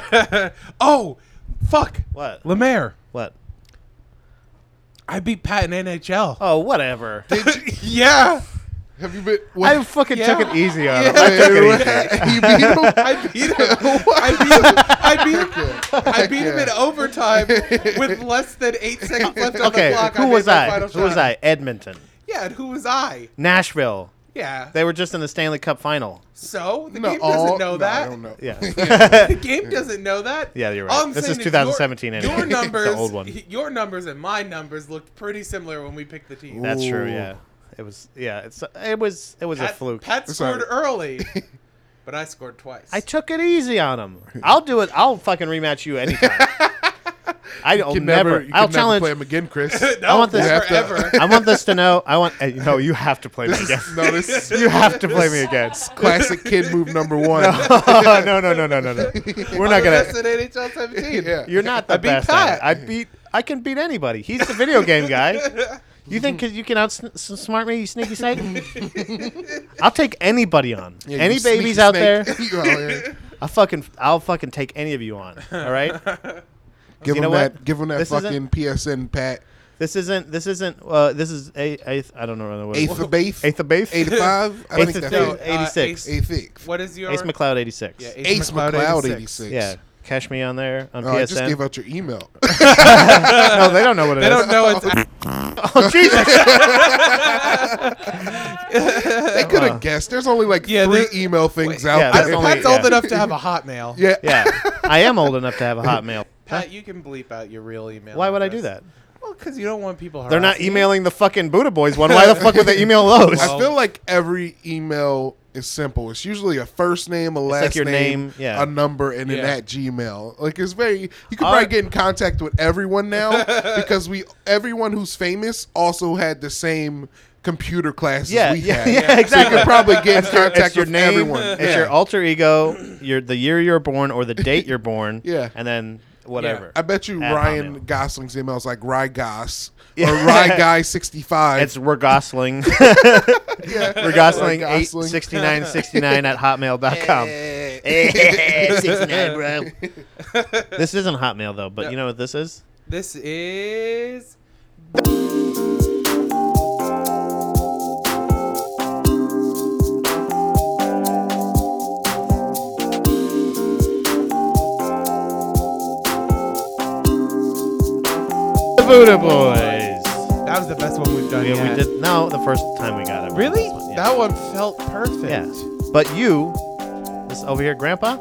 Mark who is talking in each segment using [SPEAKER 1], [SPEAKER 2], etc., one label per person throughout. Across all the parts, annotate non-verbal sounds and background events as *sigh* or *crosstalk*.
[SPEAKER 1] *laughs* oh, fuck.
[SPEAKER 2] What?
[SPEAKER 1] Lemaire.
[SPEAKER 2] What?
[SPEAKER 1] I beat Pat in *laughs* NHL.
[SPEAKER 2] Oh, whatever. *laughs*
[SPEAKER 1] yeah.
[SPEAKER 3] Have you been? What,
[SPEAKER 2] I fucking
[SPEAKER 1] Yeah.
[SPEAKER 2] took it easy
[SPEAKER 3] *laughs*
[SPEAKER 2] on him. *laughs*
[SPEAKER 3] Wait,
[SPEAKER 2] I took it
[SPEAKER 3] what-
[SPEAKER 2] easy.
[SPEAKER 3] *laughs* you beat him?
[SPEAKER 1] I
[SPEAKER 2] *laughs*
[SPEAKER 1] beat him. *laughs* I beat him. I beat him. I beat him in
[SPEAKER 3] Yeah.
[SPEAKER 1] overtime
[SPEAKER 2] *laughs*
[SPEAKER 1] with less than eight seconds left on the
[SPEAKER 2] Okay,
[SPEAKER 1] clock.
[SPEAKER 2] who
[SPEAKER 1] made
[SPEAKER 2] was
[SPEAKER 1] my
[SPEAKER 2] I?
[SPEAKER 1] final
[SPEAKER 2] Who was
[SPEAKER 1] shot.
[SPEAKER 2] I? Edmonton,
[SPEAKER 1] Yeah, and who was I?
[SPEAKER 2] Nashville.
[SPEAKER 1] Yeah.
[SPEAKER 2] They were just in the Stanley Cup final.
[SPEAKER 1] So the
[SPEAKER 3] No, *laughs*
[SPEAKER 1] game
[SPEAKER 2] oh,
[SPEAKER 1] doesn't
[SPEAKER 3] all-
[SPEAKER 1] know
[SPEAKER 3] no,
[SPEAKER 1] that.
[SPEAKER 3] I don't know. *laughs*
[SPEAKER 1] *laughs*
[SPEAKER 2] Yeah. *laughs*
[SPEAKER 1] The game doesn't know that.
[SPEAKER 2] Yeah, you're
[SPEAKER 1] All
[SPEAKER 2] right.
[SPEAKER 1] I'm
[SPEAKER 2] This
[SPEAKER 1] saying
[SPEAKER 2] is 2017
[SPEAKER 1] Your,
[SPEAKER 2] anyway.
[SPEAKER 1] your
[SPEAKER 2] It's *laughs* the
[SPEAKER 1] numbers,
[SPEAKER 2] old one.
[SPEAKER 1] he- *laughs* your numbers and my numbers looked pretty similar when we picked the team.
[SPEAKER 2] That's true.
[SPEAKER 3] Ooh.
[SPEAKER 2] Yeah, it was. Yeah, it's it was it was a
[SPEAKER 1] Pat,
[SPEAKER 2] fluke.
[SPEAKER 1] Pat scored
[SPEAKER 3] Sorry.
[SPEAKER 2] *laughs*
[SPEAKER 1] early, but I scored twice.
[SPEAKER 2] I took it easy on
[SPEAKER 3] *laughs*
[SPEAKER 2] him. I'll do it. I'll fucking rematch you anytime. I'll
[SPEAKER 3] You can
[SPEAKER 2] never.
[SPEAKER 3] you
[SPEAKER 2] I'll
[SPEAKER 3] can never
[SPEAKER 2] challenge.
[SPEAKER 3] play him again, Chris.
[SPEAKER 1] no,
[SPEAKER 2] I want this-
[SPEAKER 1] never,
[SPEAKER 3] You have to-
[SPEAKER 2] *laughs*
[SPEAKER 1] ever.
[SPEAKER 2] I want this to know. I
[SPEAKER 3] *laughs*
[SPEAKER 2] want. Uh, no, you have to play me again.
[SPEAKER 3] no, this
[SPEAKER 2] *laughs*
[SPEAKER 3] is
[SPEAKER 2] You have to play me
[SPEAKER 3] *laughs*
[SPEAKER 2] again. *laughs*
[SPEAKER 3] classic kid move number one.
[SPEAKER 2] no, no, no, no, no,
[SPEAKER 3] *laughs*
[SPEAKER 2] no. We're not
[SPEAKER 1] I'm the
[SPEAKER 2] gonna.
[SPEAKER 1] best in NHL 17.
[SPEAKER 3] Yeah.
[SPEAKER 2] You're not the
[SPEAKER 1] I beat
[SPEAKER 2] best.
[SPEAKER 1] Pat.
[SPEAKER 2] At it. I beat. I can beat anybody. He's the video game guy. You think 'cause you can outsmart me, you sneaky *laughs* snake? I'll take anybody on.
[SPEAKER 3] Yeah,
[SPEAKER 2] any
[SPEAKER 3] you sneaky
[SPEAKER 2] babies out
[SPEAKER 3] snake. *laughs*
[SPEAKER 2] there?
[SPEAKER 3] You
[SPEAKER 2] *laughs*
[SPEAKER 3] out here.
[SPEAKER 2] I fucking. I'll fucking take any of you on. All *laughs* right.
[SPEAKER 3] Give
[SPEAKER 2] You know
[SPEAKER 3] him that.
[SPEAKER 2] what?
[SPEAKER 3] Give him that
[SPEAKER 2] This isn't-
[SPEAKER 3] fucking PSN pat.
[SPEAKER 2] This isn't. This isn't. Uh, this is a, eighth. I don't know what. it
[SPEAKER 3] Eighth
[SPEAKER 2] was.
[SPEAKER 3] of eighth.
[SPEAKER 2] Eighth of Bath.
[SPEAKER 3] Eighty five. I
[SPEAKER 2] Eighth
[SPEAKER 3] think
[SPEAKER 2] of
[SPEAKER 3] that's
[SPEAKER 1] No,
[SPEAKER 2] Bath.
[SPEAKER 3] it.
[SPEAKER 1] uh,
[SPEAKER 2] Eighty six.
[SPEAKER 1] Ace-
[SPEAKER 3] Eighth.
[SPEAKER 1] *laughs*
[SPEAKER 3] eighth.
[SPEAKER 1] What is your
[SPEAKER 2] Ace McLeod eighty six.
[SPEAKER 1] Yeah,
[SPEAKER 3] Ace McLeod eighty six.
[SPEAKER 2] Yeah. Cash me on there on
[SPEAKER 3] Oh, I just
[SPEAKER 2] PSN.
[SPEAKER 3] gave out your email.
[SPEAKER 2] *laughs* no, they don't know what it is.
[SPEAKER 1] They don't know it's
[SPEAKER 2] *laughs* Oh Jesus! *laughs*
[SPEAKER 3] they could have guessed. There's only like
[SPEAKER 1] Yeah,
[SPEAKER 3] three
[SPEAKER 1] they-
[SPEAKER 3] email things
[SPEAKER 1] wait,
[SPEAKER 3] out
[SPEAKER 2] yeah,
[SPEAKER 3] there.
[SPEAKER 2] that's only-
[SPEAKER 1] Pat's
[SPEAKER 2] yeah.
[SPEAKER 1] old enough to have a Hotmail.
[SPEAKER 3] yeah.
[SPEAKER 2] yeah, I am old enough to have a Hotmail.
[SPEAKER 1] Pat, you can bleep out your real email.
[SPEAKER 2] Why would I do
[SPEAKER 1] address.
[SPEAKER 2] that?
[SPEAKER 1] Well, because you don't want people.
[SPEAKER 2] They're not
[SPEAKER 1] harassing
[SPEAKER 2] emailing the fucking Buddha Boys one. Why the fuck would they email those?
[SPEAKER 3] I feel like every email is simple. It's usually a first name, a last
[SPEAKER 2] like your
[SPEAKER 3] name,
[SPEAKER 2] name, yeah.
[SPEAKER 3] a number, and then
[SPEAKER 1] Yeah.
[SPEAKER 3] at Gmail. Like it's very. You could
[SPEAKER 2] Our-
[SPEAKER 3] probably get in contact with
[SPEAKER 2] *laughs*
[SPEAKER 3] everyone now because we everyone who's famous also had the same computer classes
[SPEAKER 2] Yeah,
[SPEAKER 3] we
[SPEAKER 2] yeah,
[SPEAKER 3] had.
[SPEAKER 2] yeah,
[SPEAKER 3] So you
[SPEAKER 2] exactly.
[SPEAKER 3] could probably get in
[SPEAKER 2] It's
[SPEAKER 3] contact
[SPEAKER 2] your
[SPEAKER 3] with
[SPEAKER 2] name,
[SPEAKER 3] everyone.
[SPEAKER 2] it's
[SPEAKER 3] Yeah.
[SPEAKER 2] your alter ego, your the year you're born or the date you're born.
[SPEAKER 3] Yeah.
[SPEAKER 2] and then whatever.
[SPEAKER 3] I bet you
[SPEAKER 2] At
[SPEAKER 3] Ryan
[SPEAKER 2] Hotmail.
[SPEAKER 3] Gosling's email is like
[SPEAKER 2] *laughs*
[SPEAKER 3] Rye Goss or
[SPEAKER 2] Yeah.
[SPEAKER 3] Rye Guy sixty five.
[SPEAKER 2] It's we're Gosling.
[SPEAKER 3] yeah.
[SPEAKER 2] we're Gosling,
[SPEAKER 3] Rye
[SPEAKER 2] eight
[SPEAKER 3] Gosling.
[SPEAKER 2] sixty nine sixty nine at *laughs*
[SPEAKER 3] *laughs*
[SPEAKER 2] hotmail.com.
[SPEAKER 3] Eh.
[SPEAKER 2] Sixty nine, bro. this isn't Hotmail though, but you know what this is?
[SPEAKER 1] This is.
[SPEAKER 2] The Buddha Boys.
[SPEAKER 1] That was the best one we've done.
[SPEAKER 2] Yeah,
[SPEAKER 1] yet.
[SPEAKER 2] we did. No, the first time we got it. was
[SPEAKER 1] Really?
[SPEAKER 2] this one, yeah.
[SPEAKER 1] That one felt perfect.
[SPEAKER 2] Yeah. But you, this over here, *laughs* Grandpa,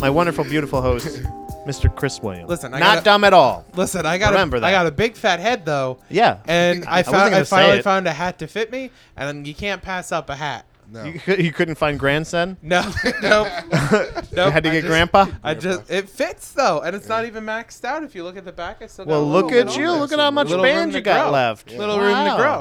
[SPEAKER 2] my wonderful, beautiful host, Mr. Chris Williams.
[SPEAKER 1] Listen, I
[SPEAKER 2] not
[SPEAKER 1] gotta-
[SPEAKER 2] dumb at all.
[SPEAKER 1] Listen, I got
[SPEAKER 2] Remember
[SPEAKER 1] a,
[SPEAKER 2] that.
[SPEAKER 1] I got a big fat head though.
[SPEAKER 2] Yeah.
[SPEAKER 1] And I
[SPEAKER 2] I wasn't
[SPEAKER 1] found I
[SPEAKER 2] gonna say
[SPEAKER 1] finally
[SPEAKER 2] it.
[SPEAKER 1] found a hat to fit me, and you can't pass up a hat.
[SPEAKER 3] No.
[SPEAKER 2] You, cou- you couldn't find grandson.
[SPEAKER 1] No, *laughs*
[SPEAKER 2] *laughs*
[SPEAKER 1] no, no.
[SPEAKER 2] you had to get Grandpa.
[SPEAKER 1] I just it fits though, and it's not even maxed out. If you look at the back, I still got a
[SPEAKER 2] well,
[SPEAKER 1] little
[SPEAKER 2] look
[SPEAKER 1] bit
[SPEAKER 2] at
[SPEAKER 1] on
[SPEAKER 2] you.
[SPEAKER 1] there.
[SPEAKER 2] Look at how much
[SPEAKER 1] Little room
[SPEAKER 2] band
[SPEAKER 1] to
[SPEAKER 2] you got
[SPEAKER 1] grow.
[SPEAKER 2] left.
[SPEAKER 1] Little room to
[SPEAKER 2] Wow.
[SPEAKER 1] grow.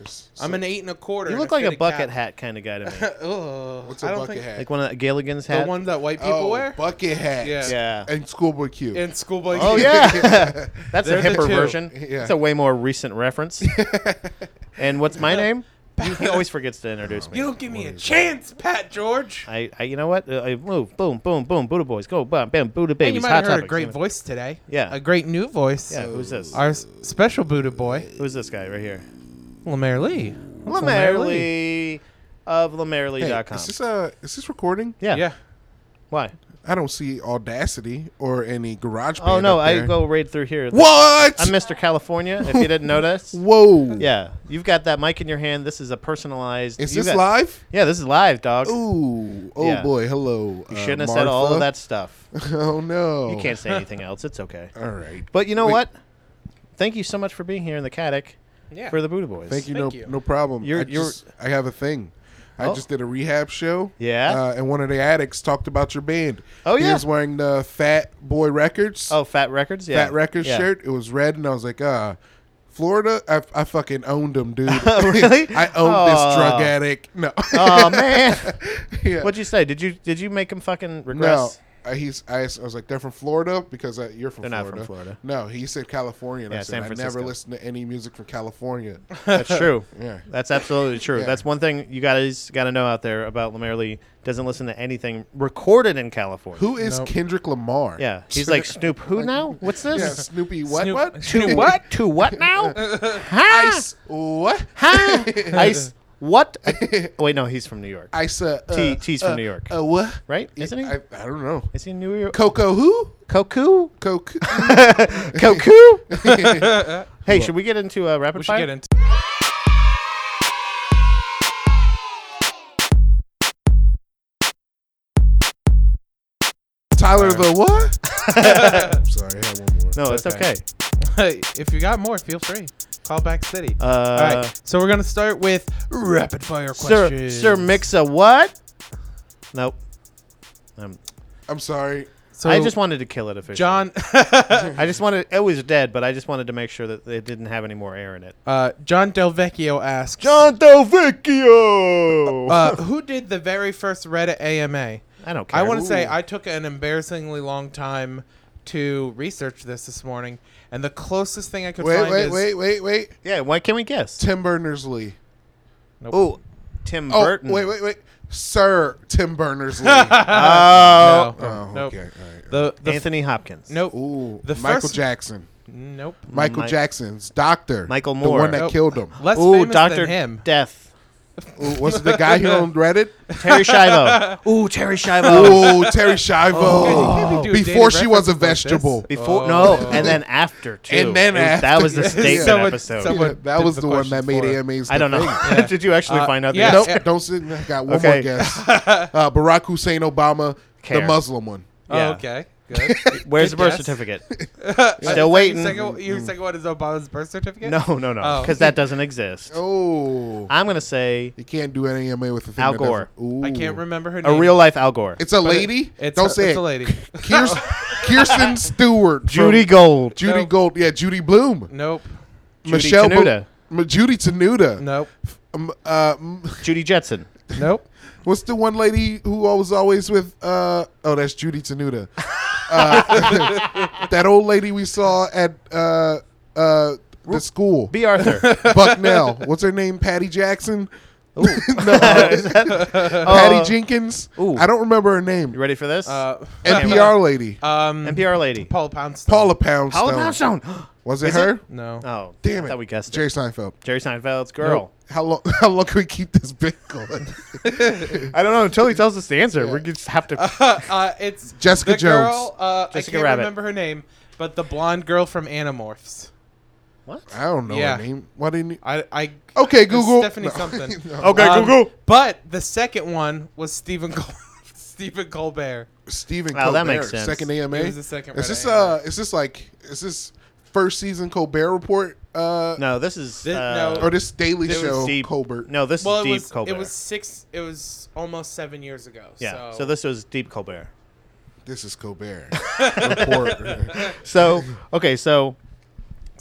[SPEAKER 3] It's-
[SPEAKER 1] I'm an eight and a quarter.
[SPEAKER 2] You
[SPEAKER 1] and
[SPEAKER 2] look like a
[SPEAKER 1] fitted
[SPEAKER 2] bucket
[SPEAKER 1] cap.
[SPEAKER 2] hat kind kind of
[SPEAKER 1] *laughs*
[SPEAKER 2] guy to me,
[SPEAKER 1] Ugh,
[SPEAKER 3] What's
[SPEAKER 1] I
[SPEAKER 3] a
[SPEAKER 1] don't
[SPEAKER 3] bucket
[SPEAKER 1] think
[SPEAKER 3] hat?
[SPEAKER 2] like one of the Gilligan's hat.
[SPEAKER 1] the ones that white people
[SPEAKER 3] oh,
[SPEAKER 1] wear
[SPEAKER 3] bucket hats.
[SPEAKER 1] Yeah.
[SPEAKER 2] yeah.
[SPEAKER 3] And Schoolboy Q. *laughs*
[SPEAKER 1] in schoolboy.
[SPEAKER 2] Oh yeah, that's a
[SPEAKER 1] They're the
[SPEAKER 2] hipper
[SPEAKER 1] two.
[SPEAKER 2] version.
[SPEAKER 3] Yeah.
[SPEAKER 2] It's a way more
[SPEAKER 1] *laughs*
[SPEAKER 2] recent reference. and what's my name? You- He always forgets to introduce
[SPEAKER 1] *laughs*
[SPEAKER 2] me.
[SPEAKER 1] You don't give me a chance, Pat George.
[SPEAKER 2] I, I you know what? Uh, I move, boom, boom, boom, Buddha boys, go, bam, bam, Buddha
[SPEAKER 1] And
[SPEAKER 2] babies.
[SPEAKER 1] you might
[SPEAKER 2] hot
[SPEAKER 1] have heard
[SPEAKER 2] topics.
[SPEAKER 1] a great
[SPEAKER 2] You know-
[SPEAKER 1] voice today.
[SPEAKER 2] Yeah.
[SPEAKER 1] a great new voice.
[SPEAKER 2] Yeah, who's this?
[SPEAKER 1] Our s- special Buddha boy,
[SPEAKER 2] Who's this guy right here?
[SPEAKER 1] Lemaire Lee. What's
[SPEAKER 2] Lamerly of
[SPEAKER 3] Hey,
[SPEAKER 2] lamerly.com.
[SPEAKER 3] is this uh is this recording?
[SPEAKER 2] yeah.
[SPEAKER 1] Yeah.
[SPEAKER 2] Why?
[SPEAKER 3] I don't see Audacity or any garage.
[SPEAKER 2] Oh no, I go right through here.
[SPEAKER 3] What?
[SPEAKER 2] I'm Mr. California. If you didn't
[SPEAKER 3] *laughs*
[SPEAKER 2] notice.
[SPEAKER 3] Whoa.
[SPEAKER 2] Yeah, you've got that mic in your hand. This is a personalized.
[SPEAKER 3] Is
[SPEAKER 2] you
[SPEAKER 3] this
[SPEAKER 2] got-
[SPEAKER 3] live?
[SPEAKER 2] Yeah, this is live, dog.
[SPEAKER 3] Ooh. Oh
[SPEAKER 2] Yeah.
[SPEAKER 3] boy. Hello. uh,
[SPEAKER 2] you shouldn't have said all of that stuff.
[SPEAKER 3] *laughs* oh no.
[SPEAKER 2] You
[SPEAKER 3] *laughs*
[SPEAKER 2] can't say anything else. It's okay.
[SPEAKER 3] All right.
[SPEAKER 2] But you know
[SPEAKER 3] Wait.
[SPEAKER 2] what? Thank you so much for being here in the Caddick
[SPEAKER 1] Yeah.
[SPEAKER 2] for the Buddha Boys.
[SPEAKER 3] Thank you.
[SPEAKER 1] Thank
[SPEAKER 3] no.
[SPEAKER 1] you.
[SPEAKER 3] No problem.
[SPEAKER 2] You're-
[SPEAKER 3] I
[SPEAKER 2] you're-
[SPEAKER 3] just I have a thing. I
[SPEAKER 2] Oh.
[SPEAKER 3] just did a rehab show.
[SPEAKER 2] Yeah?
[SPEAKER 3] Uh, and one of the addicts talked about your band.
[SPEAKER 2] Oh,
[SPEAKER 3] He
[SPEAKER 2] yeah.
[SPEAKER 3] was wearing the Fat Boy Records.
[SPEAKER 2] Oh, Fat Records. Yeah.
[SPEAKER 3] Fat Records
[SPEAKER 2] Yeah.
[SPEAKER 3] shirt. It was red, and I was like, uh, Florida, I, I fucking owned him, dude.
[SPEAKER 2] *laughs* Really?
[SPEAKER 3] *laughs* I owned this
[SPEAKER 2] Aw.
[SPEAKER 3] drug addict. No. *laughs*
[SPEAKER 2] Oh man.
[SPEAKER 3] yeah.
[SPEAKER 2] What'd you say? Did you did you make him fucking
[SPEAKER 3] no.
[SPEAKER 2] regress?
[SPEAKER 3] I, he's I, s- I was like they're from Florida because uh, you're from
[SPEAKER 2] They're not
[SPEAKER 3] Florida.
[SPEAKER 2] from Florida.
[SPEAKER 3] No, he said California. And I
[SPEAKER 2] Yeah,
[SPEAKER 3] said
[SPEAKER 2] San
[SPEAKER 3] I never
[SPEAKER 2] Francisco.
[SPEAKER 3] listen to any music
[SPEAKER 2] *laughs*
[SPEAKER 3] from California. *laughs*
[SPEAKER 2] That's true.
[SPEAKER 3] Yeah.
[SPEAKER 2] That's absolutely true.
[SPEAKER 3] Yeah.
[SPEAKER 2] That's one thing you guys got to know out there about Lemare Lee. Doesn't listen to anything recorded in California.
[SPEAKER 3] Who is Kendrick Lamar?
[SPEAKER 2] Yeah,
[SPEAKER 3] *laughs*
[SPEAKER 2] he's like Snoop. Who now? What's this?
[SPEAKER 3] yeah, Snoopy. What?
[SPEAKER 1] *laughs*
[SPEAKER 4] Snoop-
[SPEAKER 3] What?
[SPEAKER 4] Snoop-
[SPEAKER 2] What *laughs* to
[SPEAKER 3] *laughs*
[SPEAKER 2] what now? Huh?
[SPEAKER 3] Ice. What? *laughs*
[SPEAKER 2] Huh? Ice. What? Oh, Wait, no, he's from New York,
[SPEAKER 3] Ice. Uh,
[SPEAKER 2] T-
[SPEAKER 3] uh,
[SPEAKER 2] T's from New York.
[SPEAKER 3] Uh, what?
[SPEAKER 2] right? Isn't he?
[SPEAKER 3] I, I don't know.
[SPEAKER 2] Is he in New York?
[SPEAKER 3] Coco who? *laughs*
[SPEAKER 2] Koku?
[SPEAKER 3] Coco. *laughs*
[SPEAKER 2] Koku? hey, should we get into uh, rapid
[SPEAKER 4] We should
[SPEAKER 2] fire?
[SPEAKER 4] get into.
[SPEAKER 3] Tyler the what? I'm sorry, I had one more.
[SPEAKER 2] No, it's okay.
[SPEAKER 4] Okay.
[SPEAKER 1] if you got more, feel free. Call back city.
[SPEAKER 2] Uh,
[SPEAKER 1] All right. So we're gonna start with rapid fire
[SPEAKER 2] Sir,
[SPEAKER 1] questions.
[SPEAKER 2] Sir Mixa, what? Nope. Um,
[SPEAKER 3] I'm sorry.
[SPEAKER 1] So
[SPEAKER 2] I just wanted to kill it officially.
[SPEAKER 1] John. *laughs*
[SPEAKER 2] I just wanted it was dead, but I just wanted to make sure that it didn't have any more air in it.
[SPEAKER 1] uh, John Delvecchio asks.
[SPEAKER 2] John Delvecchio.
[SPEAKER 1] Uh, who did the very first Reddit AMA?
[SPEAKER 2] I don't care.
[SPEAKER 1] I want to say
[SPEAKER 3] Ooh.
[SPEAKER 1] I took an embarrassingly long time to research this this morning, and the closest thing I could
[SPEAKER 3] Wait,
[SPEAKER 1] find
[SPEAKER 3] wait,
[SPEAKER 1] is
[SPEAKER 3] wait, wait, wait.
[SPEAKER 2] Yeah, why can't we guess?
[SPEAKER 3] Tim Berners Lee.
[SPEAKER 2] Oh, Tim
[SPEAKER 3] Oh,
[SPEAKER 2] Burton.
[SPEAKER 3] wait, wait, wait. Sir Tim Berners Lee. oh,
[SPEAKER 2] Oh,
[SPEAKER 1] no, nope.
[SPEAKER 3] okay. All right.
[SPEAKER 1] the, the
[SPEAKER 2] Anthony Hopkins.
[SPEAKER 1] nope,
[SPEAKER 3] Ooh,
[SPEAKER 1] The
[SPEAKER 3] Michael
[SPEAKER 1] first-
[SPEAKER 3] Jackson.
[SPEAKER 1] nope.
[SPEAKER 3] Michael
[SPEAKER 2] Mi-
[SPEAKER 3] Jackson's doctor.
[SPEAKER 2] Michael
[SPEAKER 3] The
[SPEAKER 2] Moore.
[SPEAKER 3] one that
[SPEAKER 1] Nope.
[SPEAKER 3] killed him.
[SPEAKER 1] Less
[SPEAKER 2] Ooh,
[SPEAKER 1] famous
[SPEAKER 2] Doctor
[SPEAKER 1] than him. *laughs*
[SPEAKER 2] Death.
[SPEAKER 3] Ooh, was it the guy who owned Reddit?
[SPEAKER 2] Terry Shivo. Ooh, Terry Shivo.
[SPEAKER 3] Ooh, Terry Shivo.
[SPEAKER 1] can't be doing
[SPEAKER 3] Before
[SPEAKER 1] dated
[SPEAKER 3] she was
[SPEAKER 1] references like
[SPEAKER 3] a
[SPEAKER 1] this.
[SPEAKER 3] vegetable.
[SPEAKER 2] Before
[SPEAKER 1] Oh.
[SPEAKER 2] no, and then after too.
[SPEAKER 3] And then
[SPEAKER 2] It was- that was the
[SPEAKER 3] after.
[SPEAKER 2] statement
[SPEAKER 1] *laughs* Someone-
[SPEAKER 2] episode.
[SPEAKER 1] someone-
[SPEAKER 3] Yeah, that was
[SPEAKER 1] did the
[SPEAKER 3] the, one that
[SPEAKER 1] questions
[SPEAKER 3] made
[SPEAKER 1] for.
[SPEAKER 3] AMAs.
[SPEAKER 2] I
[SPEAKER 1] *laughs*
[SPEAKER 2] don't know. *laughs* Did you actually find out? the
[SPEAKER 1] Uh, yeah.
[SPEAKER 2] answer?
[SPEAKER 3] Nope, don't sit. I got one
[SPEAKER 2] Okay. *laughs*
[SPEAKER 3] more guess. Uh, Barack Hussein Obama, the
[SPEAKER 2] Care.
[SPEAKER 3] Muslim one.
[SPEAKER 2] Yeah.
[SPEAKER 1] Oh, okay,
[SPEAKER 2] *laughs*
[SPEAKER 1] good.
[SPEAKER 2] Where's the
[SPEAKER 1] Good guess.
[SPEAKER 2] birth certificate?
[SPEAKER 1] Your
[SPEAKER 2] *laughs* Still waiting. Mm.
[SPEAKER 1] second- Your second one is Obama's birth certificate.
[SPEAKER 2] No, no, no,
[SPEAKER 1] Oh.
[SPEAKER 2] because that doesn't exist.
[SPEAKER 3] Oh,
[SPEAKER 2] I'm gonna say
[SPEAKER 3] you can't do an AMA with a thing
[SPEAKER 2] Al
[SPEAKER 3] that doesn't-
[SPEAKER 1] I
[SPEAKER 3] Ooh.
[SPEAKER 1] can't remember her
[SPEAKER 2] a
[SPEAKER 1] name.
[SPEAKER 2] real life Al Gore,
[SPEAKER 3] It's a
[SPEAKER 1] but it-
[SPEAKER 3] lady.
[SPEAKER 1] It's
[SPEAKER 3] don't
[SPEAKER 1] a,
[SPEAKER 3] say
[SPEAKER 1] it's
[SPEAKER 3] it.
[SPEAKER 1] a lady.
[SPEAKER 3] Kirsten, Kirsten Stewart. from-
[SPEAKER 2] Judy Gold,
[SPEAKER 3] Judy
[SPEAKER 1] Nope.
[SPEAKER 3] Gold. Yeah, Judy Bloom.
[SPEAKER 1] *laughs* Nope.
[SPEAKER 2] Judy
[SPEAKER 3] Michelle. Bo-
[SPEAKER 2] Tenuta.
[SPEAKER 3] M- Judy Tenuta.
[SPEAKER 1] Nope.
[SPEAKER 3] Um, uh, m-
[SPEAKER 2] Judy Jetson.
[SPEAKER 1] Nope.
[SPEAKER 3] what's the one lady who I was always with? Uh, oh, that's Judy Tenuta.
[SPEAKER 1] *laughs*
[SPEAKER 3] Uh, *laughs* that old lady we saw at uh, uh, the school.
[SPEAKER 1] *laughs*
[SPEAKER 2] B. Arthur.
[SPEAKER 3] Bucknell. What's her name? Patty Jackson. *laughs*
[SPEAKER 2] *laughs*
[SPEAKER 3] no, Patty Jenkins.
[SPEAKER 2] uh, oh. ooh.
[SPEAKER 3] I don't remember her
[SPEAKER 2] You
[SPEAKER 3] name.
[SPEAKER 2] ready for this?
[SPEAKER 1] Uh,
[SPEAKER 3] NPR lady.
[SPEAKER 2] Uh,
[SPEAKER 1] um.
[SPEAKER 2] NPR lady.
[SPEAKER 1] Paula Poundstone.
[SPEAKER 3] Paula Poundstone.
[SPEAKER 2] Poundstone.
[SPEAKER 3] Was it
[SPEAKER 2] Is it?
[SPEAKER 3] her?
[SPEAKER 1] No.
[SPEAKER 2] *gasps* Oh,
[SPEAKER 3] Damn
[SPEAKER 2] I
[SPEAKER 3] it.
[SPEAKER 2] thought we guessed it.
[SPEAKER 3] Jerry Seinfeld.
[SPEAKER 2] Jerry Seinfeld's girl.
[SPEAKER 3] How long? *laughs* How long can we keep this bit going?
[SPEAKER 2] I don't know until he tells us the answer. We just have to.
[SPEAKER 1] *laughs* uh, it's
[SPEAKER 3] Jessica
[SPEAKER 1] the Girl,
[SPEAKER 3] Jones.
[SPEAKER 1] uh,
[SPEAKER 2] Jessica
[SPEAKER 1] I can't
[SPEAKER 2] Rabbit.
[SPEAKER 1] remember her name, but the blonde girl from Animorphs.
[SPEAKER 2] what?
[SPEAKER 3] I don't know
[SPEAKER 1] Yeah.
[SPEAKER 3] her name. Why didn't you?
[SPEAKER 1] I, I
[SPEAKER 3] Okay,
[SPEAKER 1] it's
[SPEAKER 3] Google.
[SPEAKER 1] Stephanie
[SPEAKER 3] No.
[SPEAKER 1] something.
[SPEAKER 3] *laughs* No.
[SPEAKER 2] Okay,
[SPEAKER 1] Um,
[SPEAKER 2] Google.
[SPEAKER 1] But the second one was Stephen Col- *laughs* Stephen Colbert.
[SPEAKER 3] Stephen
[SPEAKER 2] Oh,
[SPEAKER 3] Colbert.
[SPEAKER 2] that makes sense.
[SPEAKER 3] Second AMA.
[SPEAKER 1] He was the second
[SPEAKER 3] Is
[SPEAKER 1] Red
[SPEAKER 3] this
[SPEAKER 1] AMA.
[SPEAKER 3] uh? Is this like? Is this first season Colbert report? Uh,
[SPEAKER 2] No, this is
[SPEAKER 1] Thi-
[SPEAKER 2] uh,
[SPEAKER 1] no.
[SPEAKER 3] or this Daily
[SPEAKER 1] This is
[SPEAKER 3] Show
[SPEAKER 2] deep
[SPEAKER 3] Colbert?
[SPEAKER 2] No, this
[SPEAKER 1] Well,
[SPEAKER 2] is
[SPEAKER 1] it
[SPEAKER 2] deep
[SPEAKER 1] was
[SPEAKER 2] Colbert.
[SPEAKER 1] it was six. It was almost seven years ago.
[SPEAKER 2] yeah. So.
[SPEAKER 1] So,
[SPEAKER 2] this was deep Colbert.
[SPEAKER 3] This is Colbert *laughs* report.
[SPEAKER 2] So okay, so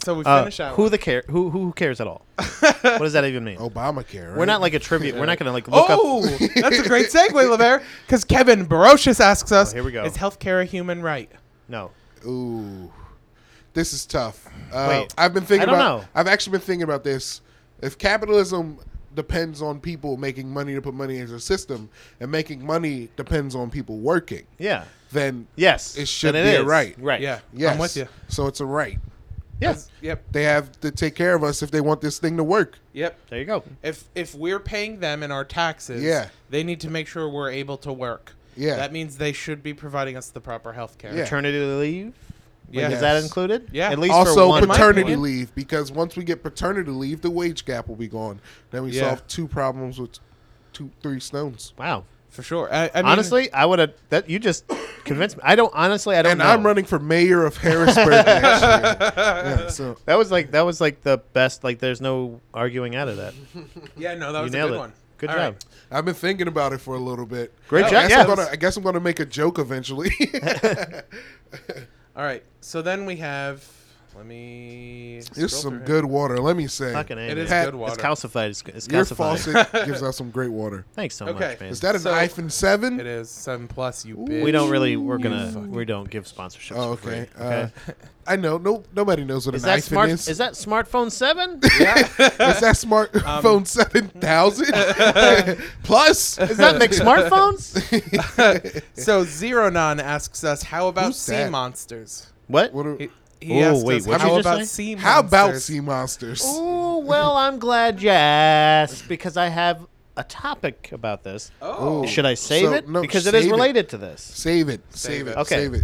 [SPEAKER 1] so we
[SPEAKER 2] uh,
[SPEAKER 1] finish out.
[SPEAKER 2] who the care who who cares at all? what does that
[SPEAKER 3] *laughs*
[SPEAKER 2] even mean?
[SPEAKER 3] Oh, Obamacare. Right?
[SPEAKER 2] We're not like a trivia. We're not gonna like look
[SPEAKER 1] Oh,
[SPEAKER 2] up.
[SPEAKER 1] that's a
[SPEAKER 3] *laughs*
[SPEAKER 1] great segue, Levere, because Kevin Barocious asks us,
[SPEAKER 3] Oh,
[SPEAKER 2] here we go.
[SPEAKER 1] "Is healthcare a human right?"
[SPEAKER 2] No.
[SPEAKER 3] Ooh, this is tough. Uh,
[SPEAKER 2] Wait.
[SPEAKER 3] I've been thinking
[SPEAKER 2] I don't
[SPEAKER 3] about.
[SPEAKER 2] know.
[SPEAKER 3] I've actually been thinking about this. If capitalism depends on people making money to put money into the system, and making money depends on people working,
[SPEAKER 2] Yeah.
[SPEAKER 3] then
[SPEAKER 2] Yes.
[SPEAKER 3] It should
[SPEAKER 2] Then
[SPEAKER 3] be a
[SPEAKER 2] is.
[SPEAKER 3] right.
[SPEAKER 2] Right.
[SPEAKER 1] Yeah,
[SPEAKER 3] yes,
[SPEAKER 1] I'm with you.
[SPEAKER 3] So it's a right.
[SPEAKER 2] Yes.
[SPEAKER 1] Yep.
[SPEAKER 3] They have to take care of us if they want this thing to work.
[SPEAKER 1] Yep.
[SPEAKER 2] There you go.
[SPEAKER 1] If if we're paying them in our taxes,
[SPEAKER 3] Yeah.
[SPEAKER 1] they need to make sure we're able to work.
[SPEAKER 3] Yeah.
[SPEAKER 1] That means they should be providing us the proper health care.
[SPEAKER 3] Yeah.
[SPEAKER 2] Paternity leave.
[SPEAKER 1] Yeah.
[SPEAKER 2] Is that
[SPEAKER 3] Yes.
[SPEAKER 2] included?
[SPEAKER 1] Yeah.
[SPEAKER 2] At least for
[SPEAKER 3] also,
[SPEAKER 2] one.
[SPEAKER 1] might be
[SPEAKER 3] paternity
[SPEAKER 1] one.
[SPEAKER 3] leave because once we get paternity leave, the wage gap will be gone. Then we
[SPEAKER 1] Yeah.
[SPEAKER 3] solve two problems with two, three stones.
[SPEAKER 2] Wow.
[SPEAKER 1] For sure. I, I mean,
[SPEAKER 2] honestly, I would have. That you
[SPEAKER 3] *coughs*
[SPEAKER 2] just convinced me. I don't. Honestly, I don't.
[SPEAKER 3] And
[SPEAKER 2] know.
[SPEAKER 3] I'm running for mayor
[SPEAKER 2] *laughs*
[SPEAKER 3] of Harrisburg next year. Yeah, so
[SPEAKER 2] That was like that was like the best. Like, there's no arguing out of that.
[SPEAKER 1] Yeah, no, *laughs* that
[SPEAKER 2] you
[SPEAKER 1] was a
[SPEAKER 2] nailed
[SPEAKER 1] good
[SPEAKER 2] it.
[SPEAKER 1] one.
[SPEAKER 2] Good
[SPEAKER 1] All
[SPEAKER 2] job.
[SPEAKER 1] right.
[SPEAKER 3] I've been thinking about it for a little bit.
[SPEAKER 2] Great
[SPEAKER 3] I
[SPEAKER 2] job,
[SPEAKER 3] Guess
[SPEAKER 2] yeah.
[SPEAKER 3] I'm gonna, I guess I'm *laughs* going to make a joke eventually.
[SPEAKER 1] All right. So then we have Let me.
[SPEAKER 3] It's
[SPEAKER 1] scroll
[SPEAKER 3] some
[SPEAKER 1] through
[SPEAKER 3] good water. Let me say,
[SPEAKER 2] Fucking A,
[SPEAKER 1] It
[SPEAKER 2] man.
[SPEAKER 1] is
[SPEAKER 3] Pat,
[SPEAKER 1] good water.
[SPEAKER 2] It's calcified. It's, it's
[SPEAKER 3] your
[SPEAKER 2] calcified. *laughs*
[SPEAKER 3] faucet gives out some great water.
[SPEAKER 2] Thanks so
[SPEAKER 1] Okay.
[SPEAKER 2] much, man.
[SPEAKER 3] Is that an
[SPEAKER 1] So-
[SPEAKER 3] iPhone
[SPEAKER 1] here. It
[SPEAKER 3] seven?
[SPEAKER 1] is seven plus. You bitch.
[SPEAKER 2] we don't really. We're
[SPEAKER 3] You
[SPEAKER 2] gonna.
[SPEAKER 3] fucking
[SPEAKER 2] We don't give sponsorships.
[SPEAKER 3] Oh,
[SPEAKER 2] for free,
[SPEAKER 3] okay.
[SPEAKER 2] okay?
[SPEAKER 3] Uh, I know. No, nobody knows what
[SPEAKER 2] is
[SPEAKER 3] an
[SPEAKER 2] that
[SPEAKER 3] iPhone
[SPEAKER 2] smart?
[SPEAKER 3] is.
[SPEAKER 2] Is. that smartphone seven?
[SPEAKER 3] *laughs* Is that
[SPEAKER 2] *laughs* Um,
[SPEAKER 3] smartphone seven thousand plus?
[SPEAKER 2] Does that make smartphones?
[SPEAKER 1] So Zeronon asks us, "How about
[SPEAKER 3] Who's
[SPEAKER 1] sea
[SPEAKER 3] that?
[SPEAKER 1] monsters?"
[SPEAKER 2] What?
[SPEAKER 3] *laughs* What are-
[SPEAKER 1] He, he
[SPEAKER 2] Oh,
[SPEAKER 1] asked
[SPEAKER 2] wait,
[SPEAKER 1] us,
[SPEAKER 2] what'd
[SPEAKER 1] "How
[SPEAKER 2] you just
[SPEAKER 1] about
[SPEAKER 2] say?
[SPEAKER 1] sea monsters?"
[SPEAKER 3] how about sea monsters?
[SPEAKER 2] Oh well, I'm glad you
[SPEAKER 3] *laughs*
[SPEAKER 2] asked because I have a topic about this.
[SPEAKER 1] Oh.
[SPEAKER 2] Should I save
[SPEAKER 3] So,
[SPEAKER 2] it?
[SPEAKER 3] no,
[SPEAKER 2] because it is
[SPEAKER 3] save it.
[SPEAKER 2] related to this.
[SPEAKER 3] Save it. Save
[SPEAKER 1] Save
[SPEAKER 3] it.
[SPEAKER 1] it.
[SPEAKER 2] Okay.
[SPEAKER 3] Save it.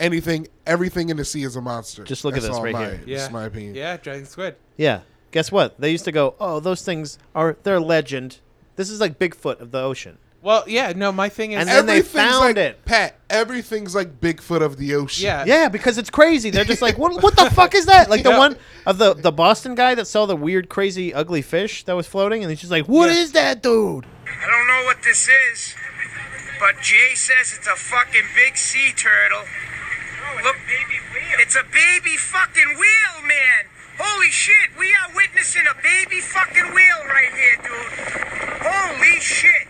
[SPEAKER 3] Anything, everything in the sea is a monster.
[SPEAKER 2] Just look at
[SPEAKER 3] That's
[SPEAKER 2] this
[SPEAKER 3] all
[SPEAKER 2] right
[SPEAKER 3] my,
[SPEAKER 2] here.
[SPEAKER 1] Yeah.
[SPEAKER 3] That's my opinion.
[SPEAKER 1] Yeah, dragon squid.
[SPEAKER 2] Yeah. Guess what? They used to go, "Oh, those things are they're legend." This is like Bigfoot of the ocean.
[SPEAKER 1] Well, yeah, no, my thing is,
[SPEAKER 2] And then they
[SPEAKER 3] Everything's
[SPEAKER 2] found
[SPEAKER 3] like,
[SPEAKER 2] it.
[SPEAKER 3] Pat, everything's like Bigfoot of the ocean.
[SPEAKER 1] yeah,
[SPEAKER 2] Yeah, because it's crazy. They're just like, what, what the fuck is that? Like the
[SPEAKER 1] Yeah.
[SPEAKER 2] one of the the Boston guy that saw the weird, crazy, ugly fish that was floating, and he's just like, "What is
[SPEAKER 1] Yeah. *laughs*
[SPEAKER 2] that, dude?" *laughs*
[SPEAKER 4] I don't know what this is, but Jay says it's a fucking big sea turtle. Look, it's a baby fucking wheel, man. Holy shit, we are witnessing a baby fucking wheel right here, dude. Holy shit.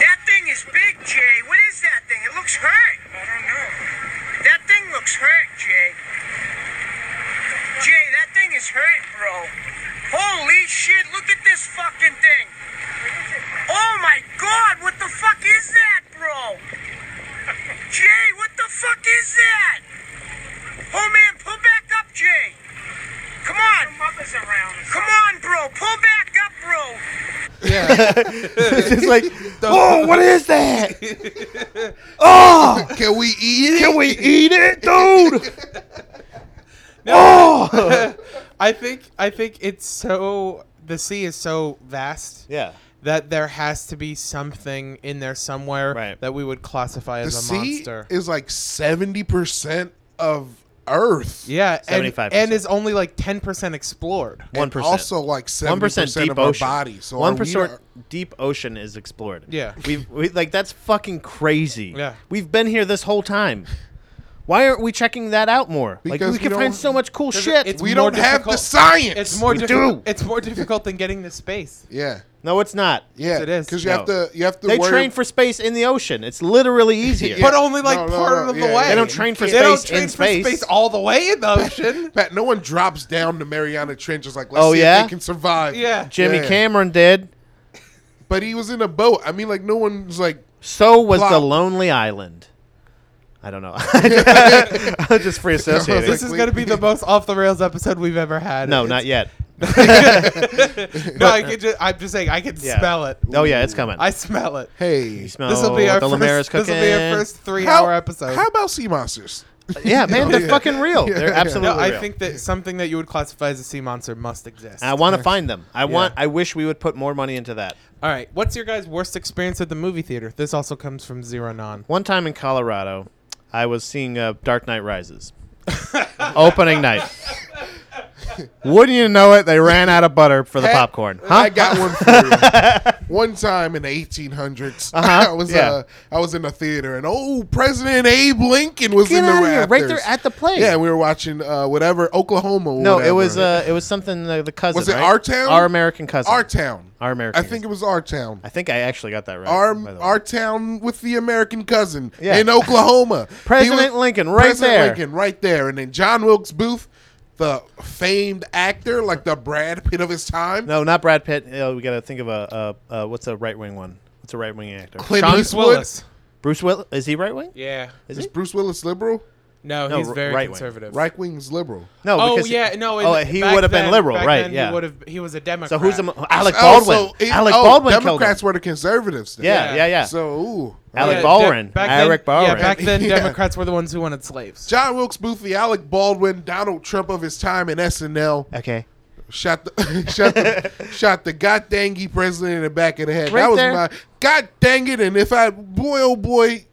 [SPEAKER 4] That thing is big, Jay. What is that thing? It looks hurt. I don't know. That thing looks hurt, Jay. Jay, that thing is hurt, bro. Holy shit, look at this fucking thing. Oh my god, what the fuck is that, bro? *laughs* Jay, what the fuck is that? Oh man, pull back up, Jay. Come on. Come on, bro. Pull back up, bro.
[SPEAKER 2] It's just like, "Oh, what is that?
[SPEAKER 1] *laughs*
[SPEAKER 2] oh,
[SPEAKER 3] *laughs* Can we eat it?
[SPEAKER 2] can we eat it, dude?"
[SPEAKER 1] *laughs*
[SPEAKER 2] Oh!
[SPEAKER 1] I think I think it's so the sea is so vast.
[SPEAKER 2] Yeah.
[SPEAKER 1] That there has to be something in there somewhere
[SPEAKER 2] Right.
[SPEAKER 1] that we would classify
[SPEAKER 3] the
[SPEAKER 1] as a
[SPEAKER 3] sea
[SPEAKER 1] monster.
[SPEAKER 3] is like seventy percent of Earth.
[SPEAKER 1] yeah, and,
[SPEAKER 2] 75%.
[SPEAKER 1] and is only like ten percent explored.
[SPEAKER 2] One
[SPEAKER 3] And Also, like seventy
[SPEAKER 2] One percent
[SPEAKER 3] percent
[SPEAKER 2] deep
[SPEAKER 3] of our
[SPEAKER 2] ocean.
[SPEAKER 3] body. So
[SPEAKER 2] one
[SPEAKER 3] are we-
[SPEAKER 2] percent deep ocean is explored.
[SPEAKER 1] Yeah.
[SPEAKER 2] we've we, like that's fucking crazy.
[SPEAKER 1] Yeah.
[SPEAKER 2] we've been here this whole time. Why aren't we checking that out more?
[SPEAKER 3] Because
[SPEAKER 2] like we
[SPEAKER 3] we
[SPEAKER 2] could
[SPEAKER 3] don't-
[SPEAKER 2] find so much cool
[SPEAKER 1] Because
[SPEAKER 2] shit.
[SPEAKER 1] it's
[SPEAKER 3] we
[SPEAKER 1] more
[SPEAKER 3] don't have the
[SPEAKER 1] difficult.
[SPEAKER 3] science.
[SPEAKER 1] It's more
[SPEAKER 3] We
[SPEAKER 1] difficult.
[SPEAKER 3] do.
[SPEAKER 1] It's more difficult than getting to space.
[SPEAKER 3] Yeah.
[SPEAKER 2] no, it's not.
[SPEAKER 3] Yeah.
[SPEAKER 1] Yes, it is.
[SPEAKER 3] Because you have
[SPEAKER 2] No.
[SPEAKER 3] to. You have to.
[SPEAKER 2] They
[SPEAKER 3] worry
[SPEAKER 2] train for space in the ocean. It's literally easier.
[SPEAKER 1] But only like
[SPEAKER 3] No, no,
[SPEAKER 1] part
[SPEAKER 3] no,
[SPEAKER 1] of
[SPEAKER 3] yeah,
[SPEAKER 1] the way.
[SPEAKER 3] They
[SPEAKER 2] don't train for
[SPEAKER 1] They don't
[SPEAKER 2] space
[SPEAKER 1] train
[SPEAKER 2] in
[SPEAKER 1] for
[SPEAKER 2] space.
[SPEAKER 1] space all the way in the ocean.
[SPEAKER 3] Pat, no one drops down the Mariana Trench. It's like, let's
[SPEAKER 2] Oh,
[SPEAKER 3] see
[SPEAKER 2] yeah?
[SPEAKER 3] if they can survive.
[SPEAKER 1] yeah.
[SPEAKER 2] Jimmy
[SPEAKER 3] Yeah.
[SPEAKER 2] Cameron did.
[SPEAKER 3] But he was in a boat. I mean, like, no one's like,
[SPEAKER 2] So was
[SPEAKER 3] Plop.
[SPEAKER 2] the Lonely Island. I don't know. *laughs* I was just free associating.
[SPEAKER 1] This is going to be the most off the rails episode we've ever had.
[SPEAKER 2] no,
[SPEAKER 1] It's- *laughs*
[SPEAKER 2] not yet.
[SPEAKER 1] No, I could just, I'm just saying I can
[SPEAKER 2] Yeah.
[SPEAKER 1] smell it.
[SPEAKER 2] Oh yeah, it's coming.
[SPEAKER 1] I smell it.
[SPEAKER 3] hey,
[SPEAKER 2] smell
[SPEAKER 1] This will be our
[SPEAKER 2] oh, the Lemaire's
[SPEAKER 1] first. This
[SPEAKER 2] cooking.
[SPEAKER 1] will be our first
[SPEAKER 3] how,
[SPEAKER 1] three-hour episode.
[SPEAKER 3] how about sea monsters? *laughs*
[SPEAKER 2] Yeah, man, they're
[SPEAKER 3] yeah.
[SPEAKER 2] fucking real.
[SPEAKER 3] Yeah,
[SPEAKER 2] They're
[SPEAKER 3] yeah.
[SPEAKER 1] no,
[SPEAKER 2] absolutely
[SPEAKER 1] I
[SPEAKER 2] real.
[SPEAKER 1] think that something that you would classify as a sea monster must exist.
[SPEAKER 2] I want to find them. I want. I wish we would put more money into that.
[SPEAKER 1] All right, what's your guys' worst experience at the movie theater? This also comes from Zero Non.
[SPEAKER 2] One time in Colorado, I was seeing uh, Dark Knight
[SPEAKER 3] *laughs*
[SPEAKER 2] Rises, opening night. Wouldn't you know it? They ran out of butter for the
[SPEAKER 3] Pat,
[SPEAKER 2] popcorn. Huh?
[SPEAKER 3] I got one for
[SPEAKER 2] *laughs*
[SPEAKER 3] you. one time in the *laughs* 1800s,
[SPEAKER 2] Uh-huh,
[SPEAKER 3] I was
[SPEAKER 2] yeah.
[SPEAKER 3] uh, I was in a theater, and oh, President Abe Lincoln was
[SPEAKER 2] Get
[SPEAKER 3] in the
[SPEAKER 2] outta here,
[SPEAKER 3] rafters.
[SPEAKER 2] right there at the place.
[SPEAKER 3] Yeah, we were watching uh, whatever Oklahoma.
[SPEAKER 2] no, it
[SPEAKER 3] whatever.
[SPEAKER 2] was uh, it was something uh, the cousin.
[SPEAKER 3] Was it
[SPEAKER 2] right?
[SPEAKER 3] Our Town?
[SPEAKER 2] Our American cousin.
[SPEAKER 3] our town.
[SPEAKER 2] Our American
[SPEAKER 3] I think it was our town.
[SPEAKER 2] I think I actually got that right. by
[SPEAKER 3] our
[SPEAKER 2] the way.
[SPEAKER 3] our town with the American cousin
[SPEAKER 2] Yeah. *laughs*
[SPEAKER 3] in Oklahoma. He
[SPEAKER 2] President Lincoln, right
[SPEAKER 3] President
[SPEAKER 2] there.
[SPEAKER 3] Lincoln, right there, and then John Wilkes Booth, the famed actor, like the Brad Pitt of his time.
[SPEAKER 2] no, not Brad Pitt. Uh, we got to think of a uh, uh, what's a right wing one? What's a right wing actor?
[SPEAKER 3] Clint
[SPEAKER 2] Sean-
[SPEAKER 3] Eastwood. Willis.
[SPEAKER 2] Bruce Willis. Is he right wing?
[SPEAKER 1] Yeah.
[SPEAKER 2] Is
[SPEAKER 3] Is
[SPEAKER 2] he?
[SPEAKER 3] Bruce Willis liberal?
[SPEAKER 1] No,
[SPEAKER 2] No,
[SPEAKER 1] he's
[SPEAKER 2] r-
[SPEAKER 1] very
[SPEAKER 2] right wing.
[SPEAKER 1] conservative.
[SPEAKER 3] Right wing's liberal.
[SPEAKER 2] No.
[SPEAKER 1] Oh
[SPEAKER 2] because
[SPEAKER 1] yeah, no. in-
[SPEAKER 2] Oh, he
[SPEAKER 1] back
[SPEAKER 2] would have
[SPEAKER 1] then-
[SPEAKER 2] been liberal,
[SPEAKER 1] back
[SPEAKER 2] right?
[SPEAKER 1] then
[SPEAKER 2] yeah.
[SPEAKER 1] He would have. He was a Democrat.
[SPEAKER 2] So who's the mo- Alec
[SPEAKER 3] Oh,
[SPEAKER 2] Baldwin?
[SPEAKER 3] so it-
[SPEAKER 2] Alec
[SPEAKER 3] oh,
[SPEAKER 2] Baldwin killed
[SPEAKER 3] Democrats
[SPEAKER 2] him.
[SPEAKER 3] were the conservatives. Then.
[SPEAKER 2] yeah, yeah,
[SPEAKER 1] Yeah.
[SPEAKER 2] yeah.
[SPEAKER 3] So ooh,
[SPEAKER 2] Alec
[SPEAKER 1] de-
[SPEAKER 2] Baldwin.
[SPEAKER 1] back then-
[SPEAKER 2] Alec Baldwin.
[SPEAKER 1] Yeah, back
[SPEAKER 2] *laughs*
[SPEAKER 1] then
[SPEAKER 3] Yeah.
[SPEAKER 1] Democrats were the ones who wanted slaves.
[SPEAKER 3] John Wilkes Booth, the Alec Baldwin, Donald Trump of his time in SNL,
[SPEAKER 2] okay.
[SPEAKER 3] shot the *laughs* shot the,
[SPEAKER 2] *laughs*
[SPEAKER 3] shot the god dang it president in the back of the head.
[SPEAKER 2] Right
[SPEAKER 3] that was
[SPEAKER 2] there.
[SPEAKER 3] my god dang it. And if I boy oh boy,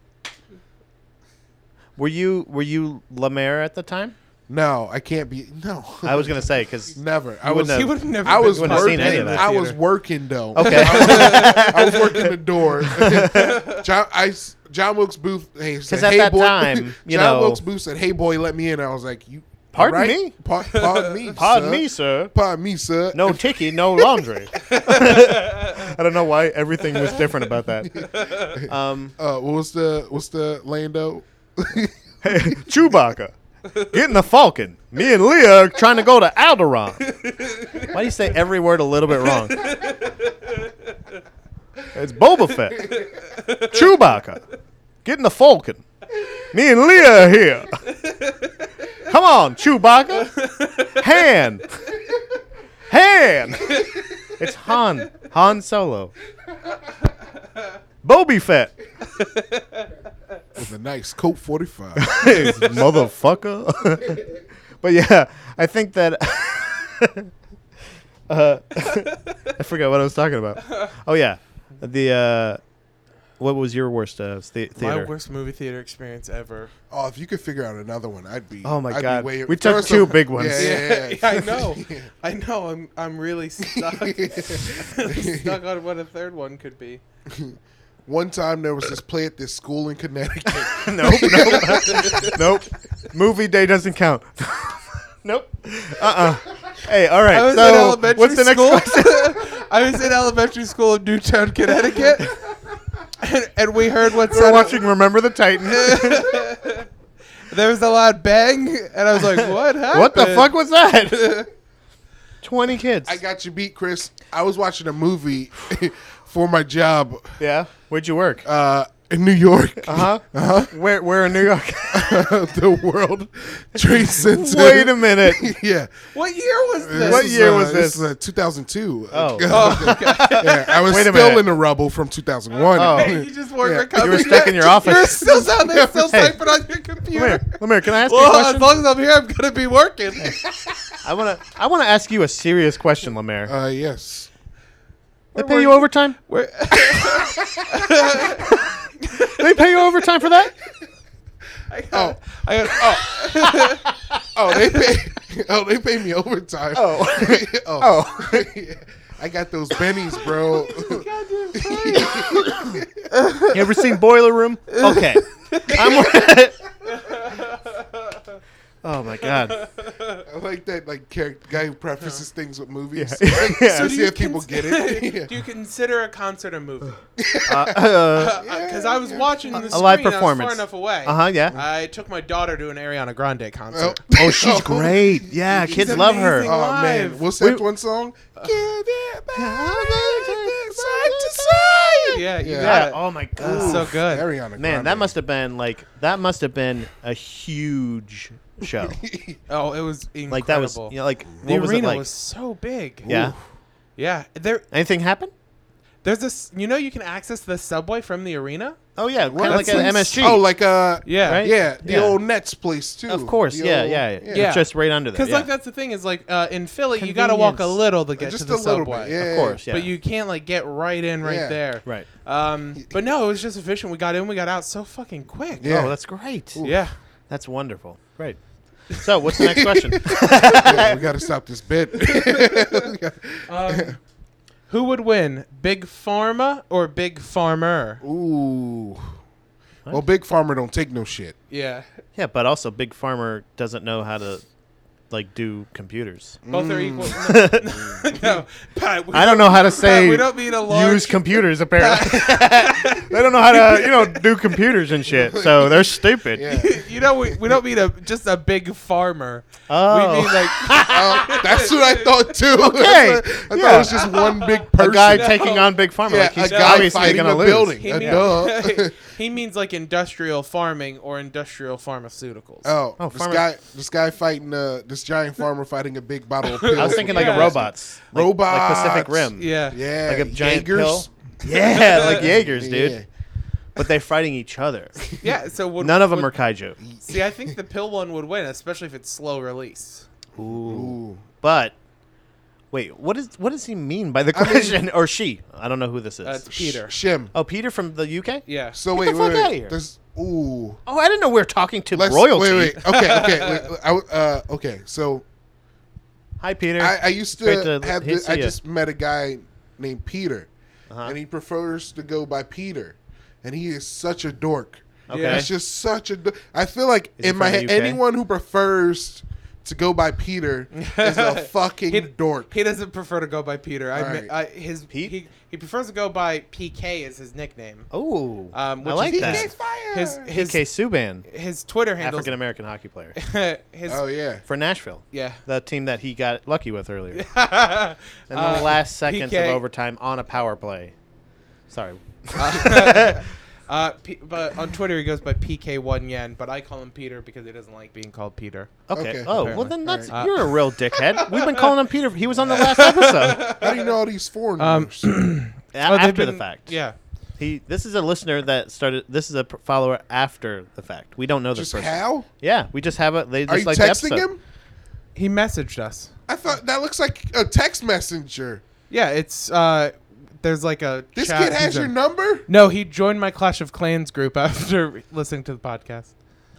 [SPEAKER 2] Were you were you Lemaire at the time?
[SPEAKER 3] no, I can't be no.
[SPEAKER 2] I was gonna say *laughs* because
[SPEAKER 3] *laughs* never. I was
[SPEAKER 2] wouldn't
[SPEAKER 1] He would have never.
[SPEAKER 3] I
[SPEAKER 1] been
[SPEAKER 3] was
[SPEAKER 2] wouldn't have
[SPEAKER 1] popular
[SPEAKER 2] seen any of
[SPEAKER 3] working.
[SPEAKER 1] in the
[SPEAKER 2] that.
[SPEAKER 3] I was
[SPEAKER 1] theater.
[SPEAKER 3] working though.
[SPEAKER 2] *laughs* Okay.
[SPEAKER 3] *laughs* I was
[SPEAKER 2] *laughs*
[SPEAKER 3] working the door. *laughs* John, I, John Wilkes Booth. Because
[SPEAKER 2] at that time, you
[SPEAKER 3] John *laughs*
[SPEAKER 2] know-
[SPEAKER 3] Wilkes Booth said, "Hey boy, let me in." I was like, "You
[SPEAKER 2] Pardon
[SPEAKER 3] right?
[SPEAKER 2] me.
[SPEAKER 3] Pa- pardon me.
[SPEAKER 2] *laughs* Pardon
[SPEAKER 3] sir.
[SPEAKER 2] me, sir.
[SPEAKER 3] Pardon me, sir.
[SPEAKER 2] No ticky, no laundry. *laughs* I don't know why everything was different about that. *laughs* Um,
[SPEAKER 3] Uh, what's the what's the Lando?
[SPEAKER 2] *laughs*
[SPEAKER 3] *laughs*
[SPEAKER 2] Chewbacca, getting the Falcon. Me and Leah are trying to go to Alderaan. Why do you say every word a little bit wrong? It's Boba Fett, Chewbacca, getting the Falcon. Me and Leah are here. Come on, Chewbacca, Han, Han. It's Han, Han Solo, Boba Fett.
[SPEAKER 3] With a nice
[SPEAKER 2] *laughs*
[SPEAKER 3] Colt 45.
[SPEAKER 2] motherfucker. *laughs* but yeah, I think that. *laughs* uh, *laughs* I forgot what I was talking about. Oh yeah, the uh, what was your worst uh, th-
[SPEAKER 1] My
[SPEAKER 2] theater?
[SPEAKER 1] worst *laughs* movie theater experience ever.
[SPEAKER 3] oh, if you could figure out another one, I'd be.
[SPEAKER 2] Oh my
[SPEAKER 3] I'd be
[SPEAKER 2] God.
[SPEAKER 3] way-
[SPEAKER 2] We took
[SPEAKER 3] First
[SPEAKER 2] two
[SPEAKER 3] of-
[SPEAKER 2] big ones.
[SPEAKER 3] Yeah, yeah, yeah.
[SPEAKER 1] *laughs* *laughs* Yeah, I
[SPEAKER 2] *laughs*
[SPEAKER 1] know. I know. I'm I'm really stuck. *laughs* stuck on what a third one could be.
[SPEAKER 3] One time there was this play at this school in Connecticut.
[SPEAKER 2] nope, nope, nope. Movie day doesn't count. *laughs* nope. Uh uh Hey, all right.
[SPEAKER 1] I was
[SPEAKER 2] so
[SPEAKER 1] in elementary
[SPEAKER 2] what's the next
[SPEAKER 1] school.
[SPEAKER 2] question?
[SPEAKER 1] *laughs* I was in elementary school in Newtown,
[SPEAKER 2] *laughs*
[SPEAKER 1] Connecticut, and, and we heard what
[SPEAKER 2] We're
[SPEAKER 1] sounded-
[SPEAKER 2] watching Remember
[SPEAKER 1] *laughs*
[SPEAKER 2] the Titans.
[SPEAKER 1] There was a loud bang, and I was
[SPEAKER 2] *laughs*
[SPEAKER 1] like, "What happened?
[SPEAKER 2] what the fuck
[SPEAKER 1] *laughs*
[SPEAKER 2] was that? Twenty kids.
[SPEAKER 3] I got you beat, Chris. I was watching a movie *laughs* for my job
[SPEAKER 2] yeah. Where'd you work?
[SPEAKER 3] uh, in New York,
[SPEAKER 2] Huh? *laughs* Uh-huh. Where, where in
[SPEAKER 1] *laughs*
[SPEAKER 2] New York?
[SPEAKER 3] the World *laughs* Trade Center.
[SPEAKER 2] Wait a minute.
[SPEAKER 3] *laughs* yeah.
[SPEAKER 1] What year was this?
[SPEAKER 2] What
[SPEAKER 3] is,
[SPEAKER 2] year
[SPEAKER 3] uh,
[SPEAKER 2] was
[SPEAKER 3] This
[SPEAKER 2] this?
[SPEAKER 3] is, uh, 2002.
[SPEAKER 2] Oh.
[SPEAKER 1] Oh, okay.
[SPEAKER 3] *laughs*
[SPEAKER 1] *laughs*
[SPEAKER 3] yeah, I
[SPEAKER 2] *laughs*
[SPEAKER 3] was
[SPEAKER 2] Wait a
[SPEAKER 3] still
[SPEAKER 2] minute.
[SPEAKER 3] in the rubble from 2001.
[SPEAKER 2] Oh.
[SPEAKER 1] you just weren't
[SPEAKER 3] Yeah.
[SPEAKER 1] recovering.
[SPEAKER 2] You were stuck in your office.
[SPEAKER 1] You're still down
[SPEAKER 2] *laughs*
[SPEAKER 1] there, still
[SPEAKER 2] Hey.
[SPEAKER 1] typing on your
[SPEAKER 2] Come
[SPEAKER 1] computer.
[SPEAKER 2] here. Come here. Can I ask you a
[SPEAKER 1] Well, as
[SPEAKER 2] question?
[SPEAKER 1] long as I'm here, I'm gonna be *laughs* working.
[SPEAKER 2] I want to I wanna ask you a serious question, Lemaire.
[SPEAKER 3] *laughs* Uh, yes.
[SPEAKER 2] they pay you overtime?
[SPEAKER 1] Where-
[SPEAKER 2] they pay you overtime for that?
[SPEAKER 1] *laughs* I got, I got, *laughs* oh,
[SPEAKER 3] Oh,
[SPEAKER 2] *laughs*
[SPEAKER 3] they pay. oh, they pay me overtime.
[SPEAKER 2] Oh.
[SPEAKER 3] *laughs* oh. *laughs* I got those bennies, bro. *laughs*
[SPEAKER 2] You ever seen Boiler Room? Okay. I'm, *laughs* oh, my God.
[SPEAKER 3] I like that, like character guy who prefaces things with movies.
[SPEAKER 2] Yeah.
[SPEAKER 3] *laughs*
[SPEAKER 2] *laughs* Yeah.
[SPEAKER 3] So
[SPEAKER 2] So
[SPEAKER 3] see
[SPEAKER 1] do you
[SPEAKER 3] if people get
[SPEAKER 2] *laughs*
[SPEAKER 1] *laughs*
[SPEAKER 3] it. *laughs*
[SPEAKER 1] do you consider a concert a movie?
[SPEAKER 2] Uh
[SPEAKER 1] Because I was watching the
[SPEAKER 2] a live
[SPEAKER 1] screen, I
[SPEAKER 2] performance. Uh-huh.
[SPEAKER 1] was far enough away.
[SPEAKER 2] huh, yeah.
[SPEAKER 1] I took my daughter to an Ariana Grande
[SPEAKER 3] Oh,
[SPEAKER 1] concert.
[SPEAKER 2] Oh, she's great. Yeah, kids love her.
[SPEAKER 1] amazing.
[SPEAKER 3] Oh man,
[SPEAKER 1] Live.
[SPEAKER 3] what's that
[SPEAKER 2] We-
[SPEAKER 3] one song?
[SPEAKER 2] uh,
[SPEAKER 3] Give it back, side to side.
[SPEAKER 1] Yeah, you
[SPEAKER 3] Yeah.
[SPEAKER 1] got
[SPEAKER 2] Yeah,
[SPEAKER 1] it.
[SPEAKER 2] Oh, my
[SPEAKER 1] It was
[SPEAKER 2] God.
[SPEAKER 1] so good.
[SPEAKER 3] Ariana.
[SPEAKER 2] Man,
[SPEAKER 3] Grande.
[SPEAKER 2] that must have been like that must have been a huge show.
[SPEAKER 1] Oh, it was incredible.
[SPEAKER 2] like that was you know, like
[SPEAKER 1] the
[SPEAKER 2] what was it
[SPEAKER 1] arena
[SPEAKER 2] like?
[SPEAKER 1] was so big.
[SPEAKER 2] yeah.
[SPEAKER 1] yeah. There,
[SPEAKER 2] Anything happen?
[SPEAKER 1] there's this. You know, you can access the subway from the arena.
[SPEAKER 2] Oh yeah, kind of like
[SPEAKER 3] That's
[SPEAKER 2] an
[SPEAKER 3] like-
[SPEAKER 2] MSG.
[SPEAKER 3] Oh, like uh,
[SPEAKER 1] Yeah.
[SPEAKER 2] Right?
[SPEAKER 3] yeah, the
[SPEAKER 2] Yeah.
[SPEAKER 3] old Nets place too.
[SPEAKER 2] of course.
[SPEAKER 3] The
[SPEAKER 2] Yeah,
[SPEAKER 3] old-
[SPEAKER 2] yeah, yeah.
[SPEAKER 1] Yeah.
[SPEAKER 2] It's just right under there.
[SPEAKER 1] Because
[SPEAKER 2] yeah.
[SPEAKER 1] like that's the thing is like uh, in Philly, you got to walk a
[SPEAKER 2] Convenience.
[SPEAKER 1] little to get
[SPEAKER 3] Just
[SPEAKER 1] to the
[SPEAKER 3] a little
[SPEAKER 1] subway.
[SPEAKER 3] bit. Yeah,
[SPEAKER 2] Of course. Yeah.
[SPEAKER 1] But you can't like get right in right
[SPEAKER 3] Yeah.
[SPEAKER 1] there.
[SPEAKER 2] Right.
[SPEAKER 1] Um, but no, it was just efficient. We got in, we got out so fucking quick.
[SPEAKER 3] Yeah.
[SPEAKER 2] Oh, that's great.
[SPEAKER 1] Yeah.
[SPEAKER 2] That's wonderful. Great. So, what's the next *laughs* question? *laughs*
[SPEAKER 3] Yeah, we gotta stop this bit. *laughs*
[SPEAKER 1] Um, who would win, Big Pharma or Big Farmer?
[SPEAKER 3] Ooh. Well, Big Farmer don't take no shit.
[SPEAKER 1] Yeah.
[SPEAKER 2] yeah, but also Big Farmer doesn't know how to like do computers.
[SPEAKER 1] Both are equal. No, no. *laughs* Pat, we
[SPEAKER 2] I don't know how to say
[SPEAKER 1] Pat, we don't mean a large.
[SPEAKER 2] use computers apparently. *laughs* they don't know how to, you know, do computers and shit. So, they're stupid.
[SPEAKER 3] Yeah.
[SPEAKER 1] *laughs* you know, we, we don't mean a just a big farmer.
[SPEAKER 2] Oh.
[SPEAKER 1] We mean like
[SPEAKER 3] *laughs* Uh, that's what I thought too. *laughs*
[SPEAKER 2] Okay.
[SPEAKER 3] I thought it
[SPEAKER 2] Yeah.
[SPEAKER 3] was just one big person.
[SPEAKER 2] a guy
[SPEAKER 1] No.
[SPEAKER 2] taking on Big Farmer
[SPEAKER 3] Yeah,
[SPEAKER 2] like he's
[SPEAKER 3] a guy
[SPEAKER 2] obviously
[SPEAKER 3] fighting
[SPEAKER 2] going to
[SPEAKER 3] a
[SPEAKER 2] lose.
[SPEAKER 3] building.
[SPEAKER 1] he,
[SPEAKER 3] Uh, duh.
[SPEAKER 1] means, *laughs* he means like industrial farming or industrial pharmaceuticals.
[SPEAKER 3] Oh,
[SPEAKER 2] Oh,
[SPEAKER 3] this
[SPEAKER 2] farmer-
[SPEAKER 3] guy, this guy fighting uh, this giant farmer fighting a big bottle of pills.
[SPEAKER 2] I was thinking like
[SPEAKER 1] Yeah.
[SPEAKER 2] a robots. Like-
[SPEAKER 3] Robots.
[SPEAKER 2] Like Pacific Rim.
[SPEAKER 1] Yeah.
[SPEAKER 3] yeah,
[SPEAKER 2] Like a giant
[SPEAKER 3] *laughs* Jaegers.
[SPEAKER 2] pill. Yeah, *laughs* like Jaegers, dude.
[SPEAKER 3] Yeah.
[SPEAKER 2] But they're fighting
[SPEAKER 1] *laughs*
[SPEAKER 2] each other.
[SPEAKER 1] Yeah, so would,
[SPEAKER 2] None of them
[SPEAKER 1] would-
[SPEAKER 2] are kaiju.
[SPEAKER 1] See, I think the pill one would win, especially if it's slow release.
[SPEAKER 3] Ooh.
[SPEAKER 2] But wait, what is what does he mean by the question *laughs* or she? I don't know who this is.
[SPEAKER 1] Uh, it's Peter.
[SPEAKER 3] Sh- Shim.
[SPEAKER 2] oh, Peter from the UK?
[SPEAKER 1] Yeah.
[SPEAKER 3] So
[SPEAKER 2] Get
[SPEAKER 3] wait,
[SPEAKER 2] the
[SPEAKER 3] wait,
[SPEAKER 2] fuck
[SPEAKER 3] wait.
[SPEAKER 2] outta here.
[SPEAKER 3] There's- ooh.
[SPEAKER 2] Oh, I didn't know we were talking to
[SPEAKER 3] Let's,
[SPEAKER 2] royalty.
[SPEAKER 3] Wait, wait. Okay, okay. wait, wait, I w- uh, okay, so
[SPEAKER 2] Hi Peter.
[SPEAKER 3] I, I used
[SPEAKER 2] Great
[SPEAKER 3] to
[SPEAKER 2] to
[SPEAKER 3] have.
[SPEAKER 2] hear-
[SPEAKER 3] This, I
[SPEAKER 2] see ya. Uh-huh.
[SPEAKER 3] just met a guy named Peter, and he prefers to go by Peter, and he is such a dork.
[SPEAKER 2] okay.
[SPEAKER 1] Yeah.
[SPEAKER 3] It's just such a. do- I feel like
[SPEAKER 2] Is he
[SPEAKER 3] in my
[SPEAKER 2] from the
[SPEAKER 3] head,
[SPEAKER 2] UK?
[SPEAKER 3] anyone who prefers to go by Peter is
[SPEAKER 2] *laughs*
[SPEAKER 3] a fucking
[SPEAKER 1] He-
[SPEAKER 3] dork.
[SPEAKER 1] He doesn't prefer to go by Peter. I,
[SPEAKER 3] Right.
[SPEAKER 1] mi- I his
[SPEAKER 2] Pete?
[SPEAKER 1] He, he prefers to go by PK is his nickname.
[SPEAKER 2] Oh,
[SPEAKER 1] Um, which
[SPEAKER 2] I like
[SPEAKER 1] is
[SPEAKER 2] that.
[SPEAKER 3] PK's fire.
[SPEAKER 1] His his
[SPEAKER 2] PK Subban,
[SPEAKER 1] his Twitter handle. *laughs*
[SPEAKER 2] African American hockey player
[SPEAKER 1] his
[SPEAKER 3] oh yeah.
[SPEAKER 2] for Nashville.
[SPEAKER 1] Yeah.
[SPEAKER 2] the team that he got lucky with earlier in
[SPEAKER 1] yeah.
[SPEAKER 2] the
[SPEAKER 1] *laughs* Uh,
[SPEAKER 2] last seconds
[SPEAKER 1] PK.
[SPEAKER 2] of overtime on a power play. Sorry,
[SPEAKER 1] uh, P- but on Twitter he goes by PK One Yen, but I call him Peter because he doesn't like being called Peter.
[SPEAKER 2] Okay.
[SPEAKER 3] Okay.
[SPEAKER 2] Oh, well
[SPEAKER 1] Apparently.
[SPEAKER 2] then that's
[SPEAKER 1] Alright.
[SPEAKER 3] Uh,
[SPEAKER 2] you're a real
[SPEAKER 3] *laughs*
[SPEAKER 2] dickhead. We've been calling him Peter. He was on the last episode
[SPEAKER 3] How do you know all these foreigners?
[SPEAKER 2] Um, *clears throat* A-
[SPEAKER 1] Oh, they've
[SPEAKER 2] after the
[SPEAKER 1] been-
[SPEAKER 2] fact.
[SPEAKER 1] Yeah.
[SPEAKER 2] He. This is a listener that started. This is a pr- follower after the fact. We don't know this
[SPEAKER 3] Just
[SPEAKER 2] person.
[SPEAKER 3] how?
[SPEAKER 2] Yeah. We just have a. They just
[SPEAKER 3] Are you
[SPEAKER 2] like
[SPEAKER 3] texting
[SPEAKER 2] the episode.
[SPEAKER 3] him?
[SPEAKER 1] He messaged us.
[SPEAKER 3] I thought that looks like a text messenger.
[SPEAKER 1] Yeah, it's uh there's like a
[SPEAKER 3] This
[SPEAKER 1] chat
[SPEAKER 3] kid has
[SPEAKER 1] he's
[SPEAKER 3] your
[SPEAKER 1] in.
[SPEAKER 3] number.
[SPEAKER 1] No, he joined my Clash of Clans group *laughs* after listening to the podcast.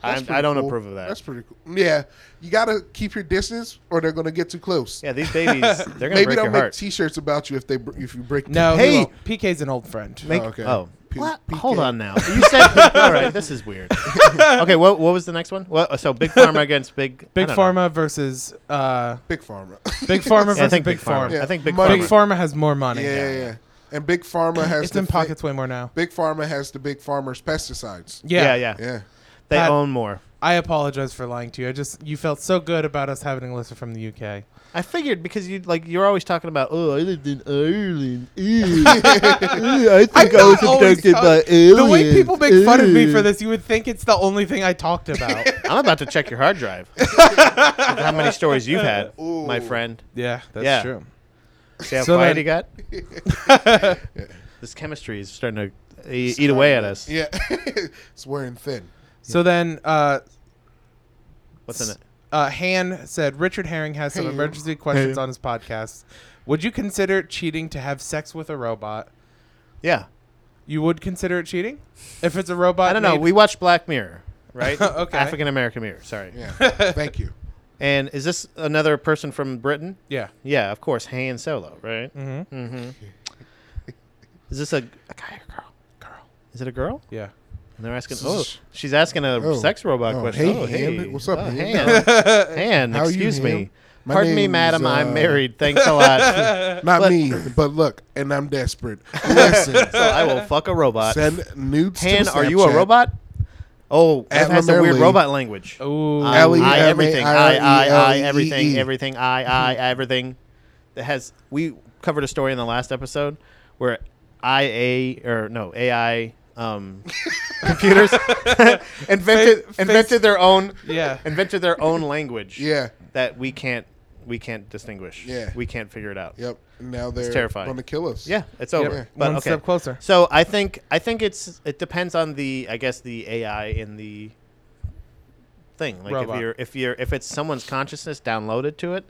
[SPEAKER 2] I'm,
[SPEAKER 3] That's
[SPEAKER 2] I don't
[SPEAKER 3] pretty cool.
[SPEAKER 2] approve of that.
[SPEAKER 3] That's pretty cool. Yeah, you gotta keep your distance, or they're gonna get too close.
[SPEAKER 2] yeah. These babies.
[SPEAKER 3] *laughs*
[SPEAKER 2] They're gonna
[SPEAKER 3] Maybe
[SPEAKER 2] break
[SPEAKER 3] they'll
[SPEAKER 2] your
[SPEAKER 3] make
[SPEAKER 2] heart.
[SPEAKER 3] T-shirts about you if they br- if you break.
[SPEAKER 1] No,
[SPEAKER 2] Hey!
[SPEAKER 1] hey, PK's an old friend.
[SPEAKER 3] Make- okay.
[SPEAKER 2] Oh.
[SPEAKER 3] *laughs* P-
[SPEAKER 2] What?
[SPEAKER 3] PK.
[SPEAKER 2] Hold on
[SPEAKER 3] *laughs*
[SPEAKER 2] now. You said all right. This is weird. okay. What? What was the next one? What? So
[SPEAKER 1] *laughs*
[SPEAKER 2] big pharma against big. I
[SPEAKER 1] Big
[SPEAKER 2] don't know.
[SPEAKER 1] Pharma versus uh
[SPEAKER 3] big pharma.
[SPEAKER 1] Big Pharma versus
[SPEAKER 2] Yeah, I think
[SPEAKER 1] Big,
[SPEAKER 2] big pharma.
[SPEAKER 1] Pharma.
[SPEAKER 2] I think big
[SPEAKER 3] Money.
[SPEAKER 1] Big
[SPEAKER 2] pharma.
[SPEAKER 1] Pharma has more money.
[SPEAKER 3] yeah, yeah, yeah. And big pharma has
[SPEAKER 1] It's
[SPEAKER 3] the
[SPEAKER 1] in
[SPEAKER 3] fa-
[SPEAKER 1] pockets way more now.
[SPEAKER 3] Big pharma has the big farmers pesticides.
[SPEAKER 1] Yeah.
[SPEAKER 2] yeah. Yeah.
[SPEAKER 3] Yeah.
[SPEAKER 2] They
[SPEAKER 1] That-
[SPEAKER 2] own more.
[SPEAKER 1] I apologize for lying to you. I just you felt so good about us having a listener from the UK.
[SPEAKER 2] I figured because you like you're always talking about oh I lived in Ireland.
[SPEAKER 3] *laughs*
[SPEAKER 2] Ew. Ew, I think I, was
[SPEAKER 1] always
[SPEAKER 2] abducted
[SPEAKER 1] talk-
[SPEAKER 2] by aliens.
[SPEAKER 1] The way people make fun of me
[SPEAKER 2] Ew."
[SPEAKER 1] for this, you would think it's the only thing I talked
[SPEAKER 3] *laughs*
[SPEAKER 1] about.
[SPEAKER 2] I'm about to check your hard drive. With how many stories you've had, my
[SPEAKER 3] Ooh.
[SPEAKER 2] friend?
[SPEAKER 1] yeah, that's
[SPEAKER 2] Yeah.
[SPEAKER 1] true.
[SPEAKER 2] See how
[SPEAKER 1] So
[SPEAKER 2] quiet
[SPEAKER 1] then-
[SPEAKER 2] he got. this chemistry is starting to e- eat
[SPEAKER 3] Sorry.
[SPEAKER 2] away at us.
[SPEAKER 3] Yeah. *laughs* it's wearing thin.
[SPEAKER 1] So then uh
[SPEAKER 2] What's in it?
[SPEAKER 1] uh, Han said Richard Herring has some
[SPEAKER 3] Hey.
[SPEAKER 1] emergency questions
[SPEAKER 2] Hey.
[SPEAKER 1] on his podcast. Would you consider it cheating to have sex with a robot?
[SPEAKER 2] Yeah,
[SPEAKER 1] You would consider it cheating if it's a robot.
[SPEAKER 2] I don't know.
[SPEAKER 1] made-
[SPEAKER 2] We watched Black Mirror, right?
[SPEAKER 1] Okay.
[SPEAKER 2] African American Mirror. Sorry.
[SPEAKER 3] Yeah. Thank you.
[SPEAKER 2] And is this another person from Britain?
[SPEAKER 1] yeah,
[SPEAKER 2] Yeah, of course, Han Solo, right? Mm-hmm. Is this a, a guy or girl? Girl. Is it a girl?
[SPEAKER 1] yeah.
[SPEAKER 2] And they're asking.
[SPEAKER 3] This
[SPEAKER 2] Oh,
[SPEAKER 3] is-
[SPEAKER 2] she's asking a
[SPEAKER 3] Oh,
[SPEAKER 2] sex robot
[SPEAKER 3] oh,
[SPEAKER 2] question.
[SPEAKER 3] hey,
[SPEAKER 2] oh, hey,
[SPEAKER 3] Han, what's up,
[SPEAKER 2] oh,
[SPEAKER 3] Han? *laughs*
[SPEAKER 2] Han? Han,
[SPEAKER 3] How are you,
[SPEAKER 2] excuse me.
[SPEAKER 3] Han? My
[SPEAKER 2] Pardon me,
[SPEAKER 3] name's,
[SPEAKER 2] madam. I'm
[SPEAKER 3] uh,
[SPEAKER 2] married. Thanks a lot.
[SPEAKER 3] *laughs* Not
[SPEAKER 2] But-
[SPEAKER 3] me, but look, and I'm desperate. Listen,
[SPEAKER 2] so I will fuck a robot.
[SPEAKER 3] *laughs* send nudes.
[SPEAKER 2] Han,
[SPEAKER 3] to
[SPEAKER 2] are you a
[SPEAKER 3] Snapchat.
[SPEAKER 2] robot? Oh,
[SPEAKER 3] At
[SPEAKER 2] that has a weird
[SPEAKER 3] Lamerly.
[SPEAKER 2] robot language.
[SPEAKER 1] Ooh,
[SPEAKER 2] I,
[SPEAKER 3] L E
[SPEAKER 2] I
[SPEAKER 3] M A
[SPEAKER 2] everything.
[SPEAKER 3] R
[SPEAKER 2] I,
[SPEAKER 3] E
[SPEAKER 2] I,
[SPEAKER 3] L
[SPEAKER 2] I,
[SPEAKER 3] E
[SPEAKER 2] everything,
[SPEAKER 3] E.
[SPEAKER 2] everything, I, I, everything. That has we covered a story in the last episode where I A or no AI
[SPEAKER 3] *laughs*
[SPEAKER 2] um, computers *laughs* invented
[SPEAKER 1] Fa- face-
[SPEAKER 2] invented their own
[SPEAKER 1] Yeah.
[SPEAKER 2] invented their own language
[SPEAKER 3] Yeah.
[SPEAKER 2] that we can't we can't distinguish
[SPEAKER 3] Yeah.
[SPEAKER 2] we can't figure it out
[SPEAKER 3] Yep. And now they're
[SPEAKER 2] terrifying.
[SPEAKER 3] going to kill us.
[SPEAKER 2] yeah, it's over.
[SPEAKER 1] Yep.
[SPEAKER 2] But
[SPEAKER 1] One
[SPEAKER 2] okay.
[SPEAKER 1] step closer.
[SPEAKER 2] So I think I think it's it depends on the I guess the AI in the thing. Like
[SPEAKER 1] Robot.
[SPEAKER 2] if you're if you're if it's someone's consciousness downloaded to it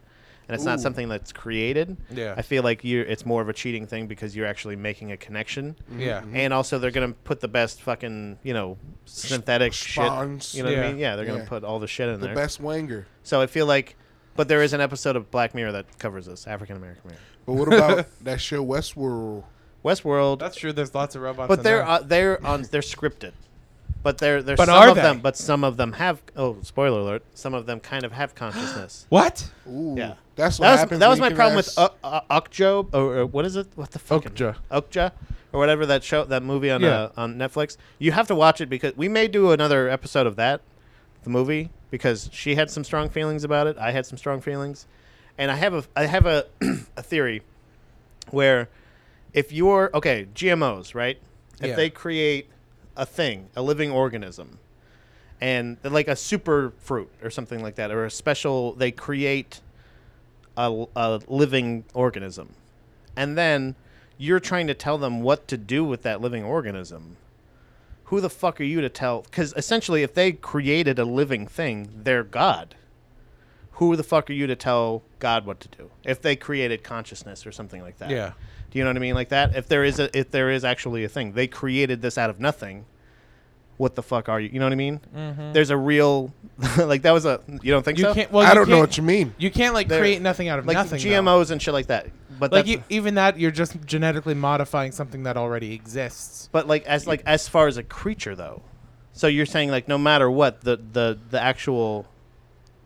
[SPEAKER 2] and it's not
[SPEAKER 3] Ooh.
[SPEAKER 2] something that's created,
[SPEAKER 1] Yeah.
[SPEAKER 2] I feel like you it's more of a cheating thing because you're actually making a connection.
[SPEAKER 1] yeah.
[SPEAKER 2] And also they're gonna put the best fucking, you know, synthetic
[SPEAKER 3] Spawns.
[SPEAKER 2] shit. You know what
[SPEAKER 1] Yeah.
[SPEAKER 2] I mean? Yeah, they're gonna
[SPEAKER 3] Yeah.
[SPEAKER 2] put all the shit in
[SPEAKER 3] The
[SPEAKER 2] there.
[SPEAKER 3] best wanger.
[SPEAKER 2] So I feel like but there is an episode of Black Mirror that covers this, African American Mirror.
[SPEAKER 3] But what about that show Westworld?
[SPEAKER 2] Westworld
[SPEAKER 1] That's true. There's lots of robots.
[SPEAKER 2] But
[SPEAKER 1] in
[SPEAKER 2] they're
[SPEAKER 1] there.
[SPEAKER 2] uh, they're on they're scripted. But they're they're
[SPEAKER 1] But
[SPEAKER 2] some
[SPEAKER 1] are
[SPEAKER 2] of
[SPEAKER 1] they?
[SPEAKER 2] them. But some of them have. Oh, spoiler alert! Some of them kind of have consciousness.
[SPEAKER 1] what?
[SPEAKER 3] Ooh,
[SPEAKER 2] yeah,
[SPEAKER 3] that's what
[SPEAKER 2] that was
[SPEAKER 3] happens
[SPEAKER 2] that was
[SPEAKER 3] when
[SPEAKER 2] my
[SPEAKER 3] you can
[SPEAKER 2] problem with
[SPEAKER 3] ask-
[SPEAKER 2] uh, uh, Okja or, or what is it? What the fuck?
[SPEAKER 1] Okja.
[SPEAKER 2] Okja or whatever that show that movie on
[SPEAKER 1] Yeah.
[SPEAKER 2] uh, on Netflix. You have to watch it because we may do another episode of that, the movie because she had some strong feelings about it. I had some strong feelings, and I have a I have a *clears throat* a theory where if you're okay GMOs right, if
[SPEAKER 1] Yeah.
[SPEAKER 2] they create a thing, a living organism, and they're like a super fruit or something like that, or a special, they create a, a living organism. And then you're trying to tell them what to do with that living organism. Who the fuck are you to tell? Because essentially, if they created a living thing, they're God. Who the fuck are you to tell God what to do? If they created consciousness or something like that.
[SPEAKER 1] Yeah.
[SPEAKER 2] Do you know what I mean? Like that. If there is a, if there is actually a thing, they created this out of nothing. What the fuck are you? You know what I mean? There's a real, *laughs* like that was a. You don't think
[SPEAKER 1] Mm-hmm. You
[SPEAKER 2] so?
[SPEAKER 1] can't. Well,
[SPEAKER 3] I
[SPEAKER 1] you
[SPEAKER 3] don't know
[SPEAKER 1] can't-
[SPEAKER 3] what you mean.
[SPEAKER 1] You can't like
[SPEAKER 2] They're-
[SPEAKER 1] create nothing out of
[SPEAKER 2] like
[SPEAKER 1] nothing. though.
[SPEAKER 2] GMOs and shit like that. But
[SPEAKER 1] Like
[SPEAKER 2] that's-
[SPEAKER 1] you, even that, you're just genetically modifying something that already exists.
[SPEAKER 2] but like as like as far as a creature though. So you're saying like no matter what the the the actual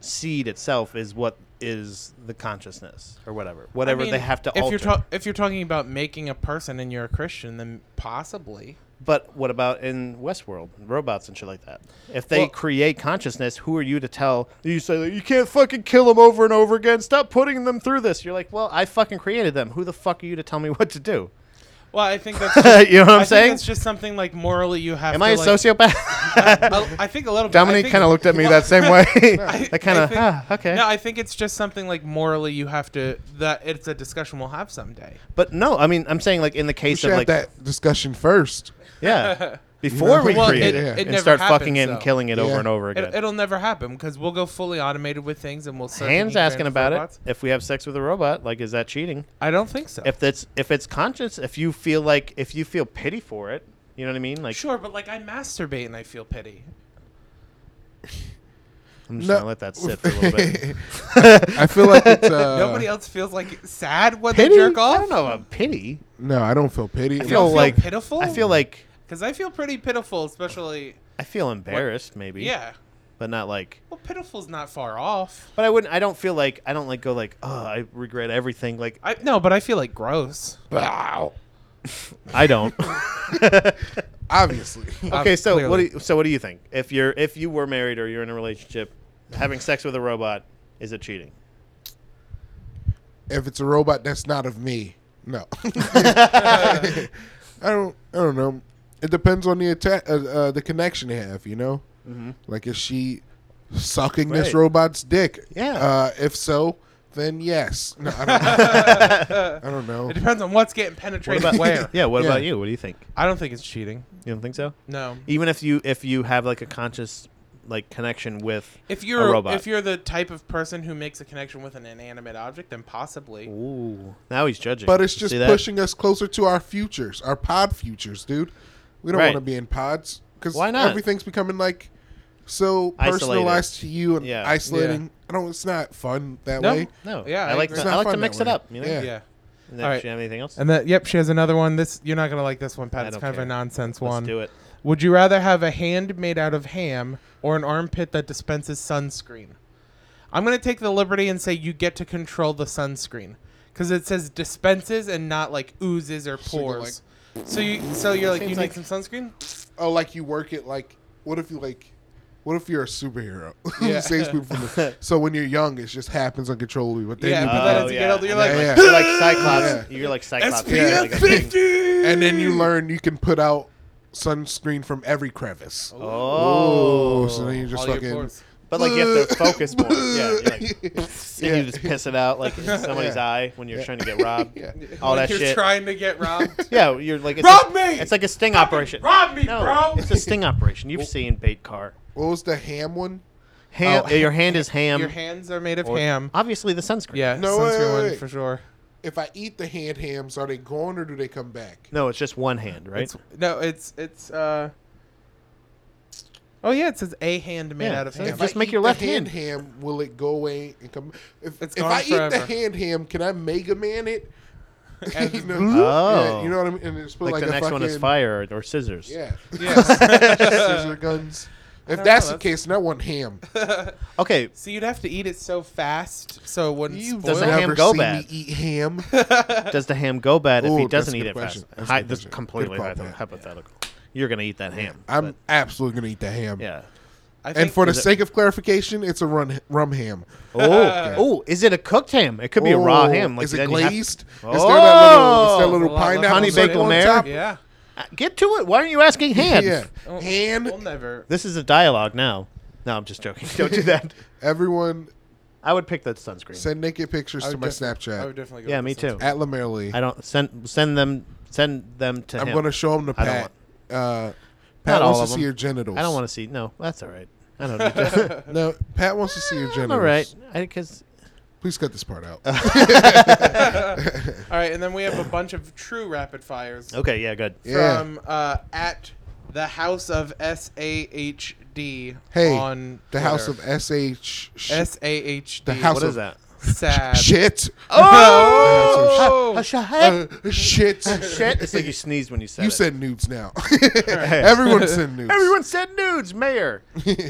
[SPEAKER 2] seed itself is what is the consciousness or whatever, whatever
[SPEAKER 1] I mean,
[SPEAKER 2] they have to
[SPEAKER 1] if
[SPEAKER 2] alter.
[SPEAKER 1] You're ta- if you're talking about making a person and you're a Christian, then possibly.
[SPEAKER 2] But what about in Westworld, robots and shit like that? If they
[SPEAKER 1] Well-
[SPEAKER 2] create consciousness, who are you to tell? You say like, you can't fucking kill them over and over again. Stop putting them through this. You're like, well, I fucking created them. Who the fuck are you to tell me *laughs* what to do?
[SPEAKER 1] Well, I think *laughs* that's. Just,
[SPEAKER 2] You know what I'm
[SPEAKER 1] I think
[SPEAKER 2] saying?
[SPEAKER 1] It's just something like morally you have.
[SPEAKER 2] Am
[SPEAKER 1] to
[SPEAKER 2] I a
[SPEAKER 1] like,
[SPEAKER 2] sociopath? *laughs*
[SPEAKER 1] I- I think a little. bit. I
[SPEAKER 2] Dominique
[SPEAKER 1] think-
[SPEAKER 2] kind of looked at
[SPEAKER 1] *laughs*
[SPEAKER 2] me that same way. *laughs* that kind of
[SPEAKER 1] think-
[SPEAKER 2] ah, okay.
[SPEAKER 1] No, I think it's just something like morally you have to. That it's a discussion we'll have someday.
[SPEAKER 2] but no, I mean, I'm saying like in the
[SPEAKER 3] We
[SPEAKER 2] case
[SPEAKER 3] should
[SPEAKER 2] of
[SPEAKER 3] have
[SPEAKER 2] like
[SPEAKER 3] that discussion first.
[SPEAKER 1] *laughs*
[SPEAKER 2] yeah, before we
[SPEAKER 3] Well, it-
[SPEAKER 2] create it,
[SPEAKER 3] it
[SPEAKER 2] and
[SPEAKER 1] never
[SPEAKER 2] start fucking
[SPEAKER 1] happens,
[SPEAKER 2] it and
[SPEAKER 1] though.
[SPEAKER 2] killing it over
[SPEAKER 3] Yeah.
[SPEAKER 2] and over again.
[SPEAKER 1] It, it'll never happen because we'll go fully automated with things and we'll. start
[SPEAKER 2] Hands
[SPEAKER 1] thinking
[SPEAKER 2] asking
[SPEAKER 1] trans
[SPEAKER 2] about
[SPEAKER 1] robots.
[SPEAKER 2] it. If we have sex with a robot, like, is that cheating?
[SPEAKER 1] I don't think so.
[SPEAKER 2] if that's if it's conscious, if you feel like if you feel pity for it, you know what I mean? Like
[SPEAKER 1] sure, but like I masturbate and I feel pity.
[SPEAKER 2] I'm just gonna let that sit for a little bit.
[SPEAKER 3] *laughs* I feel like it's uh,
[SPEAKER 1] Nobody else feels like sad when
[SPEAKER 2] *laughs* pity?
[SPEAKER 1] they jerk off.
[SPEAKER 2] I don't know about pity.
[SPEAKER 3] No, I don't feel pity.
[SPEAKER 2] I
[SPEAKER 1] You don't
[SPEAKER 2] feel
[SPEAKER 1] feel
[SPEAKER 2] like
[SPEAKER 1] pitiful?
[SPEAKER 2] I feel like
[SPEAKER 1] Because I feel pretty pitiful, especially.
[SPEAKER 2] I feel embarrassed, maybe.
[SPEAKER 1] Yeah.
[SPEAKER 2] But not like.
[SPEAKER 1] Well, pitiful's not far off.
[SPEAKER 2] But I wouldn't. I don't feel like. I don't like go like. Oh, I regret everything. Like
[SPEAKER 1] I no, but I feel like gross.
[SPEAKER 3] Wow.
[SPEAKER 1] *laughs*
[SPEAKER 2] I don't.
[SPEAKER 3] Obviously. *laughs*
[SPEAKER 2] okay, so what?
[SPEAKER 1] Oh, clearly.
[SPEAKER 2] Do you, so what do you think? If you're if you were married or you're in a relationship, having sex with a robot is it cheating?
[SPEAKER 3] if it's a robot that's not of me, no. *laughs* I don't. I don't know. It depends on the atta- uh, uh, the connection they have. You know, like is she sucking this
[SPEAKER 2] Mm-hmm. Right.
[SPEAKER 3] robot's dick?
[SPEAKER 2] Yeah.
[SPEAKER 3] Uh, if so, then yes. No,
[SPEAKER 2] *laughs*
[SPEAKER 3] I don't know. I don't know.
[SPEAKER 1] It depends on what's getting penetrated where.
[SPEAKER 2] *laughs* Yeah. What
[SPEAKER 3] Yeah.
[SPEAKER 2] about you? What do you think?
[SPEAKER 1] I don't think it's cheating.
[SPEAKER 2] You don't think so?
[SPEAKER 1] No.
[SPEAKER 2] even if you if you have like a conscious like connection with
[SPEAKER 1] If you're
[SPEAKER 2] a robot.
[SPEAKER 1] if you're the type of person who makes a connection with an inanimate object, then possibly.
[SPEAKER 2] Ooh, now he's judging.
[SPEAKER 3] But it's
[SPEAKER 2] You
[SPEAKER 3] just
[SPEAKER 2] see that?
[SPEAKER 3] pushing us closer to our futures, our pod futures, dude. We don't
[SPEAKER 2] Right.
[SPEAKER 3] want to be in pods because
[SPEAKER 2] Why not?
[SPEAKER 3] everything's becoming like so
[SPEAKER 2] Isolated.
[SPEAKER 3] personalized to you and
[SPEAKER 2] Yeah.
[SPEAKER 3] isolating. I don't. It's not fun that
[SPEAKER 1] No.
[SPEAKER 3] way.
[SPEAKER 2] No,
[SPEAKER 1] Yeah,
[SPEAKER 2] yeah, I,
[SPEAKER 1] I
[SPEAKER 2] like
[SPEAKER 1] agree.
[SPEAKER 2] to,
[SPEAKER 3] It's not
[SPEAKER 2] I like to
[SPEAKER 3] fun
[SPEAKER 2] mix
[SPEAKER 3] that
[SPEAKER 2] it
[SPEAKER 3] way.
[SPEAKER 2] up. You know?
[SPEAKER 3] Yeah.
[SPEAKER 1] Yeah.
[SPEAKER 2] And then,
[SPEAKER 1] All right.
[SPEAKER 2] do you have anything else?
[SPEAKER 1] And then yep, she has another one. This you're not gonna like this one, Pat.
[SPEAKER 2] I
[SPEAKER 1] It's
[SPEAKER 2] don't
[SPEAKER 1] kind
[SPEAKER 2] care.
[SPEAKER 1] of a nonsense
[SPEAKER 2] Let's
[SPEAKER 1] one.
[SPEAKER 2] do it.
[SPEAKER 1] Would you rather have a hand made out of ham or an armpit that dispenses sunscreen? I'm going to take the liberty and say you get to control the sunscreen because it says dispenses and not like oozes or
[SPEAKER 3] you're
[SPEAKER 1] pores. So you so you're like you
[SPEAKER 2] Seems
[SPEAKER 1] need
[SPEAKER 2] like-
[SPEAKER 1] some sunscreen?
[SPEAKER 3] Oh, like you work it like what if you like what if you're a superhero? *laughs*
[SPEAKER 1] Yeah.
[SPEAKER 3] Saves people from
[SPEAKER 1] *laughs*
[SPEAKER 3] the- so when you're young it just happens uncontrollably. But then
[SPEAKER 1] Yeah,
[SPEAKER 3] you
[SPEAKER 1] but
[SPEAKER 3] become-
[SPEAKER 1] then as you get older, you're
[SPEAKER 2] And
[SPEAKER 3] like,
[SPEAKER 2] then, like, you're like Cyclops.
[SPEAKER 3] Yeah.
[SPEAKER 2] You're like Cyclops.
[SPEAKER 1] SPF
[SPEAKER 2] You're like a thing.
[SPEAKER 3] and then you learn you can put out sunscreen from every crevice.
[SPEAKER 2] Oh,
[SPEAKER 3] so then you just
[SPEAKER 1] All your
[SPEAKER 3] fucking *laughs*
[SPEAKER 1] pores.
[SPEAKER 2] but like you have to focus more. Yeah, you're like,
[SPEAKER 3] Yeah.
[SPEAKER 2] and you just piss it out
[SPEAKER 3] *laughs*
[SPEAKER 2] like in somebody's eye when you're trying to get robbed.
[SPEAKER 3] Yeah.
[SPEAKER 2] All
[SPEAKER 1] like
[SPEAKER 2] that
[SPEAKER 1] you're
[SPEAKER 2] shit.
[SPEAKER 1] trying to get robbed.
[SPEAKER 3] *laughs*
[SPEAKER 2] Yeah, you're like it's
[SPEAKER 1] Rob
[SPEAKER 2] a,
[SPEAKER 1] me!
[SPEAKER 2] It's like a sting operation.
[SPEAKER 1] rob me,
[SPEAKER 2] no,
[SPEAKER 1] bro!
[SPEAKER 2] It's a sting operation.
[SPEAKER 3] *laughs*
[SPEAKER 2] You've seen bait car.
[SPEAKER 3] What was the ham one?
[SPEAKER 2] Ham.
[SPEAKER 1] Oh.
[SPEAKER 2] your hand
[SPEAKER 3] *laughs*
[SPEAKER 2] is ham.
[SPEAKER 1] Your hands are made of
[SPEAKER 2] or-
[SPEAKER 1] ham.
[SPEAKER 2] Obviously, the sunscreen.
[SPEAKER 1] Yeah,
[SPEAKER 3] No, wait,
[SPEAKER 1] sunscreen
[SPEAKER 3] wait,
[SPEAKER 1] one
[SPEAKER 3] wait.
[SPEAKER 1] for sure.
[SPEAKER 3] If I eat the hand hams, are they gone or do they come back?
[SPEAKER 2] No, it's just one hand, right?
[SPEAKER 1] It's, no, it's it's uh Oh yeah, it says a hand made
[SPEAKER 2] Yeah,
[SPEAKER 1] out of
[SPEAKER 2] so
[SPEAKER 1] ham.
[SPEAKER 2] it's just
[SPEAKER 3] I
[SPEAKER 2] make
[SPEAKER 3] eat
[SPEAKER 2] your
[SPEAKER 3] the
[SPEAKER 2] left
[SPEAKER 3] hand
[SPEAKER 2] hand.
[SPEAKER 3] ham, will it go away and come? If,
[SPEAKER 1] It's
[SPEAKER 3] if
[SPEAKER 1] gone
[SPEAKER 3] I eat
[SPEAKER 1] forever.
[SPEAKER 3] the hand ham, can I Mega Man it?
[SPEAKER 1] *laughs* And-
[SPEAKER 3] *laughs* you know,
[SPEAKER 2] Oh.
[SPEAKER 3] yeah, you know what I mean. And it's put
[SPEAKER 2] like,
[SPEAKER 3] like,
[SPEAKER 2] the
[SPEAKER 3] a
[SPEAKER 2] next one is
[SPEAKER 3] fucking-
[SPEAKER 2] fire or, or scissors.
[SPEAKER 3] Yeah, *laughs*
[SPEAKER 1] yes.
[SPEAKER 2] *laughs*
[SPEAKER 3] scissor guns. If
[SPEAKER 1] don't
[SPEAKER 3] that's
[SPEAKER 1] know,
[SPEAKER 3] the
[SPEAKER 1] that's-
[SPEAKER 3] case, then I want ham.
[SPEAKER 2] Okay.
[SPEAKER 1] so you'd have to eat it so fast so it wouldn't
[SPEAKER 3] You've
[SPEAKER 1] spoil.
[SPEAKER 2] Does the ham
[SPEAKER 3] never
[SPEAKER 2] go
[SPEAKER 3] seen
[SPEAKER 2] bad?
[SPEAKER 3] me eat ham.
[SPEAKER 2] *laughs*
[SPEAKER 3] *laughs*
[SPEAKER 2] Does the ham go bad if
[SPEAKER 3] Ooh,
[SPEAKER 2] he
[SPEAKER 3] that's
[SPEAKER 2] doesn't
[SPEAKER 3] a
[SPEAKER 2] eat
[SPEAKER 3] good
[SPEAKER 2] it
[SPEAKER 3] question.
[SPEAKER 2] fast?
[SPEAKER 3] That's a
[SPEAKER 2] Hi,
[SPEAKER 3] good
[SPEAKER 2] this is
[SPEAKER 3] question.
[SPEAKER 2] completely
[SPEAKER 3] Good call,
[SPEAKER 2] hypo-
[SPEAKER 3] man.
[SPEAKER 2] hypothetical. You're gonna eat that ham.
[SPEAKER 3] I'm
[SPEAKER 2] but-
[SPEAKER 3] absolutely gonna eat the ham. *laughs*
[SPEAKER 2] yeah.
[SPEAKER 1] I think
[SPEAKER 3] And for the
[SPEAKER 2] Is it-
[SPEAKER 3] sake of clarification, it's a run, rum ham.
[SPEAKER 2] Oh, oh, is it a cooked ham? It could be a raw
[SPEAKER 3] Oh,
[SPEAKER 2] ham. Like
[SPEAKER 3] is it
[SPEAKER 2] then you have-
[SPEAKER 3] glazed?
[SPEAKER 2] Oh,
[SPEAKER 3] Is there that little, is
[SPEAKER 1] Well,
[SPEAKER 3] there little
[SPEAKER 1] well,
[SPEAKER 3] pineapple
[SPEAKER 1] honey
[SPEAKER 3] stuff
[SPEAKER 1] bacon
[SPEAKER 3] on
[SPEAKER 2] mare?
[SPEAKER 3] top?
[SPEAKER 1] yeah.
[SPEAKER 2] Uh, get to it. Why aren't you asking hand?
[SPEAKER 3] *laughs* Yeah.
[SPEAKER 1] Oh,
[SPEAKER 3] Hand.
[SPEAKER 1] We'll never.
[SPEAKER 2] This is a dialogue now. No, I'm just joking. Don't do that.
[SPEAKER 3] Everyone
[SPEAKER 2] *laughs* I would pick that sunscreen.
[SPEAKER 3] send naked pictures
[SPEAKER 1] I
[SPEAKER 3] to
[SPEAKER 1] would
[SPEAKER 3] my
[SPEAKER 1] def- I would
[SPEAKER 3] Snapchat
[SPEAKER 1] definitely. Go
[SPEAKER 2] yeah,
[SPEAKER 1] with
[SPEAKER 2] me
[SPEAKER 1] this one.
[SPEAKER 2] too.
[SPEAKER 3] at Lamerly.
[SPEAKER 2] I don't send send them send them to
[SPEAKER 3] I'm
[SPEAKER 2] him.
[SPEAKER 3] going to show them to
[SPEAKER 2] I don't
[SPEAKER 3] Pat. Uh, Pat
[SPEAKER 2] all
[SPEAKER 3] wants
[SPEAKER 2] of
[SPEAKER 3] to see
[SPEAKER 2] 'em.
[SPEAKER 3] your genitals.
[SPEAKER 2] I don't want to see. No, that's all right. I
[SPEAKER 3] *laughs*
[SPEAKER 2] don't need to.
[SPEAKER 3] to. No, Pat wants to see your
[SPEAKER 2] I'm
[SPEAKER 3] genitals.
[SPEAKER 2] all right. Because
[SPEAKER 3] Please cut this part out.
[SPEAKER 2] Uh,
[SPEAKER 1] All right, and then we have a bunch of true rapid *laughs* fires
[SPEAKER 2] okay, yeah, good.
[SPEAKER 3] Yeah.
[SPEAKER 1] from uh, at the House of S A H D.
[SPEAKER 3] hey,
[SPEAKER 1] on
[SPEAKER 3] the house of
[SPEAKER 1] Twitter.
[SPEAKER 3] SH. sh-
[SPEAKER 1] S A H D.
[SPEAKER 3] The house
[SPEAKER 2] What
[SPEAKER 3] So-
[SPEAKER 2] is that?
[SPEAKER 1] sad.
[SPEAKER 3] Shit.
[SPEAKER 1] Oh! *laughs*
[SPEAKER 3] Uh, shit. *laughs*
[SPEAKER 2] Shit! It's like you sneeze when you said
[SPEAKER 3] You
[SPEAKER 2] it.
[SPEAKER 3] said nudes now. *laughs*
[SPEAKER 2] *laughs*
[SPEAKER 3] Everyone said nudes. *laughs*
[SPEAKER 2] everyone said nudes, mayor.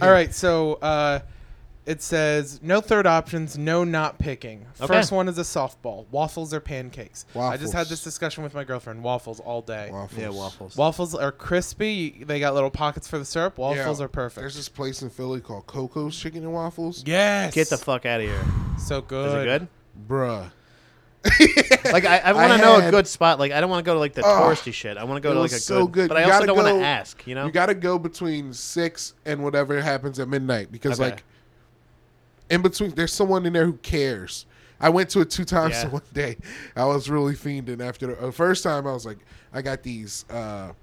[SPEAKER 1] All right, so uh, It says no third options, no not picking.
[SPEAKER 2] Okay.
[SPEAKER 1] First one is a softball. Waffles or pancakes. I just had
[SPEAKER 3] Waffles.
[SPEAKER 1] this discussion with my girlfriend. Waffles all day.
[SPEAKER 3] Waffles.
[SPEAKER 2] Yeah, waffles.
[SPEAKER 1] Waffles are crispy. They got little pockets for the syrup. Waffles
[SPEAKER 3] Yeah.
[SPEAKER 1] are
[SPEAKER 3] There's
[SPEAKER 1] perfect.
[SPEAKER 3] this place in Philly called Coco's Chicken and Waffles.
[SPEAKER 1] Yes.
[SPEAKER 2] Get the fuck out of here.
[SPEAKER 1] so good.
[SPEAKER 2] Is it good?
[SPEAKER 3] Bruh.
[SPEAKER 2] Like I, I want to
[SPEAKER 3] I
[SPEAKER 2] know a
[SPEAKER 3] had-
[SPEAKER 2] good spot. Like I don't want to go to like the
[SPEAKER 3] Ugh.
[SPEAKER 2] touristy shit. I want to go
[SPEAKER 3] It
[SPEAKER 2] to like a
[SPEAKER 3] was so good.
[SPEAKER 2] But I
[SPEAKER 3] You
[SPEAKER 2] also
[SPEAKER 3] gotta
[SPEAKER 2] don't want
[SPEAKER 3] go-
[SPEAKER 2] to ask. You know.
[SPEAKER 3] You got to go between six and whatever happens at midnight because,
[SPEAKER 2] Okay.
[SPEAKER 3] like, in between, there's someone in there who cares. I went to it two times
[SPEAKER 2] Yeah.
[SPEAKER 3] in *laughs* one day. I was really fiending after the uh, first time. I was like, I got these, uh,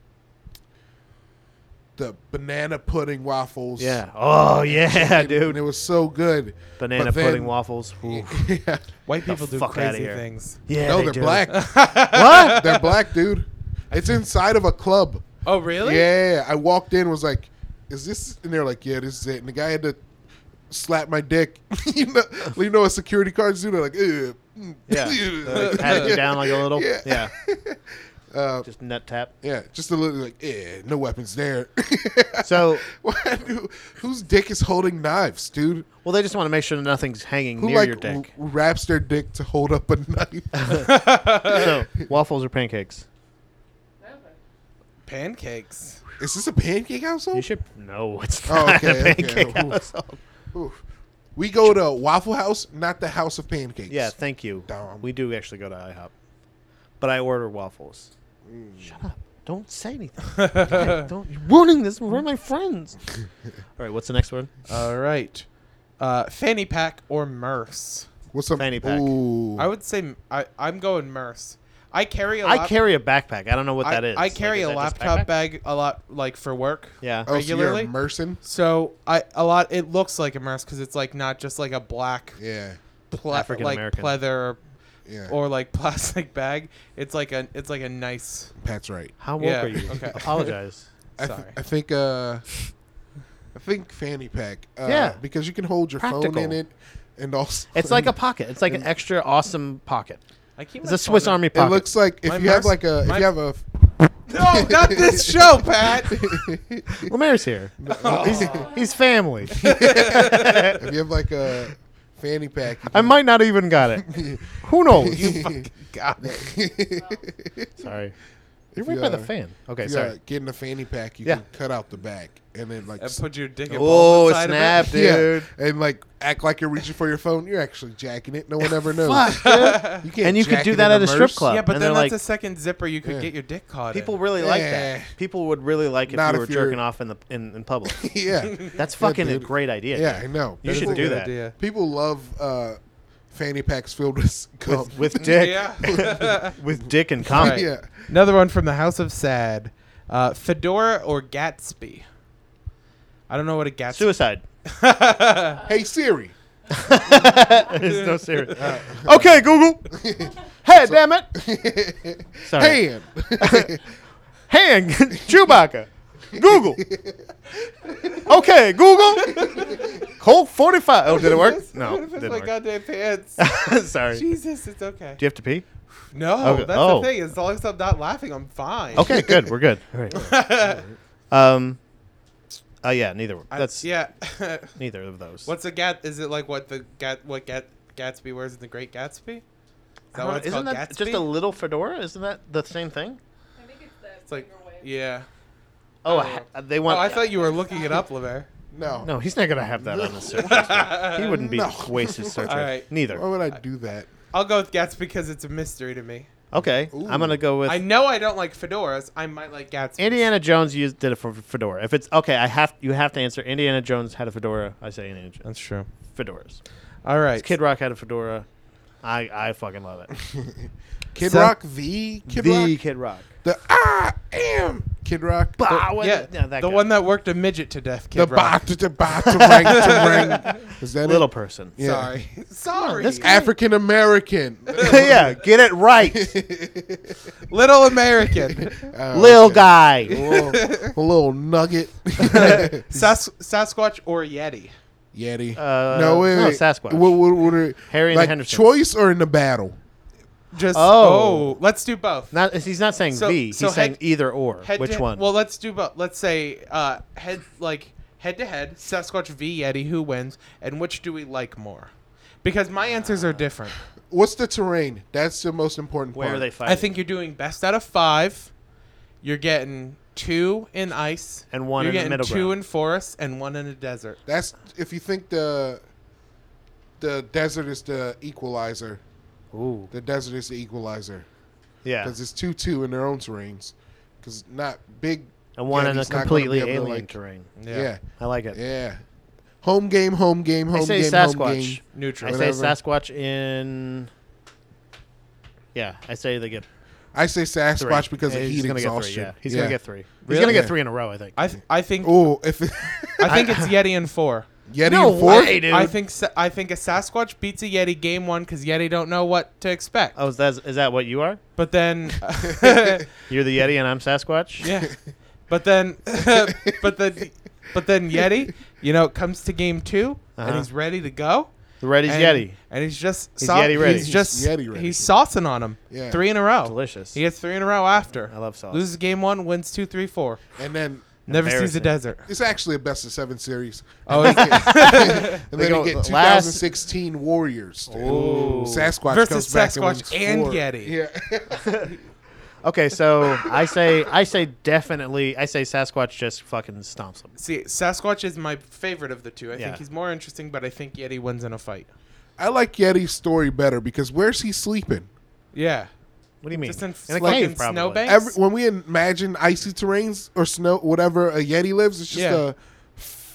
[SPEAKER 3] the banana pudding waffles.
[SPEAKER 2] yeah. *laughs*
[SPEAKER 3] *laughs*
[SPEAKER 2] Oh yeah,
[SPEAKER 3] And it
[SPEAKER 2] dude.
[SPEAKER 3] was so good.
[SPEAKER 2] Banana
[SPEAKER 3] But then-
[SPEAKER 2] pudding waffles. Oof.
[SPEAKER 3] *laughs* yeah.
[SPEAKER 1] White
[SPEAKER 2] the
[SPEAKER 1] people do
[SPEAKER 2] fuck outta
[SPEAKER 1] crazy
[SPEAKER 2] here.
[SPEAKER 1] things.
[SPEAKER 2] Yeah.
[SPEAKER 3] No,
[SPEAKER 2] they
[SPEAKER 3] they are
[SPEAKER 2] do.
[SPEAKER 3] black.
[SPEAKER 2] What?
[SPEAKER 3] they're black, dude. It's inside of a club.
[SPEAKER 1] Oh really?
[SPEAKER 3] Yeah, I walked in was like, "Is this?" And they're like, "Yeah, this is it." And the guy had to slap my dick. *laughs* you know, you know, what security guards do. They're like, "Ugh."
[SPEAKER 2] *laughs* Yeah.
[SPEAKER 3] *laughs*
[SPEAKER 2] Like, patted you down like a little.
[SPEAKER 3] Yeah. *laughs* Uh,
[SPEAKER 2] Yeah. Just nut tap.
[SPEAKER 3] yeah, just a little like, "Eh, no weapons there." *laughs*
[SPEAKER 2] So,
[SPEAKER 3] What? Who- Whose dick is holding knives, dude?
[SPEAKER 2] well, they just want to make sure that nothing's hanging
[SPEAKER 3] Who
[SPEAKER 2] near
[SPEAKER 3] like
[SPEAKER 2] your dick.
[SPEAKER 3] r- wraps their dick to hold up a *laughs*
[SPEAKER 2] *laughs*
[SPEAKER 3] knife?
[SPEAKER 2] so,
[SPEAKER 3] *laughs*
[SPEAKER 2] waffles or pancakes?
[SPEAKER 1] Pancakes.
[SPEAKER 3] is this a pancake
[SPEAKER 2] You
[SPEAKER 3] household?
[SPEAKER 2] should. No, it's
[SPEAKER 3] Oh,
[SPEAKER 2] not
[SPEAKER 3] okay,
[SPEAKER 2] a
[SPEAKER 3] okay.
[SPEAKER 2] pancake
[SPEAKER 3] Oof.
[SPEAKER 2] household.
[SPEAKER 3] Oof. We go to Waffle House, not the House of Pancakes.
[SPEAKER 2] Yeah, thank you.
[SPEAKER 3] Dumb.
[SPEAKER 2] We do actually go to IHOP, but I order waffles. Shut up! Don't say anything. God, don't. You're ruining this. We're my friends. All right. What's the next word?
[SPEAKER 1] All right. Uh, fanny pack or merce.
[SPEAKER 3] What's up?
[SPEAKER 2] Fanny pack.
[SPEAKER 3] Ooh.
[SPEAKER 1] I would say I, I'm going merce. I carry a
[SPEAKER 2] I
[SPEAKER 1] lap-
[SPEAKER 2] carry a backpack. I don't know what
[SPEAKER 1] I,
[SPEAKER 2] that is.
[SPEAKER 1] I
[SPEAKER 2] Like,
[SPEAKER 1] carry
[SPEAKER 2] is
[SPEAKER 1] a
[SPEAKER 2] that just
[SPEAKER 1] laptop
[SPEAKER 2] backpack?
[SPEAKER 1] bag a lot, like for work.
[SPEAKER 2] Yeah.
[SPEAKER 3] oh, so
[SPEAKER 1] regularly?
[SPEAKER 3] you're a Merson?
[SPEAKER 1] So I a lot. It looks like a merce because it's like not just like a black
[SPEAKER 3] Yeah.
[SPEAKER 1] ple-
[SPEAKER 2] African
[SPEAKER 1] like
[SPEAKER 2] American.
[SPEAKER 1] pleather
[SPEAKER 3] Yeah.
[SPEAKER 1] or like *laughs* plastic bag. It's like a it's like a nice.
[SPEAKER 3] Pat's right.
[SPEAKER 2] How woke
[SPEAKER 1] Yeah,
[SPEAKER 2] are
[SPEAKER 1] *laughs*
[SPEAKER 2] you?
[SPEAKER 1] okay.
[SPEAKER 2] Apologize.
[SPEAKER 3] I, th-
[SPEAKER 1] Sorry.
[SPEAKER 3] I think uh, I think fanny pack. Uh,
[SPEAKER 2] Yeah.
[SPEAKER 3] because you can hold your phone in
[SPEAKER 2] Practical.
[SPEAKER 3] it, and also
[SPEAKER 2] It's
[SPEAKER 3] *laughs*
[SPEAKER 2] like a pocket.
[SPEAKER 1] *laughs*
[SPEAKER 2] It's like an extra awesome pocket.
[SPEAKER 1] I keep
[SPEAKER 2] It's
[SPEAKER 1] my
[SPEAKER 2] a Swiss
[SPEAKER 1] phone
[SPEAKER 2] Army
[SPEAKER 1] in-
[SPEAKER 2] pocket.
[SPEAKER 3] It looks like if
[SPEAKER 1] My
[SPEAKER 3] you have
[SPEAKER 1] Merc-
[SPEAKER 3] like a
[SPEAKER 1] my-
[SPEAKER 3] if you have a *laughs*
[SPEAKER 1] No, not
[SPEAKER 2] *laughs*
[SPEAKER 1] this show, Pat.
[SPEAKER 2] Lemaire's
[SPEAKER 1] *laughs*
[SPEAKER 2] here. He's, he's family.
[SPEAKER 3] if you have
[SPEAKER 1] *laughs*
[SPEAKER 3] like a fanny pack. you
[SPEAKER 2] I
[SPEAKER 3] *laughs* can-
[SPEAKER 2] might not even got it. Who knows?
[SPEAKER 1] God. It
[SPEAKER 2] sorry. You're
[SPEAKER 3] If
[SPEAKER 2] right
[SPEAKER 3] you,
[SPEAKER 2] by the
[SPEAKER 3] uh,
[SPEAKER 2] fan. Okay,
[SPEAKER 3] if you
[SPEAKER 2] sorry.
[SPEAKER 3] are getting a fanny pack, you
[SPEAKER 2] Yeah.
[SPEAKER 3] can cut out the back and then like s- *laughs*
[SPEAKER 1] put your dick. and balls
[SPEAKER 2] Oh,
[SPEAKER 1] inside of it.
[SPEAKER 2] snap, dude.
[SPEAKER 3] yeah, and like act like you're reaching for your phone. You're actually jacking it. No one ever knows.
[SPEAKER 2] *laughs* Fuck,
[SPEAKER 3] *laughs* You can't
[SPEAKER 2] And you could
[SPEAKER 3] jack
[SPEAKER 2] do
[SPEAKER 3] it
[SPEAKER 2] that
[SPEAKER 3] in
[SPEAKER 2] at a strip
[SPEAKER 3] Merc.
[SPEAKER 2] club.
[SPEAKER 1] Yeah, but
[SPEAKER 2] And
[SPEAKER 1] then
[SPEAKER 2] they're
[SPEAKER 1] that's
[SPEAKER 2] like-
[SPEAKER 1] a second zipper you could
[SPEAKER 3] Yeah.
[SPEAKER 1] get your dick caught. in.
[SPEAKER 2] People really like that.
[SPEAKER 3] Yeah.
[SPEAKER 2] People would really like if
[SPEAKER 3] Not
[SPEAKER 2] you were
[SPEAKER 3] if you're-
[SPEAKER 2] jerking off in the in, in public.
[SPEAKER 3] *laughs* *laughs*
[SPEAKER 1] *laughs*
[SPEAKER 3] Yeah.
[SPEAKER 2] That's fucking a
[SPEAKER 3] dude.
[SPEAKER 2] great idea.
[SPEAKER 3] Yeah, I
[SPEAKER 2] dude.
[SPEAKER 3] know.
[SPEAKER 2] You should
[SPEAKER 3] People-
[SPEAKER 2] do
[SPEAKER 1] Good
[SPEAKER 2] that.
[SPEAKER 1] idea.
[SPEAKER 3] People love uh, fanny packs filled with cum.
[SPEAKER 2] With, with dick,
[SPEAKER 1] Yeah.
[SPEAKER 2] *laughs* with dick and comic. *laughs*
[SPEAKER 1] Right.
[SPEAKER 3] yeah.
[SPEAKER 1] Another one from the House of Sad. Uh, Fedora or Gatsby? I don't know what a Gatsby.
[SPEAKER 2] Suicide.
[SPEAKER 3] *laughs*
[SPEAKER 2] *laughs*
[SPEAKER 3] Hey Siri,
[SPEAKER 2] There's
[SPEAKER 3] *laughs*
[SPEAKER 2] no serious.
[SPEAKER 3] Uh,
[SPEAKER 2] okay, Google. Hey, damn it.
[SPEAKER 3] *laughs*
[SPEAKER 2] Sorry.
[SPEAKER 3] hand.
[SPEAKER 2] Hand, *laughs* Chewbacca.
[SPEAKER 3] *laughs*
[SPEAKER 2] Google. Okay, Google. Colt 45. Oh, did it
[SPEAKER 3] *laughs*
[SPEAKER 2] work?
[SPEAKER 1] *laughs*
[SPEAKER 2] No,
[SPEAKER 1] It's
[SPEAKER 2] didn't
[SPEAKER 1] my
[SPEAKER 2] work.
[SPEAKER 1] goddamn pants.
[SPEAKER 2] *laughs* Sorry. Do
[SPEAKER 1] Jesus, it's okay.
[SPEAKER 2] you have to pee?
[SPEAKER 1] No,
[SPEAKER 2] Okay.
[SPEAKER 1] that's
[SPEAKER 2] Oh.
[SPEAKER 1] the thing. As long as I'm not laughing, I'm fine. *laughs*
[SPEAKER 2] Okay, good. We're good. All
[SPEAKER 3] *laughs*
[SPEAKER 2] right. Um. Uh, yeah, neither. one.
[SPEAKER 1] I-
[SPEAKER 2] That's
[SPEAKER 1] yeah. *laughs*
[SPEAKER 2] neither of those.
[SPEAKER 1] What's a Gat? Is it like what the Gat? What Gat? Gatsby wears in the Great Gatsby? Is that what it's
[SPEAKER 2] Isn't
[SPEAKER 1] called?
[SPEAKER 2] that
[SPEAKER 1] Gatsby?
[SPEAKER 2] just a little fedora? Isn't that the same thing?
[SPEAKER 5] I think it's the
[SPEAKER 1] It's like
[SPEAKER 5] microwave.
[SPEAKER 1] yeah.
[SPEAKER 2] Oh, a ha- they
[SPEAKER 1] Oh,
[SPEAKER 2] want.
[SPEAKER 1] I thought you were looking it up, Levere.
[SPEAKER 3] No.
[SPEAKER 2] No, he's not gonna have that *laughs* on the search. history. He wouldn't be
[SPEAKER 3] No.
[SPEAKER 1] *laughs*
[SPEAKER 2] waste his search.
[SPEAKER 1] All
[SPEAKER 2] history.
[SPEAKER 1] right.
[SPEAKER 3] Why
[SPEAKER 2] Neither.
[SPEAKER 3] would I do that?
[SPEAKER 1] I'll go with Gatsby because it's a mystery to me.
[SPEAKER 2] Okay, I'm gonna go with
[SPEAKER 1] I know I don't like fedoras. I might like Gatsby.
[SPEAKER 2] Indiana Jones. Used did it for fedora. If it's okay, I have you have to answer. Indiana Jones had a fedora. I say Indiana Jones.
[SPEAKER 1] That's true.
[SPEAKER 2] Fedoras.
[SPEAKER 1] All right.
[SPEAKER 2] Kid Rock had a fedora. I I fucking love it.
[SPEAKER 3] Kid
[SPEAKER 1] So-
[SPEAKER 3] Rock, the Kid
[SPEAKER 2] the
[SPEAKER 3] Rock,
[SPEAKER 2] Kid Rock.
[SPEAKER 3] the I am Kid Rock,
[SPEAKER 2] Bah, what-
[SPEAKER 1] yeah,
[SPEAKER 2] no, that
[SPEAKER 1] the
[SPEAKER 2] guy.
[SPEAKER 1] one that worked a midget to death. Kid
[SPEAKER 3] the
[SPEAKER 1] Rock.
[SPEAKER 3] bot, the bot, to rank,
[SPEAKER 2] *laughs*
[SPEAKER 3] to rank. Is that
[SPEAKER 2] little
[SPEAKER 3] it?
[SPEAKER 2] person.
[SPEAKER 1] *laughs*
[SPEAKER 3] Yeah.
[SPEAKER 1] Sorry. Sorry.
[SPEAKER 2] this guy-
[SPEAKER 3] African American,
[SPEAKER 2] *laughs* yeah, get it right,
[SPEAKER 1] Little American. *laughs*
[SPEAKER 3] Uh,
[SPEAKER 2] lil
[SPEAKER 3] okay.
[SPEAKER 2] guy.
[SPEAKER 3] little, little nugget,
[SPEAKER 1] Sas- Sasquatch or Yeti?
[SPEAKER 3] Yeti.
[SPEAKER 2] Uh,
[SPEAKER 3] no, wait,
[SPEAKER 2] no,
[SPEAKER 3] wait.
[SPEAKER 2] Sasquatch.
[SPEAKER 3] What, what, what are,
[SPEAKER 2] Harry and the
[SPEAKER 3] like,
[SPEAKER 2] Hendersons.
[SPEAKER 3] Choice or in the battle?
[SPEAKER 1] Just
[SPEAKER 2] Oh.
[SPEAKER 1] oh, let's do both.
[SPEAKER 2] *laughs* Not he's not saying
[SPEAKER 1] So-
[SPEAKER 2] the. He's
[SPEAKER 1] so
[SPEAKER 2] saying
[SPEAKER 1] head-
[SPEAKER 2] either or.
[SPEAKER 1] Head
[SPEAKER 2] Which
[SPEAKER 1] to-
[SPEAKER 2] one?
[SPEAKER 1] Well, let's do both. Let's say uh, head like head to head, Sasquatch v Yeti, who wins, and which do we like more? Because my answers are different.
[SPEAKER 3] What's the terrain? That's the most important
[SPEAKER 2] Where
[SPEAKER 3] part.
[SPEAKER 2] are they fighting?
[SPEAKER 1] I think you're doing best out of five. You're getting two in ice,
[SPEAKER 2] And one
[SPEAKER 1] you're
[SPEAKER 2] in the
[SPEAKER 1] getting
[SPEAKER 2] middle
[SPEAKER 1] two
[SPEAKER 2] ground.
[SPEAKER 1] in forest, and one in a desert.
[SPEAKER 3] That's if you think the the desert is the equalizer.
[SPEAKER 2] Ooh.
[SPEAKER 3] The desert is the equalizer
[SPEAKER 2] Yeah.
[SPEAKER 3] because it's two two in their own terrains. Because not big.
[SPEAKER 2] And one in a
[SPEAKER 3] Yeti's not gonna
[SPEAKER 2] completely
[SPEAKER 3] be able to,
[SPEAKER 2] alien
[SPEAKER 3] like-
[SPEAKER 2] terrain.
[SPEAKER 3] Yeah.
[SPEAKER 2] I like it.
[SPEAKER 3] yeah, Home game, home game, home
[SPEAKER 2] I say
[SPEAKER 3] game, home game.
[SPEAKER 2] Sasquatch.
[SPEAKER 1] Neutral.
[SPEAKER 2] I say
[SPEAKER 3] Whatever.
[SPEAKER 2] Sasquatch in. Yeah, I say they get
[SPEAKER 3] I say Sasquatch
[SPEAKER 2] three.
[SPEAKER 3] because of
[SPEAKER 2] He's
[SPEAKER 3] heat
[SPEAKER 2] gonna get three,
[SPEAKER 3] exhaustion.
[SPEAKER 2] yeah. He's gonna get three. He's
[SPEAKER 1] Really?
[SPEAKER 2] gonna
[SPEAKER 3] Yeah.
[SPEAKER 2] get three in a row. I think.
[SPEAKER 1] I th- I think
[SPEAKER 3] Oh, if *laughs* it,
[SPEAKER 1] I think it's Yeti and four.
[SPEAKER 3] Yeti
[SPEAKER 2] No
[SPEAKER 3] and four.
[SPEAKER 2] way, dude.
[SPEAKER 1] I think sa- I think a Sasquatch beats a Yeti game one because Yeti don't know what to expect.
[SPEAKER 2] oh, is that is that what you are?
[SPEAKER 1] But
[SPEAKER 2] *laughs*
[SPEAKER 1] then, *laughs*
[SPEAKER 2] You're the Yeti and I'm Sasquatch.
[SPEAKER 1] yeah. But then, *laughs* but then, but then Yeti, you know, comes to game 2 and
[SPEAKER 2] Uh-huh.
[SPEAKER 1] he's ready to go.
[SPEAKER 2] The red is
[SPEAKER 1] and,
[SPEAKER 2] Yeti.
[SPEAKER 1] and he's just
[SPEAKER 2] He's Yeti ready.
[SPEAKER 1] He's just
[SPEAKER 3] He's Yeti ready.
[SPEAKER 1] he's saucing on him.
[SPEAKER 3] Yeah.
[SPEAKER 1] three in a row.
[SPEAKER 2] Delicious.
[SPEAKER 1] He gets three in a row after.
[SPEAKER 2] I love sauce.
[SPEAKER 1] Loses game one, wins two, three, four.
[SPEAKER 3] And then
[SPEAKER 1] Never sees a
[SPEAKER 2] Embarrassing.
[SPEAKER 1] desert.
[SPEAKER 3] it's actually a best of seven series.
[SPEAKER 1] Oh, it's
[SPEAKER 3] And
[SPEAKER 2] They
[SPEAKER 3] then
[SPEAKER 2] go
[SPEAKER 3] you get
[SPEAKER 2] last-
[SPEAKER 3] 2016 Warriors. dude. *laughs* Sasquatch
[SPEAKER 1] Versus
[SPEAKER 3] comes back
[SPEAKER 1] Sasquatch
[SPEAKER 3] and, wins
[SPEAKER 1] and
[SPEAKER 3] four.
[SPEAKER 1] Yeti.
[SPEAKER 3] Yeah.
[SPEAKER 2] Okay, so I say I say definitely I say Sasquatch just fucking stomps him.
[SPEAKER 1] see, Sasquatch is my favorite of the two. I
[SPEAKER 2] Yeah.
[SPEAKER 1] think he's more interesting, but I think Yeti wins in a fight.
[SPEAKER 3] I like Yeti's story better because where's he sleeping?
[SPEAKER 1] Yeah.
[SPEAKER 2] What do you mean?
[SPEAKER 1] Just in
[SPEAKER 2] in a
[SPEAKER 1] fucking
[SPEAKER 2] cave, probably.
[SPEAKER 1] snowbank?
[SPEAKER 3] Every, when we imagine icy terrains or snow, whatever a Yeti lives, it's just
[SPEAKER 1] Yeah.
[SPEAKER 3] a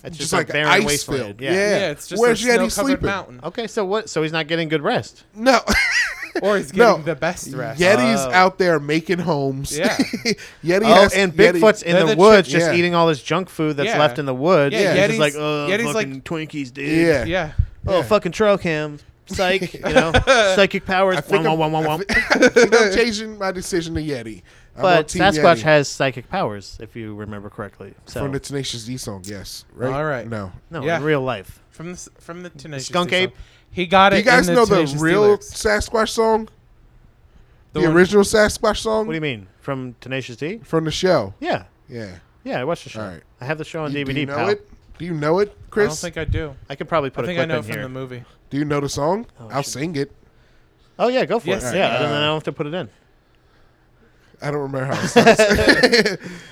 [SPEAKER 2] It's
[SPEAKER 3] just,
[SPEAKER 2] just a
[SPEAKER 3] like an
[SPEAKER 2] barren
[SPEAKER 3] ice
[SPEAKER 2] wasteland,
[SPEAKER 3] field.
[SPEAKER 2] yeah.
[SPEAKER 3] Yeah.
[SPEAKER 1] Yeah, it's just
[SPEAKER 3] where's
[SPEAKER 1] a
[SPEAKER 3] Yeti
[SPEAKER 1] snow-covered
[SPEAKER 3] sleeping? *laughs*
[SPEAKER 1] mountain.
[SPEAKER 2] Okay, so what? So he's not getting good rest.
[SPEAKER 3] No. *laughs*
[SPEAKER 1] Or he's
[SPEAKER 3] No.
[SPEAKER 1] getting the best rest.
[SPEAKER 3] Yeti's
[SPEAKER 2] Oh.
[SPEAKER 3] out there making homes.
[SPEAKER 1] Yeah.
[SPEAKER 3] *laughs* Yeti
[SPEAKER 2] Oh,
[SPEAKER 3] has,
[SPEAKER 2] and
[SPEAKER 3] Yeti-
[SPEAKER 2] Bigfoot's in
[SPEAKER 1] They're
[SPEAKER 2] the,
[SPEAKER 1] the
[SPEAKER 2] woods,
[SPEAKER 3] chick-
[SPEAKER 2] just
[SPEAKER 3] Yeah.
[SPEAKER 2] eating all this junk food that's
[SPEAKER 1] Yeah.
[SPEAKER 2] left in the woods.
[SPEAKER 1] Yeah,
[SPEAKER 2] He's just
[SPEAKER 1] Yeti's-
[SPEAKER 2] like, oh,
[SPEAKER 1] Yeti's
[SPEAKER 2] fucking Twinkies, dude.
[SPEAKER 3] Yeah.
[SPEAKER 1] yeah.
[SPEAKER 2] Oh, fucking trail cam,
[SPEAKER 3] *laughs*
[SPEAKER 2] psych, you know, psychic powers.
[SPEAKER 3] I think
[SPEAKER 2] Womp,
[SPEAKER 3] I'm- *laughs*
[SPEAKER 2] womp, womp,
[SPEAKER 3] I
[SPEAKER 2] womp.
[SPEAKER 3] think I'm changing my decision to Yeti. I'm on
[SPEAKER 2] But
[SPEAKER 3] Team
[SPEAKER 2] Sasquatch
[SPEAKER 3] Yeti.
[SPEAKER 2] has psychic powers, if you remember correctly. So
[SPEAKER 3] from the Tenacious D song. Yes, right.
[SPEAKER 1] All right.
[SPEAKER 3] No,
[SPEAKER 2] no,
[SPEAKER 1] Yeah.
[SPEAKER 2] in real life.
[SPEAKER 1] From the, s- from the Tenacious
[SPEAKER 2] Skunk
[SPEAKER 1] D
[SPEAKER 2] Ape?
[SPEAKER 1] song. He got
[SPEAKER 3] do
[SPEAKER 1] it.
[SPEAKER 3] you guys
[SPEAKER 1] in
[SPEAKER 3] know the
[SPEAKER 1] Tenacious D
[SPEAKER 3] real
[SPEAKER 1] lyrics.
[SPEAKER 3] Sasquatch song? The,
[SPEAKER 1] one-
[SPEAKER 3] original Sasquatch song
[SPEAKER 2] What do you mean from Tenacious D?
[SPEAKER 3] from the show.
[SPEAKER 2] Yeah,
[SPEAKER 3] Yeah.
[SPEAKER 2] yeah, I watched the show.
[SPEAKER 3] All right.
[SPEAKER 2] I have the show on
[SPEAKER 3] You-
[SPEAKER 2] DVD.
[SPEAKER 3] do you know
[SPEAKER 2] pal.
[SPEAKER 3] it? Do you know it,
[SPEAKER 1] I
[SPEAKER 3] Chris?
[SPEAKER 1] don't think I do.
[SPEAKER 2] I could probably
[SPEAKER 1] I
[SPEAKER 2] put a
[SPEAKER 1] think
[SPEAKER 2] clip
[SPEAKER 1] I know
[SPEAKER 2] in
[SPEAKER 1] from
[SPEAKER 2] here.
[SPEAKER 1] the movie.
[SPEAKER 3] do you know the song?
[SPEAKER 2] Oh,
[SPEAKER 3] I'll
[SPEAKER 2] shit.
[SPEAKER 3] sing it.
[SPEAKER 2] Oh yeah, go for
[SPEAKER 1] Yes.
[SPEAKER 2] it. Yeah, and then I don't have to put it in.
[SPEAKER 3] I don't
[SPEAKER 2] *laughs*
[SPEAKER 3] remember how it starts.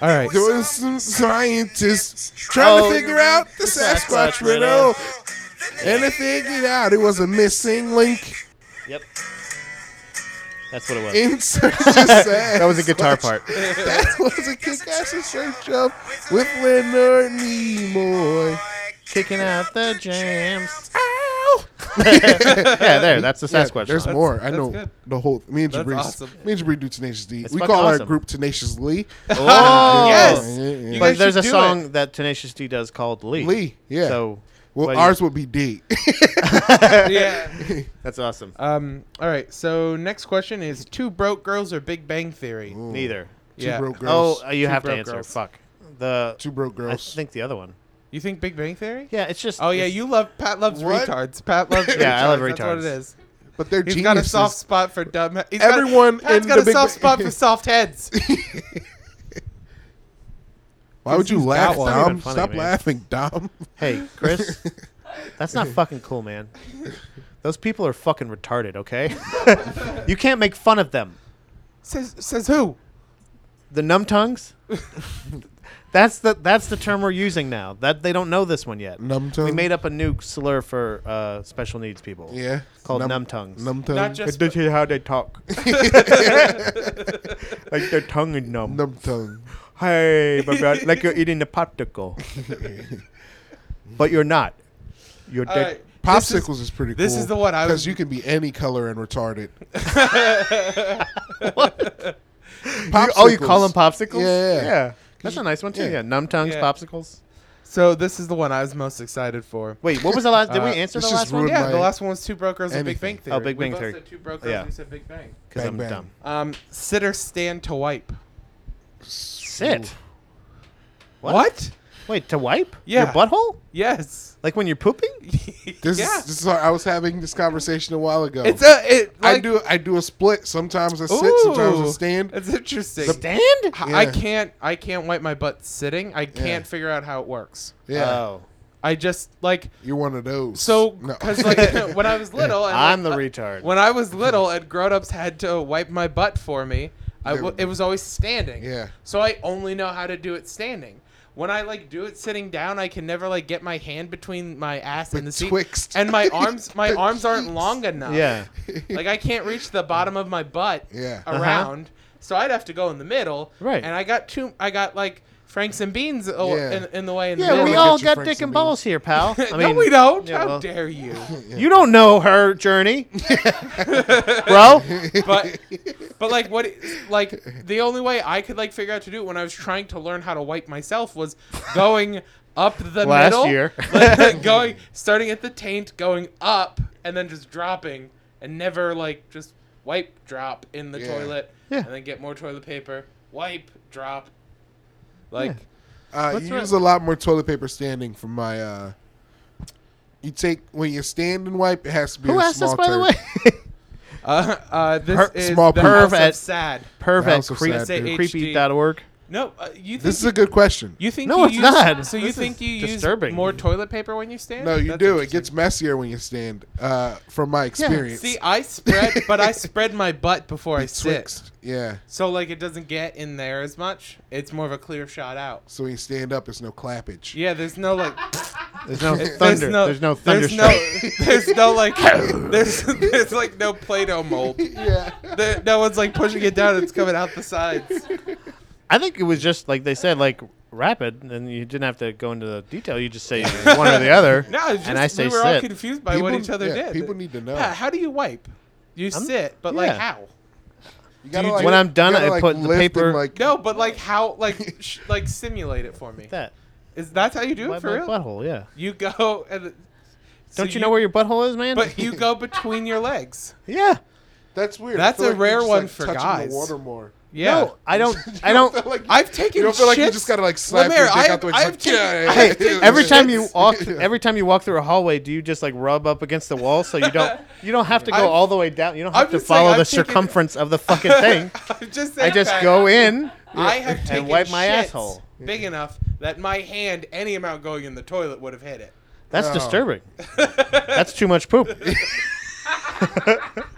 [SPEAKER 1] All right.
[SPEAKER 3] there was some scientists trying
[SPEAKER 2] Oh.
[SPEAKER 3] to figure out the Sasquatch riddle, and they figured out it was a missing link.
[SPEAKER 2] Yep. That's what it was. *laughs*
[SPEAKER 3] In search of Sasquatch.
[SPEAKER 2] That was a guitar part. *laughs*
[SPEAKER 3] That was a kick-ass in search of with Leonard Nimoy.
[SPEAKER 2] Kicking out the jams.
[SPEAKER 3] Ow!
[SPEAKER 2] Yeah, there. That's the
[SPEAKER 3] Yeah,
[SPEAKER 2] Sasquatch.
[SPEAKER 3] there's
[SPEAKER 2] song.
[SPEAKER 3] more. I
[SPEAKER 1] that's
[SPEAKER 3] know
[SPEAKER 1] good.
[SPEAKER 3] the whole. Me and
[SPEAKER 1] That's
[SPEAKER 3] Jabri,
[SPEAKER 1] awesome.
[SPEAKER 3] me and Jabri do Tenacious D.
[SPEAKER 2] It's
[SPEAKER 3] we
[SPEAKER 2] fucking
[SPEAKER 3] call our
[SPEAKER 2] awesome.
[SPEAKER 3] group Tenacious
[SPEAKER 1] *laughs*
[SPEAKER 3] Lee.
[SPEAKER 2] Oh,
[SPEAKER 1] yes.
[SPEAKER 3] Yeah, yeah,
[SPEAKER 1] You
[SPEAKER 3] yeah.
[SPEAKER 2] But
[SPEAKER 1] guys
[SPEAKER 2] there's a
[SPEAKER 1] should do
[SPEAKER 2] song
[SPEAKER 1] it.
[SPEAKER 2] that Tenacious D does called Lee.
[SPEAKER 3] Lee, yeah.
[SPEAKER 2] So what do
[SPEAKER 3] well,
[SPEAKER 2] you-
[SPEAKER 3] ours would be D. *laughs*
[SPEAKER 2] *laughs*
[SPEAKER 1] yeah.
[SPEAKER 2] That's awesome.
[SPEAKER 1] Um. All right. So next question is: Two broke girls or Big Bang Theory?
[SPEAKER 2] Neither.
[SPEAKER 3] Two
[SPEAKER 1] yeah.
[SPEAKER 3] broke girls.
[SPEAKER 2] Oh, uh, you
[SPEAKER 1] Two
[SPEAKER 2] have to
[SPEAKER 1] broke
[SPEAKER 2] answer.
[SPEAKER 1] girls.
[SPEAKER 2] Fuck. The
[SPEAKER 3] Two broke
[SPEAKER 2] I
[SPEAKER 3] girls.
[SPEAKER 2] think the other one.
[SPEAKER 1] You think Big Bang Theory?
[SPEAKER 2] Yeah, it's just.
[SPEAKER 1] Oh yeah,
[SPEAKER 2] it's-
[SPEAKER 1] you love Pat loves
[SPEAKER 3] What?
[SPEAKER 1] retards. Pat loves retards.
[SPEAKER 2] *laughs* Yeah, I love
[SPEAKER 1] That's what it
[SPEAKER 2] retards.
[SPEAKER 1] is.
[SPEAKER 3] but they're
[SPEAKER 1] He's
[SPEAKER 3] geniuses.
[SPEAKER 1] got a soft spot for dumb. He's
[SPEAKER 3] Everyone
[SPEAKER 1] got, Pat's
[SPEAKER 3] in
[SPEAKER 1] got
[SPEAKER 3] the
[SPEAKER 1] a
[SPEAKER 3] Big
[SPEAKER 1] soft
[SPEAKER 3] Bang-
[SPEAKER 1] spot
[SPEAKER 3] *laughs*
[SPEAKER 1] for soft heads.
[SPEAKER 3] Why would you
[SPEAKER 1] He's
[SPEAKER 3] laugh,
[SPEAKER 1] got one. That's
[SPEAKER 2] not even
[SPEAKER 3] Dom?
[SPEAKER 2] funny,
[SPEAKER 3] Stop
[SPEAKER 2] man.
[SPEAKER 3] laughing,
[SPEAKER 1] *laughs*
[SPEAKER 3] Dom.
[SPEAKER 2] Hey, *laughs* Chris. that's not fucking cool, *laughs* man. Those people are fucking retarded. *laughs* Okay. you can't make fun of them.
[SPEAKER 1] says says who?
[SPEAKER 2] The numbtongues. *laughs* That's the that's the term we're using now. That they don't know this one yet.
[SPEAKER 3] Numbtongue?
[SPEAKER 2] We made up a new slur for uh, special needs people.
[SPEAKER 3] Yeah.
[SPEAKER 2] Called
[SPEAKER 3] Num-
[SPEAKER 2] numbtongues.
[SPEAKER 3] Numb-tongue.
[SPEAKER 1] Not just-
[SPEAKER 2] This is how they
[SPEAKER 3] *laughs*
[SPEAKER 2] talk. like their tongue is numb.
[SPEAKER 1] *laughs*
[SPEAKER 3] Numb-tongue.
[SPEAKER 2] Hey, my bad. like you're eating a
[SPEAKER 3] *laughs*
[SPEAKER 2] popsicle, but you're not. You're
[SPEAKER 1] All
[SPEAKER 2] dead.
[SPEAKER 1] right. This is-
[SPEAKER 3] Popsicles is, pretty cool.
[SPEAKER 1] this is the one I was-
[SPEAKER 3] Because you can be any color
[SPEAKER 1] *laughs*
[SPEAKER 3] and retarded.
[SPEAKER 2] You- oh, you call them popsicles?
[SPEAKER 3] Yeah, yeah.
[SPEAKER 2] That's
[SPEAKER 3] you-
[SPEAKER 2] a nice one too. Yeah,
[SPEAKER 3] yeah.
[SPEAKER 2] numb tongues,
[SPEAKER 1] Yeah.
[SPEAKER 2] popsicles.
[SPEAKER 1] So this is the one I was most excited for.
[SPEAKER 2] Wait, what was the last? Did we
[SPEAKER 1] Uh,
[SPEAKER 2] answer the
[SPEAKER 3] this just
[SPEAKER 2] last one?
[SPEAKER 3] ruined
[SPEAKER 2] Yeah,
[SPEAKER 1] Yeah, the
[SPEAKER 3] my-
[SPEAKER 1] last one was Two Broke Girls and Big Bang
[SPEAKER 3] Anything.
[SPEAKER 1] Theory.
[SPEAKER 2] Oh, Big Bang
[SPEAKER 1] we both
[SPEAKER 2] Theory.
[SPEAKER 1] Said two Broke Girls.
[SPEAKER 2] Yeah.
[SPEAKER 1] You said Big Bang.
[SPEAKER 2] because
[SPEAKER 3] Bang,
[SPEAKER 2] I'm
[SPEAKER 3] bang.
[SPEAKER 2] dumb.
[SPEAKER 1] Um, sit or stand to wipe.
[SPEAKER 2] Sit.
[SPEAKER 1] What?
[SPEAKER 2] Wait, to wipe?
[SPEAKER 1] Yeah.
[SPEAKER 2] Your butthole?
[SPEAKER 1] Yes.
[SPEAKER 2] Like when
[SPEAKER 1] *laughs*
[SPEAKER 2] you're pooping?
[SPEAKER 3] *laughs* This
[SPEAKER 1] yeah.
[SPEAKER 3] is, this is I was having this conversation a while ago.
[SPEAKER 1] it's a it like
[SPEAKER 3] I do I do a split. Sometimes I sit, sometimes I
[SPEAKER 1] ooh,
[SPEAKER 3] stand.
[SPEAKER 1] That's interesting.
[SPEAKER 2] Stand?
[SPEAKER 1] I- I
[SPEAKER 3] Yeah.
[SPEAKER 1] can't I can't wipe my butt sitting. I can't figure out how it works.
[SPEAKER 3] Yeah,
[SPEAKER 2] Oh.
[SPEAKER 1] I just like
[SPEAKER 3] you're one of those.
[SPEAKER 1] so
[SPEAKER 3] No.
[SPEAKER 1] because like *laughs* when I was little, and,
[SPEAKER 2] I'm the
[SPEAKER 1] like, uh,
[SPEAKER 2] retard.
[SPEAKER 1] When I was little and grown-ups had to wipe my butt for me, I w- it was always standing.
[SPEAKER 3] Yeah.
[SPEAKER 1] So I only know how to do it standing. When I like do it sitting down, I can never like get my hand between my ass and the seat,
[SPEAKER 3] Betwixt.
[SPEAKER 1] and
[SPEAKER 3] *laughs*
[SPEAKER 1] my arms my arms aren't
[SPEAKER 3] Betwixt.
[SPEAKER 1] long enough.
[SPEAKER 2] yeah. *laughs*
[SPEAKER 1] Like I can't reach the bottom of my butt
[SPEAKER 3] Yeah. Uh-huh.
[SPEAKER 1] around, so I'd have to go in the middle.
[SPEAKER 2] Right.
[SPEAKER 1] And I got two. I got like Franks and beans oh,
[SPEAKER 3] Yeah.
[SPEAKER 1] in, in the way. In the
[SPEAKER 2] Yeah,
[SPEAKER 1] middle.
[SPEAKER 2] we
[SPEAKER 3] we
[SPEAKER 2] all
[SPEAKER 3] got you
[SPEAKER 2] got
[SPEAKER 3] Frank
[SPEAKER 2] dick
[SPEAKER 3] some
[SPEAKER 2] and balls here, pal. I
[SPEAKER 1] *laughs*
[SPEAKER 2] mean,
[SPEAKER 1] no, we don't.
[SPEAKER 2] yeah,
[SPEAKER 1] How
[SPEAKER 2] well,
[SPEAKER 1] dare
[SPEAKER 2] *laughs*
[SPEAKER 1] you?
[SPEAKER 2] You don't know
[SPEAKER 1] *laughs*
[SPEAKER 2] her journey, bro.
[SPEAKER 1] But but like what? Like the only way I could like figure out to do it when I was trying to learn how to wipe myself was going up the
[SPEAKER 2] Last
[SPEAKER 1] middle.
[SPEAKER 2] year.
[SPEAKER 1] *laughs*
[SPEAKER 3] *laughs*
[SPEAKER 1] like, going starting at the taint, going up, and then just dropping, and never like just wipe drop in the
[SPEAKER 3] Yeah.
[SPEAKER 1] toilet,
[SPEAKER 2] Yeah.
[SPEAKER 1] and then get more toilet paper. Wipe drop. Like
[SPEAKER 3] *laughs* Uh,
[SPEAKER 2] What's
[SPEAKER 3] you
[SPEAKER 2] wrong-
[SPEAKER 3] use a lot more toilet paper standing from my. Uh, you take when you stand and wipe. It has to be.
[SPEAKER 2] Who
[SPEAKER 3] a
[SPEAKER 2] asked
[SPEAKER 3] small
[SPEAKER 2] this, by the
[SPEAKER 3] turd.
[SPEAKER 2] way?
[SPEAKER 1] *laughs* uh, uh, this
[SPEAKER 2] Her-
[SPEAKER 1] is
[SPEAKER 3] small
[SPEAKER 1] the
[SPEAKER 3] poop.
[SPEAKER 1] house
[SPEAKER 2] Perv
[SPEAKER 1] of
[SPEAKER 2] at-
[SPEAKER 1] sad.
[SPEAKER 2] Perv
[SPEAKER 3] House
[SPEAKER 2] at
[SPEAKER 3] of
[SPEAKER 2] creep,
[SPEAKER 3] Sad
[SPEAKER 1] Dude.
[SPEAKER 2] creepy.org.
[SPEAKER 1] No, uh, you think
[SPEAKER 3] This is
[SPEAKER 1] you-
[SPEAKER 3] a good question.
[SPEAKER 1] You think
[SPEAKER 2] No,
[SPEAKER 1] you
[SPEAKER 2] it's
[SPEAKER 1] use,
[SPEAKER 2] not.
[SPEAKER 1] So you
[SPEAKER 2] This
[SPEAKER 1] think
[SPEAKER 2] is
[SPEAKER 1] you
[SPEAKER 2] disturbing.
[SPEAKER 1] use more toilet paper when you stand?
[SPEAKER 3] *laughs* No, you
[SPEAKER 1] That's
[SPEAKER 3] do. It
[SPEAKER 1] interesting.
[SPEAKER 3] gets messier when you stand. Uh, from my experience.
[SPEAKER 1] See, I
[SPEAKER 3] *laughs*
[SPEAKER 1] spread, but I spread my butt before I sit,
[SPEAKER 3] Twixt. Yeah.
[SPEAKER 1] so like it doesn't get in there as much. It's more of a clear shot out.
[SPEAKER 3] So when you stand up, there's no clappage.
[SPEAKER 1] Yeah, there's no like
[SPEAKER 2] There's
[SPEAKER 1] *laughs*
[SPEAKER 2] no
[SPEAKER 1] there's
[SPEAKER 2] thunder.
[SPEAKER 1] no
[SPEAKER 2] There's no
[SPEAKER 1] there's
[SPEAKER 2] thunderstruck.
[SPEAKER 1] no *laughs* there's no like there's there's like no Play-Doh mold.
[SPEAKER 3] Yeah.
[SPEAKER 1] There, no one's like pushing it down. It's coming out the sides.
[SPEAKER 2] I think it was just like they said, like rapid, and you didn't have to go into the detail. You just say one or the other.
[SPEAKER 1] *laughs* No, it's just
[SPEAKER 2] and I say
[SPEAKER 1] we were all
[SPEAKER 2] sit.
[SPEAKER 1] confused by what
[SPEAKER 3] People-
[SPEAKER 1] each other
[SPEAKER 3] yeah,
[SPEAKER 1] did.
[SPEAKER 3] people need to know.
[SPEAKER 1] Yeah, how do you wipe? You sit, but like
[SPEAKER 2] yeah.
[SPEAKER 1] how?
[SPEAKER 3] *laughs* You gotta,
[SPEAKER 2] when I'm done,
[SPEAKER 3] you gotta,
[SPEAKER 2] I put the
[SPEAKER 3] lift and,
[SPEAKER 2] paper-
[SPEAKER 3] like,
[SPEAKER 1] No, but like how? Like sh- like simulate it for me.
[SPEAKER 2] that.
[SPEAKER 1] Is that's how you do
[SPEAKER 2] Why
[SPEAKER 1] it for
[SPEAKER 2] my
[SPEAKER 1] real?
[SPEAKER 2] butthole, yeah.
[SPEAKER 1] You go and don't
[SPEAKER 2] Don't you, know where your butthole is, man?
[SPEAKER 1] *laughs* But you go between your legs.
[SPEAKER 2] yeah.
[SPEAKER 3] that's weird. I
[SPEAKER 1] That's
[SPEAKER 3] feel
[SPEAKER 1] a
[SPEAKER 3] like you're
[SPEAKER 1] rare
[SPEAKER 3] just,
[SPEAKER 1] one
[SPEAKER 3] like,
[SPEAKER 1] for
[SPEAKER 3] touching
[SPEAKER 1] guys.
[SPEAKER 3] The water more.
[SPEAKER 1] Yeah.
[SPEAKER 2] No,
[SPEAKER 1] *laughs*
[SPEAKER 2] I don't. I don't.
[SPEAKER 3] *laughs* Like,
[SPEAKER 1] I've taken.
[SPEAKER 3] you don't feel like you
[SPEAKER 1] shits-
[SPEAKER 3] just gotta like slap
[SPEAKER 1] Lemaire,
[SPEAKER 3] your dick out
[SPEAKER 1] I've-
[SPEAKER 3] the way. It's
[SPEAKER 1] I've
[SPEAKER 3] like,
[SPEAKER 1] taken-
[SPEAKER 3] yeah,
[SPEAKER 1] Hey,
[SPEAKER 3] yeah, yeah,
[SPEAKER 2] *laughs*
[SPEAKER 1] *laughs*
[SPEAKER 2] every
[SPEAKER 3] yeah.
[SPEAKER 2] time you walk, every time you walk through a hallway, do you just like rub up against the wall so you don't you don't have to go
[SPEAKER 1] I'm-
[SPEAKER 2] all the way down. You don't
[SPEAKER 1] I'm
[SPEAKER 2] have to
[SPEAKER 1] just saying,
[SPEAKER 2] follow
[SPEAKER 1] I'm
[SPEAKER 2] the
[SPEAKER 1] thinking-
[SPEAKER 2] circumference
[SPEAKER 1] *laughs*
[SPEAKER 2] of the fucking thing.
[SPEAKER 1] I'm just
[SPEAKER 2] I
[SPEAKER 1] saying
[SPEAKER 2] just
[SPEAKER 1] that.
[SPEAKER 2] go in.
[SPEAKER 1] I have taken
[SPEAKER 2] wipe my
[SPEAKER 1] shits
[SPEAKER 2] asshole.
[SPEAKER 1] Big enough that my hand, any amount going in the toilet, would have hit it.
[SPEAKER 2] That's
[SPEAKER 3] No.
[SPEAKER 1] Oh. *laughs*
[SPEAKER 2] disturbing. That's too much poop. *laughs*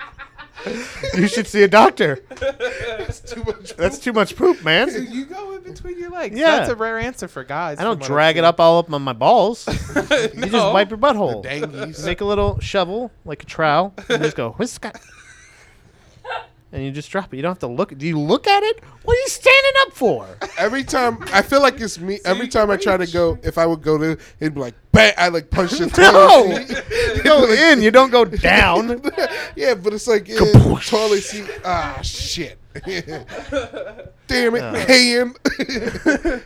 [SPEAKER 2] you should see a doctor.
[SPEAKER 3] too
[SPEAKER 2] *laughs*
[SPEAKER 3] much.
[SPEAKER 2] That's too much poop, man.
[SPEAKER 1] *laughs* You go in between your legs.
[SPEAKER 2] Yeah.
[SPEAKER 1] That's a rare answer for guys.
[SPEAKER 2] I don't drag it up all up on my balls. You
[SPEAKER 1] no. *laughs*
[SPEAKER 2] just wipe your butthole.
[SPEAKER 3] dangies.
[SPEAKER 2] Make a little shovel, like a trowel, and just go whisk. And you just drop it. You don't have to look. Do you look at it? What are you standing up for?
[SPEAKER 3] Every time I feel like it's me. every
[SPEAKER 1] you can
[SPEAKER 3] time I try to
[SPEAKER 1] reach.
[SPEAKER 3] go, if I would go to, it'd be like, bang! I like
[SPEAKER 1] *laughs*
[SPEAKER 3] punch the
[SPEAKER 2] No,
[SPEAKER 3] toilet. seat. *laughs*
[SPEAKER 2] you go in. You don't go down.
[SPEAKER 3] yeah, but it's like eh, toilet seat. Ah,
[SPEAKER 1] *laughs*
[SPEAKER 3] shit. Damn
[SPEAKER 2] Uh.
[SPEAKER 3] it, ham.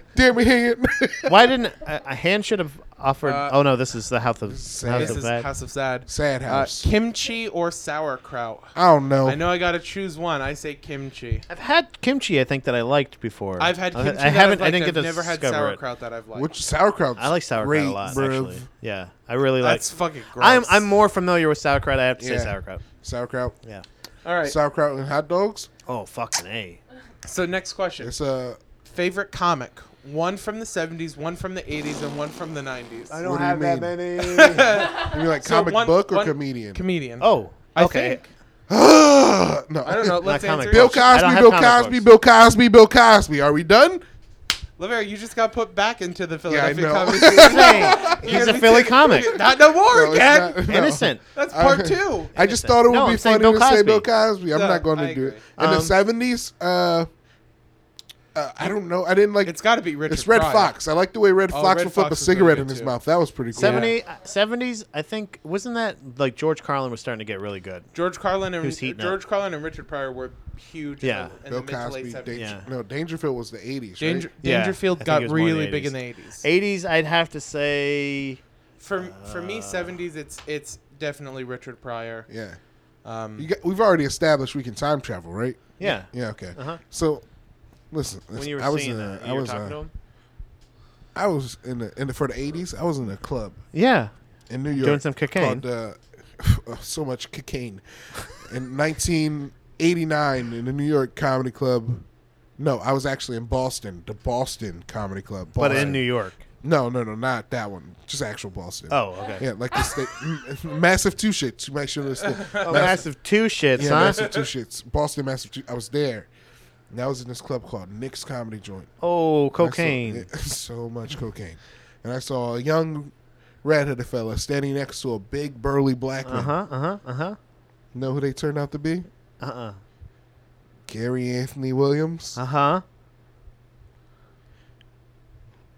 [SPEAKER 3] *laughs* Damn it, ham.
[SPEAKER 2] Why didn't a, a hand should have offered?
[SPEAKER 1] Uh,
[SPEAKER 2] oh no, this is the house of
[SPEAKER 3] sad.
[SPEAKER 2] house
[SPEAKER 1] This
[SPEAKER 2] of
[SPEAKER 1] is
[SPEAKER 2] bad.
[SPEAKER 1] House of Sad.
[SPEAKER 3] Sad
[SPEAKER 1] Uh,
[SPEAKER 3] house.
[SPEAKER 1] kimchi or sauerkraut?
[SPEAKER 3] I don't know.
[SPEAKER 1] I know I gotta choose one. I say kimchi.
[SPEAKER 2] I've had kimchi. I think that I liked before.
[SPEAKER 1] I've had
[SPEAKER 2] I-
[SPEAKER 1] kimchi.
[SPEAKER 2] I,
[SPEAKER 1] that
[SPEAKER 2] haven't.
[SPEAKER 1] I've
[SPEAKER 2] I didn't
[SPEAKER 1] liked.
[SPEAKER 2] get to
[SPEAKER 1] I've never had
[SPEAKER 2] discover it.
[SPEAKER 1] sauerkraut that I've liked.
[SPEAKER 3] Which sauerkraut?
[SPEAKER 2] I like sauerkraut
[SPEAKER 3] great,
[SPEAKER 2] a lot,
[SPEAKER 3] bruv.
[SPEAKER 2] actually. Yeah, I really like.
[SPEAKER 1] That's fucking gross.
[SPEAKER 2] I'm I'm more familiar with sauerkraut. I have to
[SPEAKER 3] Yeah.
[SPEAKER 2] say sauerkraut.
[SPEAKER 3] Sauerkraut.
[SPEAKER 2] Yeah.
[SPEAKER 1] All right.
[SPEAKER 3] Sauerkraut and hot dogs.
[SPEAKER 2] Oh fucking a.
[SPEAKER 1] So next question.
[SPEAKER 3] It's a.
[SPEAKER 1] Favorite comic? One from the 70s, one from the 80s, and one from the 90s.
[SPEAKER 3] don't have that many. you mean like
[SPEAKER 1] So
[SPEAKER 3] comic
[SPEAKER 1] one-
[SPEAKER 3] book or
[SPEAKER 1] one-
[SPEAKER 3] comedian?
[SPEAKER 1] Comedian.
[SPEAKER 2] Oh.
[SPEAKER 1] I
[SPEAKER 2] okay.
[SPEAKER 1] think.
[SPEAKER 3] *gasps* no,
[SPEAKER 1] I don't know. Let's
[SPEAKER 2] comic
[SPEAKER 1] answer.
[SPEAKER 3] Bill
[SPEAKER 1] Bill
[SPEAKER 2] I don't
[SPEAKER 3] Cosby,
[SPEAKER 2] have
[SPEAKER 3] Bill
[SPEAKER 2] comic
[SPEAKER 3] Cosby,
[SPEAKER 2] books.
[SPEAKER 3] Bill Cosby, Bill Cosby. Are we done?
[SPEAKER 1] Lavera, you just got put back into the Philadelphia
[SPEAKER 3] know. *laughs*
[SPEAKER 1] Comedy
[SPEAKER 2] Hey, *laughs* he's a Philly comic.
[SPEAKER 1] Not no more
[SPEAKER 3] No, it's
[SPEAKER 1] again.
[SPEAKER 3] not- no. *laughs*
[SPEAKER 2] Innocent.
[SPEAKER 1] That's part
[SPEAKER 3] I-
[SPEAKER 1] two.
[SPEAKER 3] I just thought it would
[SPEAKER 2] No,
[SPEAKER 3] be
[SPEAKER 2] I'm saying
[SPEAKER 3] funny
[SPEAKER 2] Bill
[SPEAKER 3] to say
[SPEAKER 2] Cosby.
[SPEAKER 3] Bill Cosby. I'm
[SPEAKER 1] No,
[SPEAKER 3] not going
[SPEAKER 1] I
[SPEAKER 3] to do it. In
[SPEAKER 1] agree.
[SPEAKER 3] the
[SPEAKER 2] Um,
[SPEAKER 3] seventies, uh, uh, I don't know. I didn't like.
[SPEAKER 1] It's got to be Richard.
[SPEAKER 3] It's Red
[SPEAKER 1] Pryor.
[SPEAKER 3] Fox. I like the way Red
[SPEAKER 1] Oh,
[SPEAKER 3] Fox
[SPEAKER 1] Red
[SPEAKER 3] would flip
[SPEAKER 1] Fox
[SPEAKER 3] a
[SPEAKER 1] was really
[SPEAKER 3] cigarette
[SPEAKER 1] good
[SPEAKER 3] in his
[SPEAKER 1] too.
[SPEAKER 3] mouth. That was pretty cool.
[SPEAKER 2] 70, 70s, I think, wasn't that like George Carlin was starting to get really good?
[SPEAKER 1] George Carlin and
[SPEAKER 2] Who's heating
[SPEAKER 1] George Carlin and Richard Pryor were huge. in
[SPEAKER 2] Yeah.
[SPEAKER 1] the- in
[SPEAKER 3] Bill
[SPEAKER 1] the mid to
[SPEAKER 3] Cosby.
[SPEAKER 1] late 70s.
[SPEAKER 3] Danger,
[SPEAKER 2] Yeah.
[SPEAKER 3] No, Dangerfield was the eighties.
[SPEAKER 1] Danger,
[SPEAKER 2] Yeah,
[SPEAKER 1] Dangerfield
[SPEAKER 2] I think
[SPEAKER 1] got
[SPEAKER 2] it was more in the
[SPEAKER 1] really big
[SPEAKER 2] 80s.
[SPEAKER 1] in the 80s.
[SPEAKER 2] 80s, I'd have to say.
[SPEAKER 1] For for me, 70s, it's it's definitely Richard Pryor.
[SPEAKER 3] Uh. Yeah.
[SPEAKER 1] Um,
[SPEAKER 3] You got, we've already established we can time travel, right?
[SPEAKER 2] Yeah.
[SPEAKER 3] Yeah. Okay.
[SPEAKER 2] Uh-huh.
[SPEAKER 3] So, listen.
[SPEAKER 2] When
[SPEAKER 3] listen,
[SPEAKER 2] you were
[SPEAKER 3] I was
[SPEAKER 2] seeing
[SPEAKER 3] in a-
[SPEAKER 2] that,
[SPEAKER 3] I
[SPEAKER 2] you were
[SPEAKER 3] was
[SPEAKER 2] talking
[SPEAKER 3] uh,
[SPEAKER 2] to him?
[SPEAKER 3] I was in the in the, for the eighties. I was in a club
[SPEAKER 2] Yeah.
[SPEAKER 3] in New York
[SPEAKER 2] Doing some cocaine.
[SPEAKER 3] Called, uh, *laughs* uh, so much cocaine in *laughs* nineteen eighty nine in the New York Comedy Club. No, I was actually in Boston, the Boston Comedy Club.
[SPEAKER 2] But
[SPEAKER 3] Boston.
[SPEAKER 2] in New York.
[SPEAKER 3] No, no, no, not that one. Just actual Boston.
[SPEAKER 2] Oh, okay.
[SPEAKER 3] Yeah, like the state, m- massive two shits. You make sure this thing.
[SPEAKER 2] *laughs* Oh, massive two shits,
[SPEAKER 3] Yeah,
[SPEAKER 2] huh?
[SPEAKER 3] massive two shits. Boston, massive two. I was there. And I was in this club called Nick's Comedy Joint.
[SPEAKER 2] Oh,
[SPEAKER 3] I saw-
[SPEAKER 2] cocaine.
[SPEAKER 3] yeah, *laughs* so much cocaine. And I saw a young red-headed fella standing next to a big burly black man.
[SPEAKER 2] Uh huh. Uh huh. Uh huh.
[SPEAKER 3] Know who they turned out to be?
[SPEAKER 2] Uh uh.
[SPEAKER 3] Gary Anthony Williams
[SPEAKER 2] Uh huh.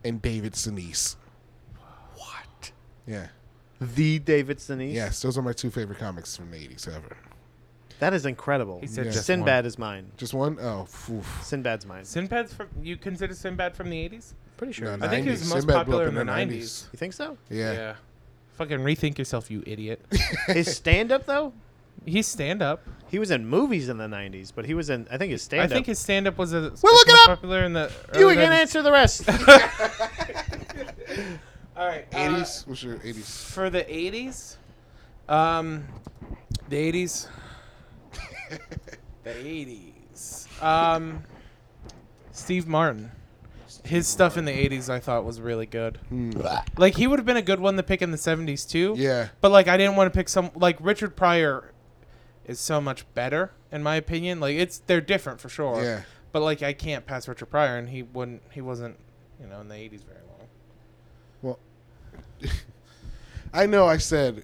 [SPEAKER 3] and David Sinise.
[SPEAKER 2] What?
[SPEAKER 3] Yeah.
[SPEAKER 2] The David Sinise.
[SPEAKER 3] Yes, those are my two favorite comics from the 80s ever.
[SPEAKER 2] That is incredible.
[SPEAKER 1] He said
[SPEAKER 3] Yeah.
[SPEAKER 1] just
[SPEAKER 2] Sinbad
[SPEAKER 1] one.
[SPEAKER 2] is mine.
[SPEAKER 3] Just one? Oh, oof.
[SPEAKER 2] Sinbad's mine.
[SPEAKER 1] Sinbad's from you consider Sinbad from the eighties?
[SPEAKER 2] Pretty sure.
[SPEAKER 3] No,
[SPEAKER 1] I think he was
[SPEAKER 3] 90s.
[SPEAKER 1] most
[SPEAKER 3] Sinbad blew
[SPEAKER 1] popular
[SPEAKER 3] up
[SPEAKER 1] in the nineties.
[SPEAKER 2] You think
[SPEAKER 3] *laughs*
[SPEAKER 2] so?
[SPEAKER 3] Yeah.
[SPEAKER 1] Fucking rethink yourself, you
[SPEAKER 3] *laughs*
[SPEAKER 1] idiot.
[SPEAKER 2] His stand up though?
[SPEAKER 1] He's stand up.
[SPEAKER 2] He was in movies in the nineties, but he was in I think his stand
[SPEAKER 1] I
[SPEAKER 2] up.
[SPEAKER 1] think his stand up was a was
[SPEAKER 2] look it
[SPEAKER 1] most
[SPEAKER 2] up.
[SPEAKER 1] popular in the
[SPEAKER 2] you
[SPEAKER 1] early
[SPEAKER 2] can
[SPEAKER 1] 90s.
[SPEAKER 2] answer the rest.
[SPEAKER 3] eh?
[SPEAKER 1] All right.
[SPEAKER 3] 80s? What's your 80s?
[SPEAKER 1] for the 80s um the 80s *laughs* the 80s um steve martin his stuff in the 80s i thought was really good like he would have been a good one to pick in the 70s too
[SPEAKER 3] Hmm. Yeah.
[SPEAKER 1] but like i didn't want to pick some like richard pryor is so much better in my opinion like it's they're different for sure
[SPEAKER 3] Yeah.
[SPEAKER 1] but like i can't pass richard pryor and he wouldn't he wasn't you know in the 80s very long
[SPEAKER 3] Well, *laughs* I know I said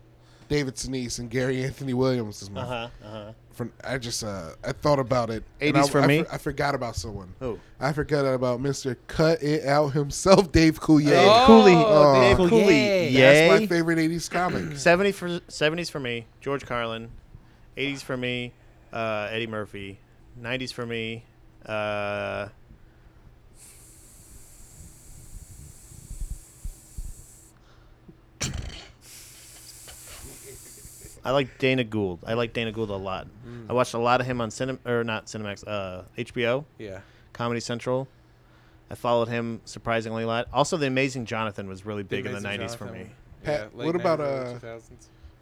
[SPEAKER 3] David Sinise and Gary Anthony Williams is my.
[SPEAKER 2] Uh-huh, uh-huh.
[SPEAKER 3] From, I just uh, I thought about it. and
[SPEAKER 2] 80s
[SPEAKER 3] I,
[SPEAKER 2] for
[SPEAKER 3] I
[SPEAKER 2] me?
[SPEAKER 3] for- I forgot about someone.
[SPEAKER 2] Who?
[SPEAKER 3] I forgot about Mr. Cut It Out himself, Dave Coulier.
[SPEAKER 2] Dave Cooley.
[SPEAKER 1] Oh,
[SPEAKER 2] Dave
[SPEAKER 1] Dave
[SPEAKER 2] Cooley.
[SPEAKER 1] Coulier.
[SPEAKER 2] Yay.
[SPEAKER 3] That's my favorite '80s comic.
[SPEAKER 2] Seventy for seventies for me, George Carlin. Eighties for me, uh, Eddie Murphy. Nineties for me, uh, I like Dana Gould. I like Dana Gould a lot.
[SPEAKER 1] Hmm.
[SPEAKER 2] I watched a lot of him on Cinem or not Cinemax, uh, HBO,
[SPEAKER 1] yeah
[SPEAKER 2] Comedy Central. I followed him surprisingly a lot. Also, The Amazing Jonathan was really big in the
[SPEAKER 1] Amazing
[SPEAKER 2] '90s for
[SPEAKER 1] Jonathan.
[SPEAKER 2] me.
[SPEAKER 3] Pat,
[SPEAKER 1] late
[SPEAKER 3] what about,
[SPEAKER 1] 90s, early
[SPEAKER 3] uh,
[SPEAKER 1] 2000s.
[SPEAKER 3] *clears throat*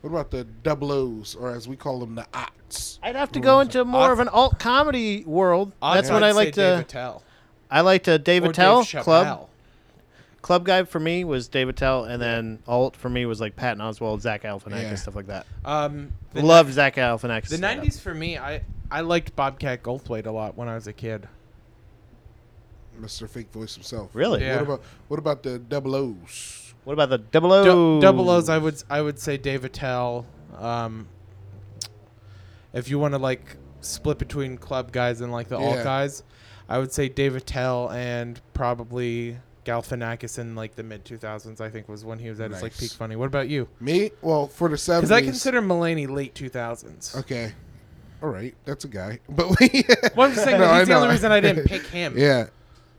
[SPEAKER 3] What about the double O's, or as we call them, the Ots?
[SPEAKER 2] I'd have to go into more
[SPEAKER 1] I'd-
[SPEAKER 2] of an alt comedy world. That's
[SPEAKER 1] I'd
[SPEAKER 2] what I like
[SPEAKER 1] say Dave
[SPEAKER 2] to.
[SPEAKER 1] Attell.
[SPEAKER 2] I like to
[SPEAKER 1] Or
[SPEAKER 2] David
[SPEAKER 1] Dave
[SPEAKER 2] Tell
[SPEAKER 1] Chappelle.
[SPEAKER 2] club club guy for me was David Tell, and then alt for me was like Patton Oswald, Zach Galifianakis,
[SPEAKER 3] Yeah.
[SPEAKER 2] stuff like that.
[SPEAKER 1] Um, the
[SPEAKER 2] Love Zach Galifianakis.
[SPEAKER 1] The
[SPEAKER 2] stand-up.
[SPEAKER 1] nineties for me, I I liked Bobcat Goldthwait a lot when I was a kid.
[SPEAKER 3] Mr. Fake Voice himself.
[SPEAKER 2] Really?
[SPEAKER 1] Yeah.
[SPEAKER 3] What about what about the double O's?
[SPEAKER 2] What about the double O?
[SPEAKER 1] Du- Double O's, uh, I would I would say Dave Attell. Um, if you want to like split between club guys and like the alt
[SPEAKER 3] Yeah.
[SPEAKER 1] guys, I would say Dave Attell and probably Galifianakis in like the mid two thousands. I think was when he was at his like
[SPEAKER 3] Nice.
[SPEAKER 1] peak funny. What about you?
[SPEAKER 3] Me? Well, for the seventies.
[SPEAKER 1] Because I consider Mulaney late two thousands.
[SPEAKER 3] Okay. All right, that's a guy. *laughs* But we,
[SPEAKER 1] Well, I'm just saying
[SPEAKER 3] *laughs* No,
[SPEAKER 1] that's
[SPEAKER 3] I
[SPEAKER 1] the
[SPEAKER 3] know.
[SPEAKER 1] only reason I didn't pick him.
[SPEAKER 3] *laughs* yeah.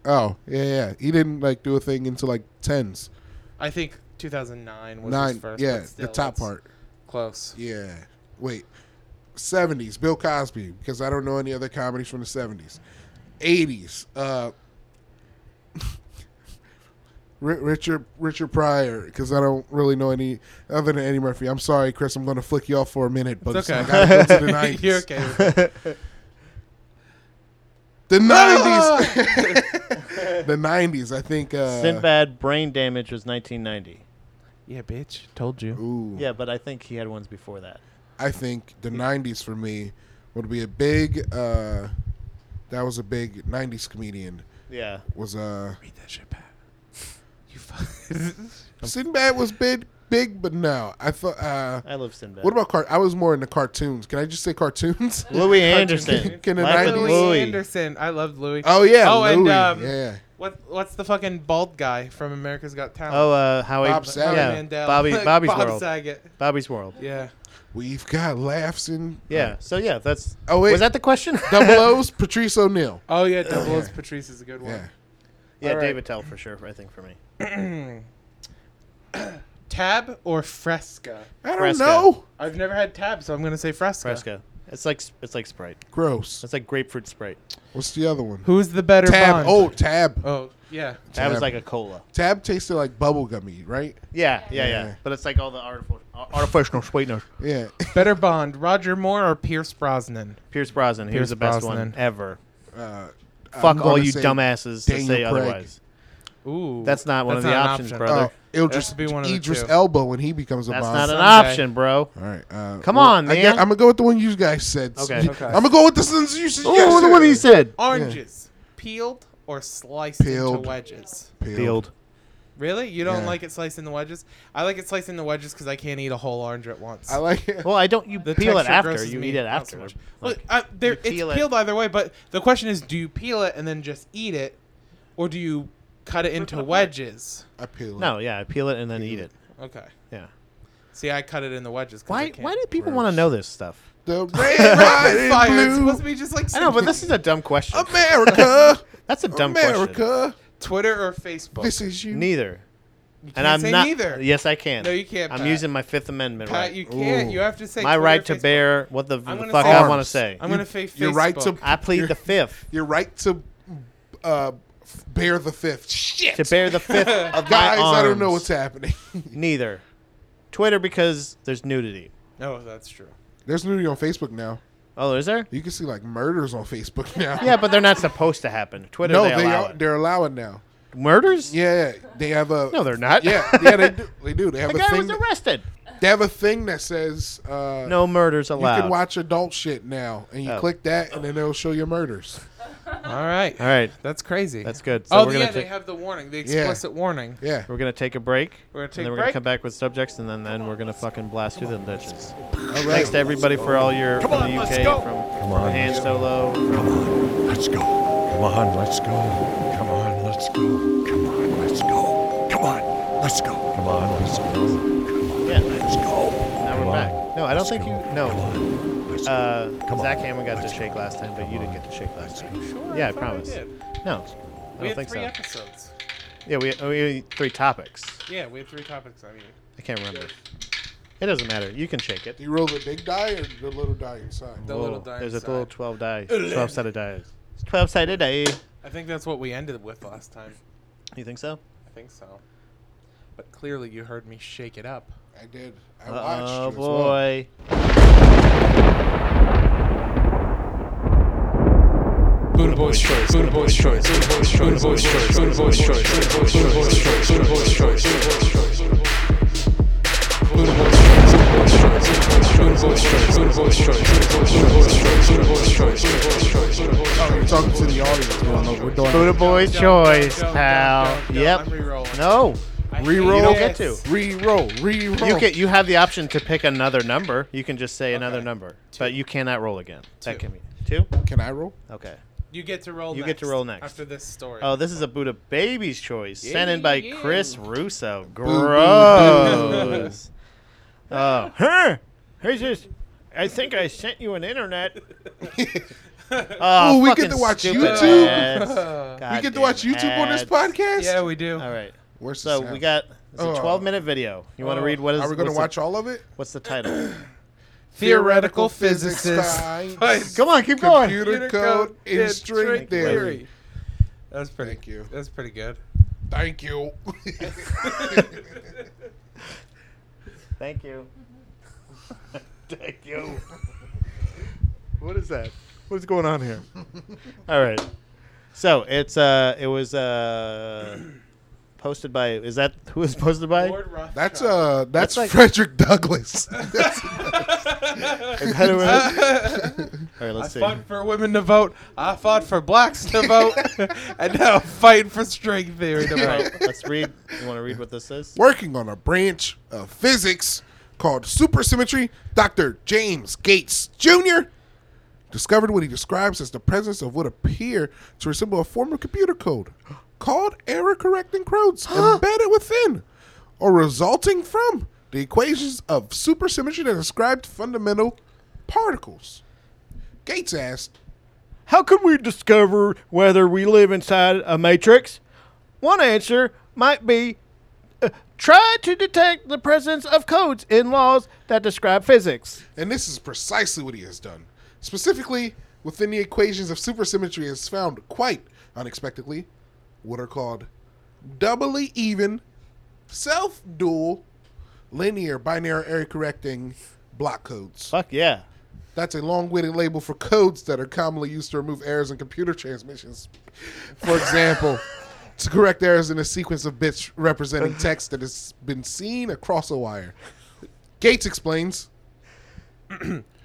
[SPEAKER 3] Oh, yeah, yeah. He didn't like do a thing until like tens,
[SPEAKER 1] I think 2009 was
[SPEAKER 3] nine.
[SPEAKER 1] his first.
[SPEAKER 3] yeah,
[SPEAKER 1] but still,
[SPEAKER 3] the top
[SPEAKER 1] that's
[SPEAKER 3] part.
[SPEAKER 1] Close.
[SPEAKER 3] Yeah. Wait. Seventies, Bill Cosby, because I don't know any other comedies from the seventies. Eighties, uh, *laughs* Ri- Richard Richard Pryor, because I don't really know any other than Eddie Murphy. I'm sorry, Chris. I'm going to flick you off for a minute, but
[SPEAKER 1] It's
[SPEAKER 3] I
[SPEAKER 1] okay.
[SPEAKER 3] gotta go to
[SPEAKER 1] *laughs*
[SPEAKER 3] the 90s.
[SPEAKER 1] You're okay. with it.
[SPEAKER 3] The nineties. the nineties. I think. Uh,
[SPEAKER 2] Sinbad Brain Damage was 1990.
[SPEAKER 1] yeah, bitch. Told you.
[SPEAKER 3] Ooh.
[SPEAKER 2] Yeah, but I think he had ones before that.
[SPEAKER 3] I think the '90s for me would be a big. Uh, that was a big '90s comedian.
[SPEAKER 2] Yeah.
[SPEAKER 3] Was uh,
[SPEAKER 1] Read that shit back. You *laughs* fucking.
[SPEAKER 3] Sinbad was big, big, but no, I thought. Uh,
[SPEAKER 2] I love Sinbad.
[SPEAKER 3] what about car? I was more into cartoons. Can I just say
[SPEAKER 1] *laughs*
[SPEAKER 3] cartoons? *laughs*
[SPEAKER 2] Louis Anderson?
[SPEAKER 3] Can the
[SPEAKER 2] Life of
[SPEAKER 3] 90s
[SPEAKER 1] Louis Anderson. I loved Louis.
[SPEAKER 3] oh yeah,
[SPEAKER 1] Oh, and
[SPEAKER 3] Louis,
[SPEAKER 1] um,
[SPEAKER 3] yeah,
[SPEAKER 1] what what's the fucking bald guy from America's Got Talent?
[SPEAKER 2] Oh, uh, Howie.
[SPEAKER 3] Bob Saget.
[SPEAKER 2] yeah,
[SPEAKER 1] Howie Mandel. *laughs*
[SPEAKER 2] Bobby, Bobby's
[SPEAKER 1] Bob
[SPEAKER 2] World.
[SPEAKER 1] Saget.
[SPEAKER 2] Bobby's World.
[SPEAKER 1] Yeah.
[SPEAKER 3] we've got laughs and
[SPEAKER 2] Yeah. So yeah, that's.
[SPEAKER 3] Oh,
[SPEAKER 2] Oh
[SPEAKER 3] wait.
[SPEAKER 2] Was that the question?
[SPEAKER 3] *laughs*
[SPEAKER 1] *laughs*
[SPEAKER 3] double O's. Patrice O'Neill.
[SPEAKER 1] Oh yeah, Double O's Patrice is a good one.
[SPEAKER 3] Yeah,
[SPEAKER 2] *laughs* yeah,
[SPEAKER 1] All right.
[SPEAKER 2] David Tell for sure. I think for me.
[SPEAKER 1] Tab or Fresca?
[SPEAKER 3] I don't
[SPEAKER 2] Fresca.
[SPEAKER 3] know.
[SPEAKER 1] I've never had Tab, so I'm gonna say Fresca.
[SPEAKER 2] Fresca. It's like it's like Sprite.
[SPEAKER 3] Gross.
[SPEAKER 2] It's like grapefruit Sprite.
[SPEAKER 3] What's the other one?
[SPEAKER 1] Who's the better
[SPEAKER 3] Tab.
[SPEAKER 1] Bond?
[SPEAKER 3] Oh, Tab.
[SPEAKER 1] Oh, Yeah.
[SPEAKER 2] That was like a cola.
[SPEAKER 3] Tab tasted like bubblegummy, right?
[SPEAKER 2] Yeah, yeah, yeah,
[SPEAKER 3] Yeah.
[SPEAKER 2] But it's like all the artificial, artificial sweeteners. *laughs*
[SPEAKER 3] Yeah.
[SPEAKER 1] Better Bond, Roger Moore or Pierce Brosnan?
[SPEAKER 2] Pierce Brosnan, he
[SPEAKER 1] Pierce
[SPEAKER 2] was the best
[SPEAKER 1] Brosnan.
[SPEAKER 2] one ever.
[SPEAKER 3] Uh,
[SPEAKER 2] Fuck all
[SPEAKER 3] gonna
[SPEAKER 2] you
[SPEAKER 3] say
[SPEAKER 2] dumbasses that
[SPEAKER 3] Daniel
[SPEAKER 2] say
[SPEAKER 3] Craig.
[SPEAKER 2] otherwise.
[SPEAKER 1] Ooh.
[SPEAKER 2] That's not one
[SPEAKER 1] That's
[SPEAKER 2] of the
[SPEAKER 1] not an
[SPEAKER 2] options,
[SPEAKER 1] option.
[SPEAKER 2] brother.
[SPEAKER 3] oh, it'll
[SPEAKER 1] Has
[SPEAKER 3] just
[SPEAKER 1] to
[SPEAKER 3] be
[SPEAKER 1] be one of the
[SPEAKER 3] Idris
[SPEAKER 1] two.
[SPEAKER 3] Elba when he becomes a
[SPEAKER 2] That's
[SPEAKER 3] boss.
[SPEAKER 2] not an
[SPEAKER 1] Someday.
[SPEAKER 2] option, bro.
[SPEAKER 3] All right. Uh,
[SPEAKER 2] Come on,
[SPEAKER 3] I
[SPEAKER 2] man.
[SPEAKER 3] I'm gonna go with the one you guys said.
[SPEAKER 2] Okay.
[SPEAKER 1] Okay.
[SPEAKER 3] I'm gonna go with the ones you said. yes, sir.
[SPEAKER 2] said.
[SPEAKER 1] Oranges, peeled or sliced
[SPEAKER 3] Oh. Peeled.
[SPEAKER 1] into wedges?
[SPEAKER 2] Field.
[SPEAKER 1] Really? You don't
[SPEAKER 3] Yeah.
[SPEAKER 1] like it sliced into wedges? I like it sliced into wedges because I can't eat a whole orange at once.
[SPEAKER 3] I like it.
[SPEAKER 2] Well, I don't. You
[SPEAKER 1] the
[SPEAKER 2] peel it
[SPEAKER 1] texture
[SPEAKER 2] after.
[SPEAKER 1] grosses
[SPEAKER 2] You
[SPEAKER 1] me
[SPEAKER 2] eat it
[SPEAKER 1] out so
[SPEAKER 2] after.
[SPEAKER 1] much. Well,
[SPEAKER 2] Like,
[SPEAKER 1] uh, there, it's
[SPEAKER 2] peel it.
[SPEAKER 1] peeled either way, but the question is, do you peel it and then just eat it, or do you cut it into wedges?
[SPEAKER 3] I peel it.
[SPEAKER 2] no, yeah, peel it and then eat it.
[SPEAKER 1] Okay.
[SPEAKER 2] Yeah.
[SPEAKER 1] See, I cut it in the wedges. 'cause I
[SPEAKER 2] Why?
[SPEAKER 1] can't.
[SPEAKER 2] Why do people want to know this stuff? *laughs*
[SPEAKER 3] The red, red, and
[SPEAKER 1] Fire, It's
[SPEAKER 3] blue.
[SPEAKER 1] supposed to be just like
[SPEAKER 2] I know, but this is a dumb question.
[SPEAKER 3] America,
[SPEAKER 2] That's a *laughs* dumb question.
[SPEAKER 3] America.
[SPEAKER 1] Twitter or Facebook.
[SPEAKER 3] This is you.
[SPEAKER 2] Neither.
[SPEAKER 1] you can't
[SPEAKER 2] And I'm
[SPEAKER 1] say
[SPEAKER 2] not.
[SPEAKER 1] neither.
[SPEAKER 2] Yes, I can.
[SPEAKER 1] No, you can't,
[SPEAKER 2] I'm
[SPEAKER 1] Pat.
[SPEAKER 2] using my Fifth Amendment
[SPEAKER 1] Pat,
[SPEAKER 2] right.
[SPEAKER 1] you can't.
[SPEAKER 3] Ooh.
[SPEAKER 1] You have to say
[SPEAKER 2] my
[SPEAKER 1] Twitter or
[SPEAKER 2] right to
[SPEAKER 1] Facebook.
[SPEAKER 2] bear what the,
[SPEAKER 1] I'm gonna
[SPEAKER 2] fuck
[SPEAKER 1] say
[SPEAKER 2] I
[SPEAKER 1] arms.
[SPEAKER 2] want to say.
[SPEAKER 1] I'm gonna say Facebook.
[SPEAKER 3] your right to-
[SPEAKER 2] *laughs* I plead
[SPEAKER 3] You're-
[SPEAKER 2] the fifth.
[SPEAKER 3] Your right to uh, f- bear the fifth. Shit,
[SPEAKER 2] To
[SPEAKER 1] *laughs*
[SPEAKER 2] bear the fifth of my
[SPEAKER 3] guys, I don't know
[SPEAKER 2] arms.
[SPEAKER 3] what's happening. *laughs*
[SPEAKER 2] Neither. Twitter because there's nudity.
[SPEAKER 1] No, that's true.
[SPEAKER 3] There's nudity on Facebook now.
[SPEAKER 2] Oh, is there?
[SPEAKER 3] You can see like murders on Facebook *laughs* now.
[SPEAKER 2] Yeah, but they're not supposed to happen. Twitter,
[SPEAKER 3] no,
[SPEAKER 2] they,
[SPEAKER 3] they
[SPEAKER 2] allow
[SPEAKER 3] are,
[SPEAKER 2] it.
[SPEAKER 3] they're allowing now.
[SPEAKER 2] Murders?
[SPEAKER 3] Yeah, yeah, they have a
[SPEAKER 2] No, they're not. *laughs*
[SPEAKER 3] yeah, yeah, they do. They do. They have
[SPEAKER 2] the
[SPEAKER 3] a
[SPEAKER 2] guy
[SPEAKER 3] thing.
[SPEAKER 2] was arrested.
[SPEAKER 3] They have a thing that says uh,
[SPEAKER 2] No murders
[SPEAKER 3] You
[SPEAKER 2] allowed.
[SPEAKER 3] can watch adult shit now, and you
[SPEAKER 2] Oh.
[SPEAKER 3] click that, and then it'll show your murders.
[SPEAKER 1] All right.
[SPEAKER 2] All right,
[SPEAKER 1] That's crazy.
[SPEAKER 2] That's good. So
[SPEAKER 1] oh
[SPEAKER 2] we're
[SPEAKER 1] yeah,
[SPEAKER 2] gonna
[SPEAKER 1] they
[SPEAKER 2] ta-
[SPEAKER 1] have the warning, the explicit warning.
[SPEAKER 3] Yeah.
[SPEAKER 2] we're gonna take a break.
[SPEAKER 1] We're gonna take
[SPEAKER 2] and
[SPEAKER 1] a
[SPEAKER 2] then we're
[SPEAKER 1] break.
[SPEAKER 2] gonna come back with subjects, and then, then we're gonna fucking blast through them ditches.
[SPEAKER 3] All
[SPEAKER 2] Thanks
[SPEAKER 3] right.
[SPEAKER 2] to everybody for all your from
[SPEAKER 4] on,
[SPEAKER 2] the
[SPEAKER 4] let's
[SPEAKER 2] UK,
[SPEAKER 4] go.
[SPEAKER 2] from,
[SPEAKER 5] *laughs* Come
[SPEAKER 2] from
[SPEAKER 5] on,
[SPEAKER 2] Han
[SPEAKER 5] let's
[SPEAKER 2] Solo,
[SPEAKER 5] Come on, let's go. Come on, let's go. Come on, let's go. Come on, let's go. Come on, let's go. Come on, let's go. Come on,
[SPEAKER 2] Yeah.
[SPEAKER 5] let's go.
[SPEAKER 2] Now
[SPEAKER 5] Come
[SPEAKER 2] we're
[SPEAKER 5] on,
[SPEAKER 2] back. No, I don't
[SPEAKER 5] let's
[SPEAKER 2] think
[SPEAKER 5] go.
[SPEAKER 2] you. No.
[SPEAKER 5] Come on, let's go.
[SPEAKER 2] Uh,
[SPEAKER 5] Come on,
[SPEAKER 2] Zach Hammond got to
[SPEAKER 5] let's
[SPEAKER 2] shake
[SPEAKER 5] go.
[SPEAKER 2] last time, but you didn't get to shake last time.
[SPEAKER 1] Sure,
[SPEAKER 2] yeah, I
[SPEAKER 1] thought
[SPEAKER 2] promise.
[SPEAKER 1] did.
[SPEAKER 2] No, I
[SPEAKER 1] We
[SPEAKER 2] don't
[SPEAKER 1] had
[SPEAKER 2] think
[SPEAKER 1] three
[SPEAKER 2] so.
[SPEAKER 1] episodes.
[SPEAKER 2] Yeah, we, we had three topics.
[SPEAKER 1] Yeah, we had three topics. I mean,
[SPEAKER 2] I can't remember. It doesn't matter. You can shake it.
[SPEAKER 3] Do you roll the big die or the little die inside?
[SPEAKER 1] The little die
[SPEAKER 2] There's
[SPEAKER 1] inside.
[SPEAKER 2] a little 12 die. 12 sided die. 12 sided die.
[SPEAKER 1] I think that's what we ended with last time.
[SPEAKER 2] You think so?
[SPEAKER 1] I think so. But clearly, you heard me shake it up.
[SPEAKER 3] I did. I watched you
[SPEAKER 2] Oh,
[SPEAKER 3] as well.
[SPEAKER 2] boy.
[SPEAKER 1] Buddha boy's choice. Buddha boy's choice. Buddha boy's choice. Buddha boy's choice. Buddha boy's choice. Buddha boy's choice. Buddha boy's choice. Buddha boy's choice. Buddha boy's choice. Buddha boy's choice. Buddha boy's choice. Buddha boy's choice. Buddha boy's choice. Buddha boy's choice. Buddha boy's choice.
[SPEAKER 3] You're talking to the audience. Going over. We're doing
[SPEAKER 2] Buddha boy's
[SPEAKER 1] don't,
[SPEAKER 2] choice,
[SPEAKER 1] don't, don't,
[SPEAKER 2] pal.
[SPEAKER 1] don't, don't.
[SPEAKER 2] Yep.
[SPEAKER 1] I'm re-rolling.
[SPEAKER 2] No.
[SPEAKER 1] I hate
[SPEAKER 2] You don't get
[SPEAKER 1] this.
[SPEAKER 2] to.
[SPEAKER 3] re-roll, re-roll.
[SPEAKER 2] You can, You have the option to pick another number. You can just say another number, but you cannot roll again. That
[SPEAKER 1] Two.
[SPEAKER 2] can be two.
[SPEAKER 3] Can I roll?
[SPEAKER 2] Okay.
[SPEAKER 1] You get to roll.
[SPEAKER 2] You
[SPEAKER 1] next
[SPEAKER 2] get to roll next.
[SPEAKER 1] after this story.
[SPEAKER 2] Oh, this is a Buddha baby's choice,
[SPEAKER 1] Yeah,
[SPEAKER 2] sent in by
[SPEAKER 1] yeah, yeah.
[SPEAKER 2] Chris Russo.
[SPEAKER 3] boo,
[SPEAKER 2] Gross. *laughs* Oh, huh? Here's this. I think I sent you an *laughs* internet. oh,
[SPEAKER 3] Ooh, we get
[SPEAKER 2] fucking
[SPEAKER 3] to watch
[SPEAKER 2] stupid
[SPEAKER 3] YouTube?
[SPEAKER 2] ads.
[SPEAKER 3] *laughs* we get to
[SPEAKER 2] Goddamn
[SPEAKER 3] watch YouTube on this
[SPEAKER 2] ads.
[SPEAKER 3] podcast.
[SPEAKER 1] yeah, we do.
[SPEAKER 2] All right.
[SPEAKER 3] Where's the
[SPEAKER 2] So
[SPEAKER 3] sound?
[SPEAKER 2] we got it's a
[SPEAKER 3] Oh.
[SPEAKER 2] 12 minute video. You want to
[SPEAKER 1] Oh.
[SPEAKER 2] read what is?
[SPEAKER 3] Are we going to
[SPEAKER 2] what's the-
[SPEAKER 3] watch all of it?
[SPEAKER 2] What's the *coughs* title?
[SPEAKER 1] Theoretical
[SPEAKER 3] Physics
[SPEAKER 1] physicist. *laughs*
[SPEAKER 3] science,
[SPEAKER 2] Come on, keep going.
[SPEAKER 3] Computer- code in
[SPEAKER 1] in
[SPEAKER 3] string theory.
[SPEAKER 1] That's pretty.
[SPEAKER 3] Thank you.
[SPEAKER 1] That's pretty good.
[SPEAKER 3] Thank you.
[SPEAKER 2] Thank you. *laughs* Thank you.
[SPEAKER 3] *laughs* what is that? What's going on here?
[SPEAKER 2] All right. So it's uh, it was uh, posted by is that who was posted by?
[SPEAKER 1] Lord Rothschild.
[SPEAKER 3] That's uh, that's,
[SPEAKER 2] like-
[SPEAKER 3] Frederick Douglass. *laughs* That's-
[SPEAKER 2] Is that who it was?
[SPEAKER 1] *laughs*
[SPEAKER 2] All right,
[SPEAKER 1] I
[SPEAKER 2] let's see.
[SPEAKER 1] fought for women to vote. I fought for blacks to vote, *laughs* and now I'm fighting for string theory to
[SPEAKER 2] All
[SPEAKER 1] vote.
[SPEAKER 2] right, let's read. You want to read what this is?
[SPEAKER 3] working on a branch of physics called supersymmetry, Dr. James Gates Jr. discovered what he describes as the presence of what appear to resemble a form of computer code called error correcting codes embedded within or resulting from the equations of supersymmetry that described fundamental particles. Gates asked,
[SPEAKER 2] How can we discover whether we live inside a matrix? One answer might be uh, try to detect the presence of codes in laws that describe physics.
[SPEAKER 3] And this is precisely what he has done. Specifically, within the equations of supersymmetry is found quite unexpectedly what are called doubly even, self dual, linear binary error correcting block codes.
[SPEAKER 2] Fuck yeah.
[SPEAKER 3] That's a long-winded label for codes that are commonly used to remove errors in computer transmissions. For example, to correct errors in a sequence of bits representing text that has been seen across a wire. Gates explains.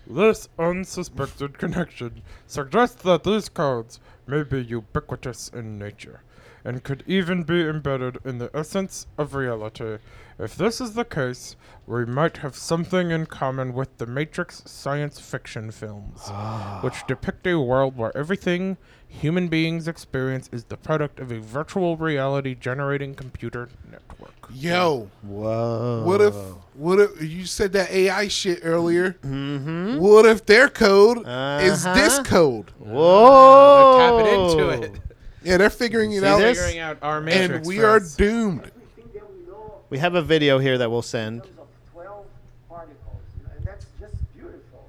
[SPEAKER 1] This unsuspected connection suggests that these codes may be ubiquitous in nature and could even be embedded in the essence of reality. If this is the case, we might have something in common with the Matrix science fiction films,
[SPEAKER 3] Ah.
[SPEAKER 1] which depict a world where everything human beings experience is the product of a virtual reality generating computer network.
[SPEAKER 3] Yo,
[SPEAKER 2] Whoa.
[SPEAKER 3] what if what if you said that AI shit earlier? Mm-hmm. What if their code is this
[SPEAKER 2] Uh-huh.
[SPEAKER 3] code?
[SPEAKER 2] Whoa.
[SPEAKER 1] Tapping *laughs* into it.
[SPEAKER 3] Yeah, they're figuring it out,
[SPEAKER 2] this?
[SPEAKER 1] Figuring out our Matrix.
[SPEAKER 3] and we are
[SPEAKER 1] first.
[SPEAKER 3] doomed.
[SPEAKER 2] We have a video here that we'll send.
[SPEAKER 6] terms of 12 particles, and that's just beautiful.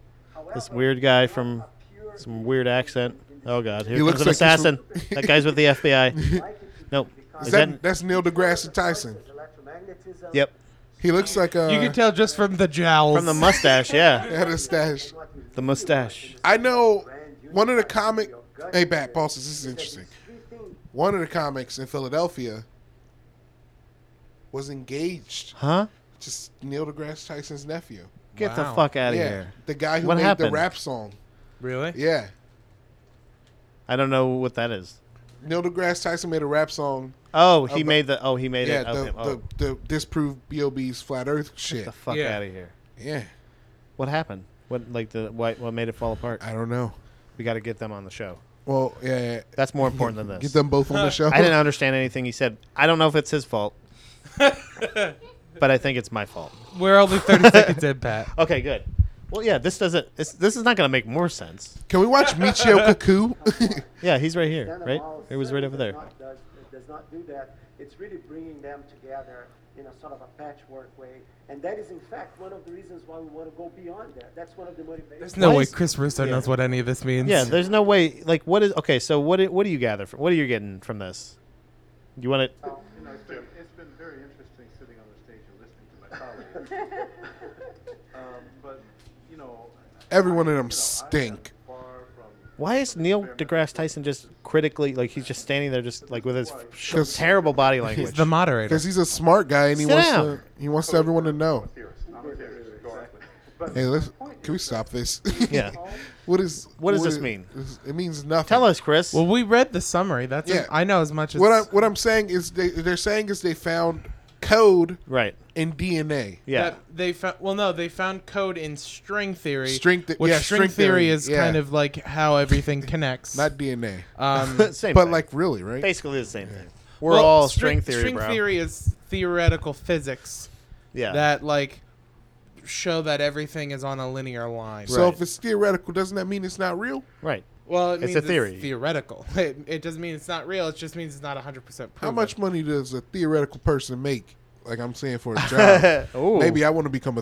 [SPEAKER 2] This
[SPEAKER 6] However,
[SPEAKER 2] weird guy
[SPEAKER 6] it's not
[SPEAKER 2] from
[SPEAKER 6] a pure
[SPEAKER 2] some weird accent. Oh god, here
[SPEAKER 3] He
[SPEAKER 2] comes
[SPEAKER 3] looks
[SPEAKER 2] an
[SPEAKER 3] like he's
[SPEAKER 2] assassin.
[SPEAKER 3] from-
[SPEAKER 2] *laughs* that guy's with the FBI.
[SPEAKER 6] like it to
[SPEAKER 2] Nope.
[SPEAKER 6] become-
[SPEAKER 2] Is
[SPEAKER 3] Is
[SPEAKER 2] that?
[SPEAKER 3] that, that's Neil deGrasse Tyson.
[SPEAKER 6] Electromagnetism
[SPEAKER 2] Yep.
[SPEAKER 3] He looks like a
[SPEAKER 1] You can tell just from the jowls.
[SPEAKER 2] From the mustache, yeah.
[SPEAKER 3] had a stash.
[SPEAKER 6] and what we
[SPEAKER 2] The
[SPEAKER 6] do
[SPEAKER 2] mustache.
[SPEAKER 3] I know one of the comic. Hey, Bat bosses, this is interesting.
[SPEAKER 6] with these things,
[SPEAKER 3] One of the comics in Philadelphia was engaged.
[SPEAKER 2] Huh?
[SPEAKER 3] Just Neil deGrasse Tyson's nephew.
[SPEAKER 2] Get the
[SPEAKER 1] Wow.
[SPEAKER 2] fuck out of
[SPEAKER 3] yeah,
[SPEAKER 2] here.
[SPEAKER 3] the guy who
[SPEAKER 2] What
[SPEAKER 3] made
[SPEAKER 2] happened?
[SPEAKER 3] the rap song.
[SPEAKER 1] *laughs* really?
[SPEAKER 3] Yeah,
[SPEAKER 2] I don't know what that is.
[SPEAKER 3] Neil deGrasse Tyson made a rap song.
[SPEAKER 2] Oh, he
[SPEAKER 3] but-
[SPEAKER 2] made the. Oh, he made
[SPEAKER 3] Yeah,
[SPEAKER 2] it. of
[SPEAKER 3] the,
[SPEAKER 2] him. Oh,
[SPEAKER 3] the the disprove Bob's flat Earth shit.
[SPEAKER 2] the fuck
[SPEAKER 1] Yeah.
[SPEAKER 2] out of here.
[SPEAKER 3] yeah,
[SPEAKER 2] What happened? What like the what, what made it fall apart?
[SPEAKER 3] I don't know.
[SPEAKER 2] We got to get them on the show.
[SPEAKER 3] Well, yeah, yeah.
[SPEAKER 2] That's more important than this.
[SPEAKER 3] *laughs* get them both on the show.
[SPEAKER 2] *laughs* I didn't understand anything he said. I don't know if it's his fault, but I think it's my fault.
[SPEAKER 1] We're only 30 seconds in, Pat.
[SPEAKER 2] Okay, good. Well, yeah, this doesn't. This, this is not going to make more sense.
[SPEAKER 3] Can we watch Michio Kaku? *laughs*
[SPEAKER 2] Yeah, he's right here,
[SPEAKER 6] Dynamo
[SPEAKER 2] right? It was right over
[SPEAKER 6] certainly
[SPEAKER 2] there.
[SPEAKER 6] does not- does- Does not do that. It's really bringing them together in a sort of a patchwork way. And that is in fact one of the reasons why we want to go beyond that. That's one of the motivations.
[SPEAKER 1] There's no
[SPEAKER 2] Why
[SPEAKER 1] way
[SPEAKER 2] is-
[SPEAKER 1] Chris Russo knows what any of this means.
[SPEAKER 2] Yeah, there's no way. Like, what is? Okay, so what? i- What do you gather? From, what are you getting from this? You want to?
[SPEAKER 7] You know, it's been, it's been very interesting sitting on the stage and listening to my colleagues. um, but, you know,
[SPEAKER 3] Every one of
[SPEAKER 7] you know, I
[SPEAKER 3] them
[SPEAKER 7] am
[SPEAKER 3] stink.
[SPEAKER 7] far from
[SPEAKER 2] Why is Neil deGrasse Tyson just critically like he's just standing there just like with his sh-
[SPEAKER 3] 'Cause-
[SPEAKER 2] terrible body language?
[SPEAKER 1] He's the moderator.
[SPEAKER 3] Because he's a smart guy and he
[SPEAKER 2] Sit
[SPEAKER 3] wants
[SPEAKER 2] down.
[SPEAKER 3] to he wants to everyone to know.
[SPEAKER 7] theorists. I'm a theorist, exactly.
[SPEAKER 3] Hey, let's can we stop this?
[SPEAKER 2] *laughs* yeah.
[SPEAKER 3] *laughs* what is
[SPEAKER 2] What does this mean?
[SPEAKER 3] is- It means nothing.
[SPEAKER 2] Tell us, Chris.
[SPEAKER 1] Well, we read the summary. That's
[SPEAKER 3] Yeah.
[SPEAKER 1] I know as much as
[SPEAKER 3] what I'm what I'm saying is they they're saying is they found code
[SPEAKER 2] right.
[SPEAKER 3] in DNA.
[SPEAKER 2] Yeah.
[SPEAKER 1] that they found. Well, no, they found code in string theory.
[SPEAKER 3] String thi-
[SPEAKER 1] which
[SPEAKER 3] yeah,
[SPEAKER 1] string,
[SPEAKER 3] string
[SPEAKER 1] theory,
[SPEAKER 3] theory,
[SPEAKER 1] is
[SPEAKER 3] yeah.
[SPEAKER 1] kind of like how everything connects.
[SPEAKER 3] *laughs* Not DNA,
[SPEAKER 2] *laughs*
[SPEAKER 1] um,
[SPEAKER 2] same.
[SPEAKER 3] but
[SPEAKER 2] thing.
[SPEAKER 3] like really, right?
[SPEAKER 2] basically the same thing. We're
[SPEAKER 1] well,
[SPEAKER 2] all string, theory,
[SPEAKER 1] String
[SPEAKER 2] bro.
[SPEAKER 1] theory is theoretical physics
[SPEAKER 2] yeah.
[SPEAKER 1] that like show that everything is on a linear line.
[SPEAKER 3] So
[SPEAKER 2] Right.
[SPEAKER 3] if it's theoretical, doesn't that mean it's not real?
[SPEAKER 2] right.
[SPEAKER 1] Well, it
[SPEAKER 2] It's
[SPEAKER 1] means
[SPEAKER 2] a theory.
[SPEAKER 1] theoretical. *laughs* It, it doesn't mean it's not real. It just means it's not 100% proven.
[SPEAKER 3] How much money does a theoretical person make? Like I'm saying
[SPEAKER 2] *laughs*
[SPEAKER 3] for a job,
[SPEAKER 2] Ooh.
[SPEAKER 3] maybe I want to become a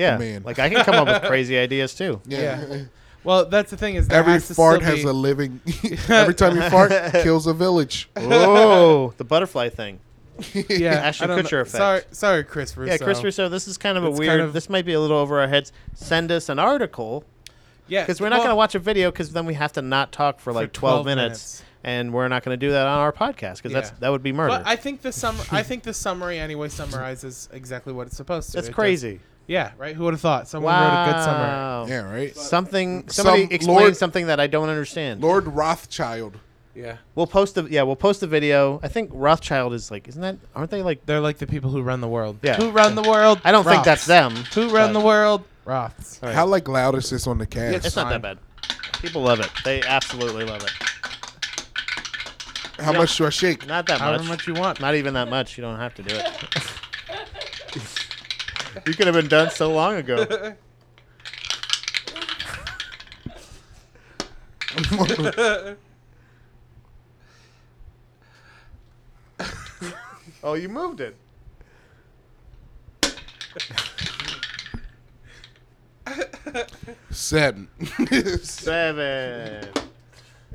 [SPEAKER 2] *laughs* Yeah.
[SPEAKER 3] man.
[SPEAKER 2] Like I can come up with crazy ideas too.
[SPEAKER 3] *laughs* yeah.
[SPEAKER 1] Yeah. Well, that's the thing is there
[SPEAKER 3] Every
[SPEAKER 1] has to
[SPEAKER 3] fart
[SPEAKER 1] still
[SPEAKER 3] has
[SPEAKER 1] be- *laughs*
[SPEAKER 2] *laughs*
[SPEAKER 3] a living. *laughs* Every time you fart, kills a village.
[SPEAKER 2] Oh, the butterfly thing.
[SPEAKER 1] yeah,
[SPEAKER 2] Ashton
[SPEAKER 1] I don't
[SPEAKER 2] Kutcher
[SPEAKER 1] know.
[SPEAKER 2] effect.
[SPEAKER 1] Sorry, sorry, Chris Russo.
[SPEAKER 2] Yeah, Chris Russo. This is kind of a
[SPEAKER 1] It's
[SPEAKER 2] weird.
[SPEAKER 1] kind of-
[SPEAKER 2] this might be a little over our heads. Send us an article
[SPEAKER 1] Yeah,
[SPEAKER 2] because we're not
[SPEAKER 1] well,
[SPEAKER 2] going to watch a video because then we have to not talk for like 12,
[SPEAKER 1] 12
[SPEAKER 2] minutes,
[SPEAKER 1] minutes.
[SPEAKER 2] and we're not going to do that on our podcast because that's
[SPEAKER 1] Yeah.
[SPEAKER 2] that would be murder.
[SPEAKER 1] But I think the sum.
[SPEAKER 2] *laughs*
[SPEAKER 1] I think the summary anyway summarizes exactly what it's supposed to.
[SPEAKER 2] that's
[SPEAKER 1] It does-
[SPEAKER 2] crazy.
[SPEAKER 1] Yeah, right. Who would have thought someone
[SPEAKER 2] Wow.
[SPEAKER 1] wrote a good summary?
[SPEAKER 3] Yeah, right.
[SPEAKER 2] Something. Somebody
[SPEAKER 3] Some
[SPEAKER 2] explain
[SPEAKER 3] Lord-
[SPEAKER 2] something that I don't understand.
[SPEAKER 3] Lord Rothschild.
[SPEAKER 1] Yeah,
[SPEAKER 2] We'll post the yeah. We'll post the video. I think Rothschild is like, isn't that? Aren't they like?
[SPEAKER 1] they're like the people who run the world.
[SPEAKER 2] Yeah.
[SPEAKER 1] who run the world?
[SPEAKER 2] I don't think that's
[SPEAKER 1] Roths.
[SPEAKER 2] them.
[SPEAKER 1] Who run
[SPEAKER 2] but
[SPEAKER 1] the world? Roths.
[SPEAKER 2] Right.
[SPEAKER 3] How like loud is this on the cast?
[SPEAKER 2] It's not that bad. People love it. They absolutely love it.
[SPEAKER 3] How much do I shake?
[SPEAKER 2] Not that
[SPEAKER 1] However much
[SPEAKER 2] much.
[SPEAKER 1] you want.
[SPEAKER 2] Not even that much. You don't have to do it. *laughs* you could have been done so long ago. *laughs* oh, you moved it.
[SPEAKER 3] Seven.
[SPEAKER 2] Seven.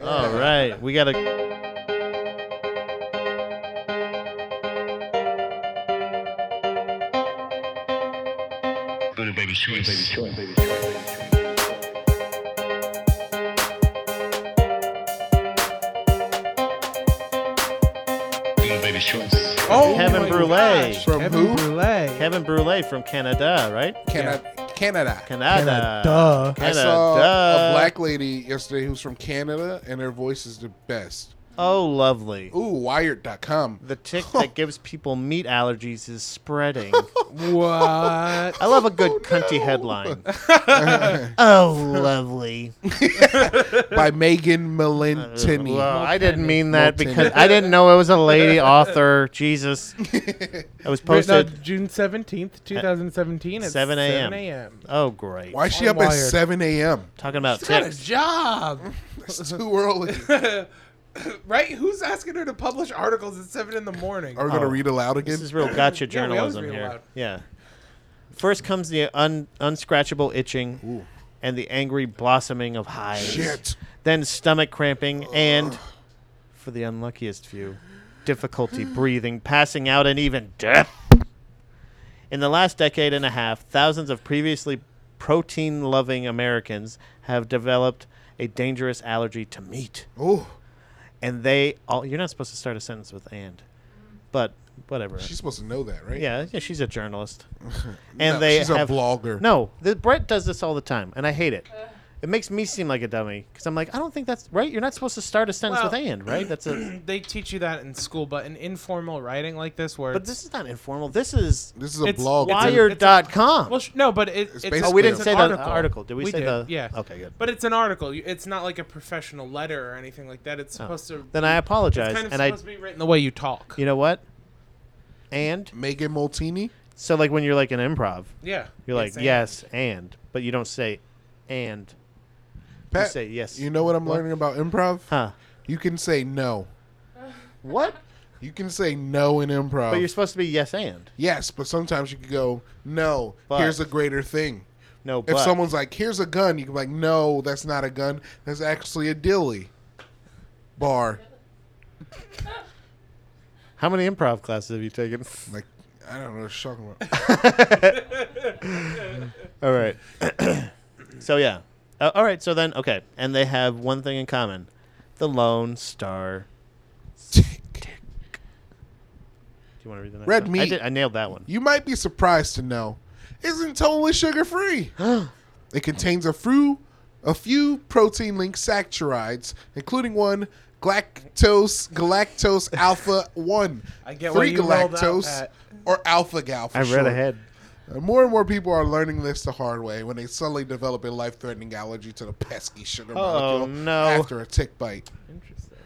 [SPEAKER 2] All right, we gotta.
[SPEAKER 8] Winner Baby Choice. Winner Baby Choice.
[SPEAKER 1] Oh,
[SPEAKER 2] Kevin
[SPEAKER 1] my
[SPEAKER 2] Brulé.
[SPEAKER 1] gosh,
[SPEAKER 3] From
[SPEAKER 1] Kevin
[SPEAKER 3] who?
[SPEAKER 1] Brulé.
[SPEAKER 2] Kevin Brule from Canada, right?
[SPEAKER 3] Canada. Canada.
[SPEAKER 2] Canada.
[SPEAKER 1] Canada.
[SPEAKER 2] Canada.
[SPEAKER 3] I saw a black lady yesterday who's from Canada, and her voice is the best.
[SPEAKER 2] Oh, lovely.
[SPEAKER 3] Ooh, wired.com.
[SPEAKER 2] The tick *laughs* that gives people meat allergies is spreading.
[SPEAKER 1] What?
[SPEAKER 2] I love a good cunty *laughs* headline. oh, lovely.
[SPEAKER 3] *laughs* by Megan
[SPEAKER 2] Well,
[SPEAKER 3] Melantini.
[SPEAKER 2] I didn't mean that
[SPEAKER 3] Multini.
[SPEAKER 2] because I didn't know it was a lady author.
[SPEAKER 1] *laughs*
[SPEAKER 2] Jesus. It was
[SPEAKER 1] Written
[SPEAKER 2] posted.
[SPEAKER 1] on June 17th, 2017 at 7
[SPEAKER 2] 7 a.m..
[SPEAKER 1] a.m.
[SPEAKER 2] Oh, great.
[SPEAKER 3] Why is she
[SPEAKER 1] I'm
[SPEAKER 3] up at
[SPEAKER 1] wired.
[SPEAKER 3] 7 a.m.?
[SPEAKER 2] Talking about
[SPEAKER 1] She's got a
[SPEAKER 2] ticks.
[SPEAKER 1] job,
[SPEAKER 3] It's too early.
[SPEAKER 1] right? Who's asking her to publish articles at 7 in the morning?
[SPEAKER 3] Are we going to
[SPEAKER 2] Oh.
[SPEAKER 3] read aloud again?
[SPEAKER 2] This is real gotcha
[SPEAKER 1] Yeah, we always
[SPEAKER 2] journalism
[SPEAKER 1] read
[SPEAKER 2] here.
[SPEAKER 1] aloud.
[SPEAKER 2] Yeah. First comes the un- unscratchable itching and the angry blossoming of hives.
[SPEAKER 3] *laughs* Shit.
[SPEAKER 2] Then stomach cramping and, for the unluckiest few, difficulty breathing, passing out, and even death. In the last decade and a half, thousands of previously protein loving Americans have developed a dangerous allergy to meat
[SPEAKER 3] Ooh,
[SPEAKER 2] and they all you're not supposed to start a sentence with and but whatever
[SPEAKER 3] she's supposed to know that, right?
[SPEAKER 2] yeah, yeah she's a journalist and
[SPEAKER 3] *laughs* No,
[SPEAKER 2] they
[SPEAKER 3] she's
[SPEAKER 2] have-
[SPEAKER 3] a blogger.
[SPEAKER 2] no the, brett does this all the time and i hate it it makes me seem like a dummy because i'm like i don't think that's right you're not supposed to start a sentence
[SPEAKER 1] Well-
[SPEAKER 2] with and right that's
[SPEAKER 1] *coughs*
[SPEAKER 2] a
[SPEAKER 1] They teach you that in school, but in informal writing like this, where
[SPEAKER 2] but
[SPEAKER 1] it's-
[SPEAKER 2] this is not informal this is
[SPEAKER 3] This is a
[SPEAKER 1] It's
[SPEAKER 3] blog.
[SPEAKER 1] a-
[SPEAKER 3] dude.
[SPEAKER 1] it's a-
[SPEAKER 2] wired.com
[SPEAKER 1] well, sh- no, but it, it's,
[SPEAKER 3] basically
[SPEAKER 2] oh we didn't
[SPEAKER 1] it's
[SPEAKER 2] say
[SPEAKER 1] an
[SPEAKER 2] the article. did we, say
[SPEAKER 1] did,
[SPEAKER 2] the
[SPEAKER 1] yeah?
[SPEAKER 2] okay good
[SPEAKER 1] But it's an article. You- It's not like a professional letter or anything like that. It's supposed to.
[SPEAKER 2] then i apologize
[SPEAKER 1] it's kind of
[SPEAKER 2] Oh. and i
[SPEAKER 1] supposed to be written the way you talk.
[SPEAKER 2] you know what and
[SPEAKER 3] Megan Multini.
[SPEAKER 2] so like when you're like an improv
[SPEAKER 1] yeah.
[SPEAKER 2] you're like
[SPEAKER 1] and-
[SPEAKER 2] yes and but you don't say and
[SPEAKER 3] Pat,
[SPEAKER 2] say yes.
[SPEAKER 3] You know what I'm learning about improv?
[SPEAKER 2] Huh.
[SPEAKER 3] You can say no.
[SPEAKER 2] What?
[SPEAKER 3] You can say no in improv.
[SPEAKER 2] But you're supposed to be yes and.
[SPEAKER 3] yes, but sometimes you can go, no,
[SPEAKER 2] But-
[SPEAKER 3] here's a greater thing.
[SPEAKER 2] No, but.
[SPEAKER 3] If someone's like, here's a gun, you can be like, no, that's not a gun. That's actually a dilly bar.
[SPEAKER 2] How many improv classes have you taken?
[SPEAKER 3] Like, I don't know what you're talking
[SPEAKER 2] *laughs*
[SPEAKER 3] about. *laughs*
[SPEAKER 2] all right. *coughs* so, yeah. Uh, all right. So then, okay. And they have one thing in common the Lone Star. Do you want to read the next
[SPEAKER 3] Red
[SPEAKER 2] one? I,
[SPEAKER 3] meat.
[SPEAKER 2] did, I nailed that one.
[SPEAKER 3] You might be surprised to know isn't totally
[SPEAKER 2] *gasps*
[SPEAKER 3] sugar free. it contains a few, a few protein linked saccharides, including one galactose galactose alpha 1.
[SPEAKER 1] I get why
[SPEAKER 3] free
[SPEAKER 1] you rolled out,
[SPEAKER 3] galactose
[SPEAKER 1] Pat.
[SPEAKER 3] or alpha gal. for
[SPEAKER 2] I read
[SPEAKER 3] short.
[SPEAKER 2] ahead.
[SPEAKER 3] Uh, More and more people are learning this the hard way when they suddenly develop a life threatening allergy to the pesky sugar molecule
[SPEAKER 2] Oh, no.
[SPEAKER 3] after a tick bite. *laughs*
[SPEAKER 1] Interesting.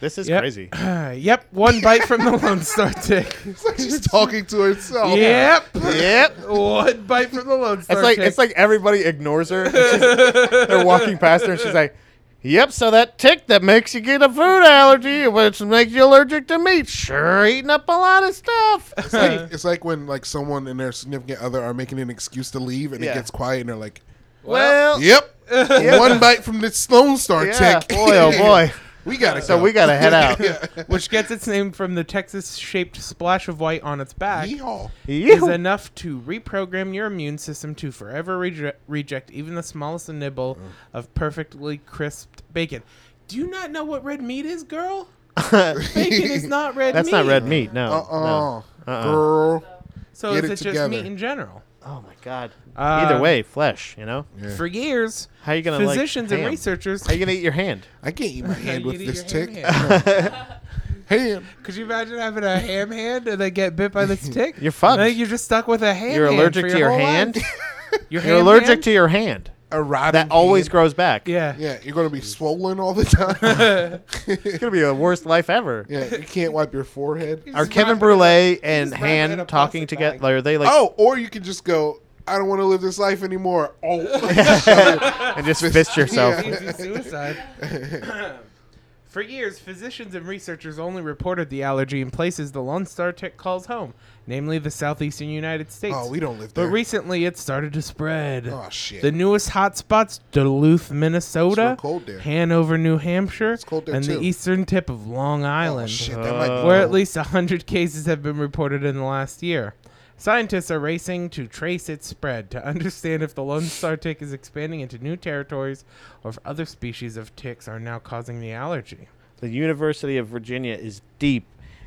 [SPEAKER 2] This is
[SPEAKER 1] Yep.
[SPEAKER 2] crazy.
[SPEAKER 1] *clears throat* yep. One bite from
[SPEAKER 2] *laughs*
[SPEAKER 1] the Lone Star tick.
[SPEAKER 3] It's like she's talking to herself.
[SPEAKER 1] Yep.
[SPEAKER 2] yep.
[SPEAKER 1] One bite from the Lone Star.
[SPEAKER 2] It's like
[SPEAKER 1] tick.
[SPEAKER 2] it's like everybody ignores her. and she's- they're walking past her, and she's like, "Yep, so that tick that makes you get a food allergy, which makes you allergic to meat, sure eating up a lot of stuff."
[SPEAKER 3] It's like, it's like when like someone and their significant other are making an excuse to leave and
[SPEAKER 2] Yeah.
[SPEAKER 3] it gets quiet and they're like,
[SPEAKER 2] well, *laughs*
[SPEAKER 3] Yep. One bite from this Lone Star
[SPEAKER 2] Yeah,
[SPEAKER 3] tick.
[SPEAKER 2] boy,
[SPEAKER 3] *laughs*
[SPEAKER 2] oh, *laughs* boy.
[SPEAKER 3] We gotta
[SPEAKER 2] so
[SPEAKER 3] go.
[SPEAKER 2] we gotta head *laughs* out.
[SPEAKER 1] which gets its name from the Texas-shaped splash of white on its back.
[SPEAKER 3] Yeehaw.
[SPEAKER 1] is
[SPEAKER 2] Yeehaw.
[SPEAKER 1] enough to reprogram your immune system to forever reje- reject even the smallest nibble of perfectly crisped bacon. Do you not know what red meat is, girl? bacon is not red
[SPEAKER 2] That's
[SPEAKER 1] meat.
[SPEAKER 2] not red meat. No.
[SPEAKER 3] Uh-uh.
[SPEAKER 2] no. Uh-uh.
[SPEAKER 3] Girl.
[SPEAKER 1] So
[SPEAKER 3] Get
[SPEAKER 1] is
[SPEAKER 3] it
[SPEAKER 1] it just
[SPEAKER 3] together.
[SPEAKER 1] meat in general?
[SPEAKER 2] Oh my god.
[SPEAKER 1] Um,
[SPEAKER 2] Either way, flesh. You know.
[SPEAKER 3] Yeah.
[SPEAKER 1] For years,
[SPEAKER 2] How you gonna like
[SPEAKER 1] physicians and
[SPEAKER 2] ham?
[SPEAKER 1] researchers.
[SPEAKER 2] How you gonna eat your hand?
[SPEAKER 3] I can't eat my
[SPEAKER 1] *laughs*
[SPEAKER 3] hand
[SPEAKER 1] you
[SPEAKER 3] with
[SPEAKER 1] eat
[SPEAKER 3] this
[SPEAKER 1] your
[SPEAKER 3] tick.
[SPEAKER 1] ham
[SPEAKER 3] Ham.
[SPEAKER 1] Could you imagine having a ham hand and then get bit by
[SPEAKER 2] *laughs*
[SPEAKER 1] this tick?
[SPEAKER 2] You're fucked.
[SPEAKER 1] I think you're just stuck with a ham.
[SPEAKER 2] You're
[SPEAKER 1] hand
[SPEAKER 2] allergic
[SPEAKER 1] for
[SPEAKER 2] to your
[SPEAKER 1] whole
[SPEAKER 2] hand.
[SPEAKER 1] life. Your ham
[SPEAKER 2] You're allergic
[SPEAKER 1] hand?
[SPEAKER 2] to your hand.
[SPEAKER 3] A rotten
[SPEAKER 2] That always
[SPEAKER 3] hand.
[SPEAKER 2] grows
[SPEAKER 1] *laughs*
[SPEAKER 2] back.
[SPEAKER 1] yeah.
[SPEAKER 3] Yeah, you're gonna be swollen all the
[SPEAKER 1] *laughs*
[SPEAKER 3] time. *laughs*
[SPEAKER 2] It's gonna be the worst life ever.
[SPEAKER 3] yeah, you can't wipe your forehead.
[SPEAKER 2] Are
[SPEAKER 1] Just wrap
[SPEAKER 2] Kevin
[SPEAKER 1] it in-
[SPEAKER 2] Brule and
[SPEAKER 1] just wrap it in a
[SPEAKER 2] Han talking
[SPEAKER 1] plastic bag.
[SPEAKER 2] together? Are they like
[SPEAKER 3] Oh, or you can just go. I don't want to live this life anymore. Oh, *laughs*
[SPEAKER 2] and just
[SPEAKER 1] *laughs*
[SPEAKER 2] fist yourself?
[SPEAKER 1] Easy suicide. *laughs* For years, physicians and researchers only reported the allergy in places the Lone Star tick calls home, namely the southeastern United States.
[SPEAKER 3] oh we don't live
[SPEAKER 1] But
[SPEAKER 3] there.
[SPEAKER 1] recently, it started to spread.
[SPEAKER 3] oh shit.
[SPEAKER 1] The newest hotspots: Duluth, Minnesota,
[SPEAKER 3] It's real cold there.
[SPEAKER 1] Hanover, New Hampshire,
[SPEAKER 3] It's cold there,
[SPEAKER 1] and
[SPEAKER 3] too.
[SPEAKER 1] the eastern tip of Long
[SPEAKER 3] oh
[SPEAKER 1] Island,
[SPEAKER 3] shit. That might be
[SPEAKER 2] Uh,
[SPEAKER 1] where at
[SPEAKER 3] cold.
[SPEAKER 1] least 100 cases have been reported in the last year. Scientists are racing to trace its spread to understand if the lone star tick is expanding into new territories or if other species of ticks are now causing the allergy.
[SPEAKER 2] The University of Virginia is deep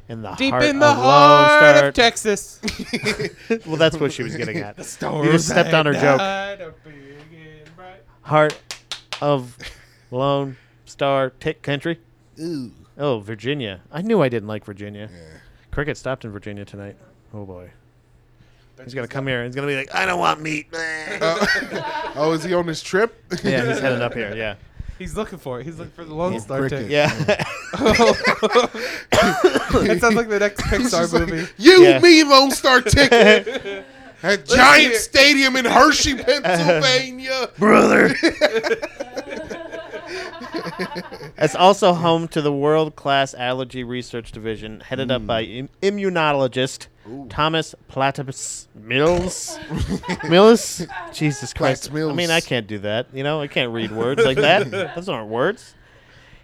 [SPEAKER 2] in the
[SPEAKER 1] Deep
[SPEAKER 2] heart
[SPEAKER 1] in the
[SPEAKER 2] of
[SPEAKER 1] heart
[SPEAKER 2] Lone Star.
[SPEAKER 1] of
[SPEAKER 2] *laughs*
[SPEAKER 1] Texas.
[SPEAKER 2] well, that's what she was
[SPEAKER 1] *laughs*
[SPEAKER 2] getting at. you just stepped on her joke. Heart of Lone Star Tick Country.
[SPEAKER 3] Ooh.
[SPEAKER 2] Oh, Virginia. I knew I didn't like Virginia.
[SPEAKER 3] Yeah.
[SPEAKER 2] Cricket stopped in Virginia tonight. Oh boy. He's gonna come here. and He's gonna be like, I don't want
[SPEAKER 3] *laughs*
[SPEAKER 2] meat. yeah,
[SPEAKER 3] Oh, is he on this trip?
[SPEAKER 2] *laughs* he's headed up here. Yeah. Mm.
[SPEAKER 1] He's looking for it. He's looking for the lone
[SPEAKER 3] Yeah,
[SPEAKER 1] star
[SPEAKER 3] cricket.
[SPEAKER 1] tick.
[SPEAKER 2] Yeah.
[SPEAKER 1] that sounds like the
[SPEAKER 2] *laughs*
[SPEAKER 1] next Pixar
[SPEAKER 3] Just like,
[SPEAKER 1] movie.
[SPEAKER 3] you,
[SPEAKER 2] Yeah.
[SPEAKER 3] me, Lone Star Ticket. A giant stadium in Hershey, Pennsylvania.
[SPEAKER 2] Brother. it's also home to the world class allergy research division headed up by Im- immunologist Thomas Platypus Mills. *laughs* Mills? Jesus Christ. I mean,
[SPEAKER 3] Mills.
[SPEAKER 2] I can't do that. You know, I can't read words like that. Those aren't words.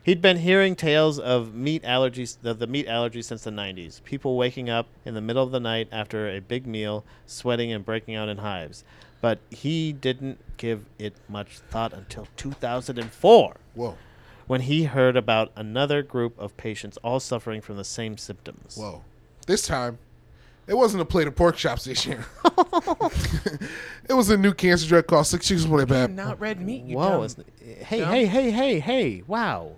[SPEAKER 2] He'd been hearing tales of meat allergies, of the meat allergy since the 90s. People waking up in the middle of the night after a big meal, sweating and breaking out in hives. But he didn't give it much thought until 2004,
[SPEAKER 3] Whoa,
[SPEAKER 2] when he heard about another group of patients all suffering from the same symptoms.
[SPEAKER 3] whoa. This time, it wasn't a plate of pork chops this year. *laughs* it was a new cancer drug called six years before bad.
[SPEAKER 1] Not red meat. You
[SPEAKER 2] Whoa!
[SPEAKER 1] dumb-
[SPEAKER 2] Isn't it, hey,
[SPEAKER 1] dumb.
[SPEAKER 2] hey, hey, hey, hey! Wow,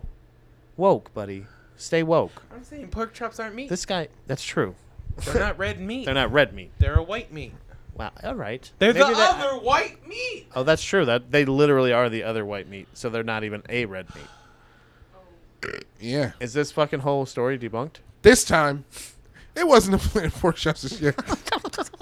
[SPEAKER 2] woke, buddy. Stay woke.
[SPEAKER 1] I'm saying pork chops aren't meat.
[SPEAKER 2] This guy. That's true.
[SPEAKER 1] They're not red meat.
[SPEAKER 2] They're not red meat.
[SPEAKER 1] They're a white meat.
[SPEAKER 2] Wow. All right.
[SPEAKER 1] They're
[SPEAKER 2] Maybe
[SPEAKER 1] the
[SPEAKER 2] that-
[SPEAKER 1] other white meat.
[SPEAKER 2] Oh, that's true. That they literally are the other white meat, so they're not even a red meat.
[SPEAKER 3] Yeah.
[SPEAKER 2] Is this fucking whole story debunked?
[SPEAKER 3] This time, it wasn't a *laughs* plate of pork chops this year.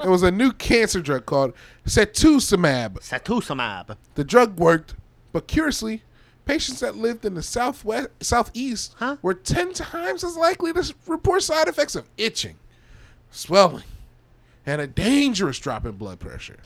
[SPEAKER 3] it was a new cancer drug called cetuximab.
[SPEAKER 2] Satusumab.
[SPEAKER 3] The drug worked, but curiously, patients that lived in the southwest, southeast
[SPEAKER 2] Huh?
[SPEAKER 3] were ten times as likely to s- report side effects of itching, swelling, and a dangerous drop in blood pressure.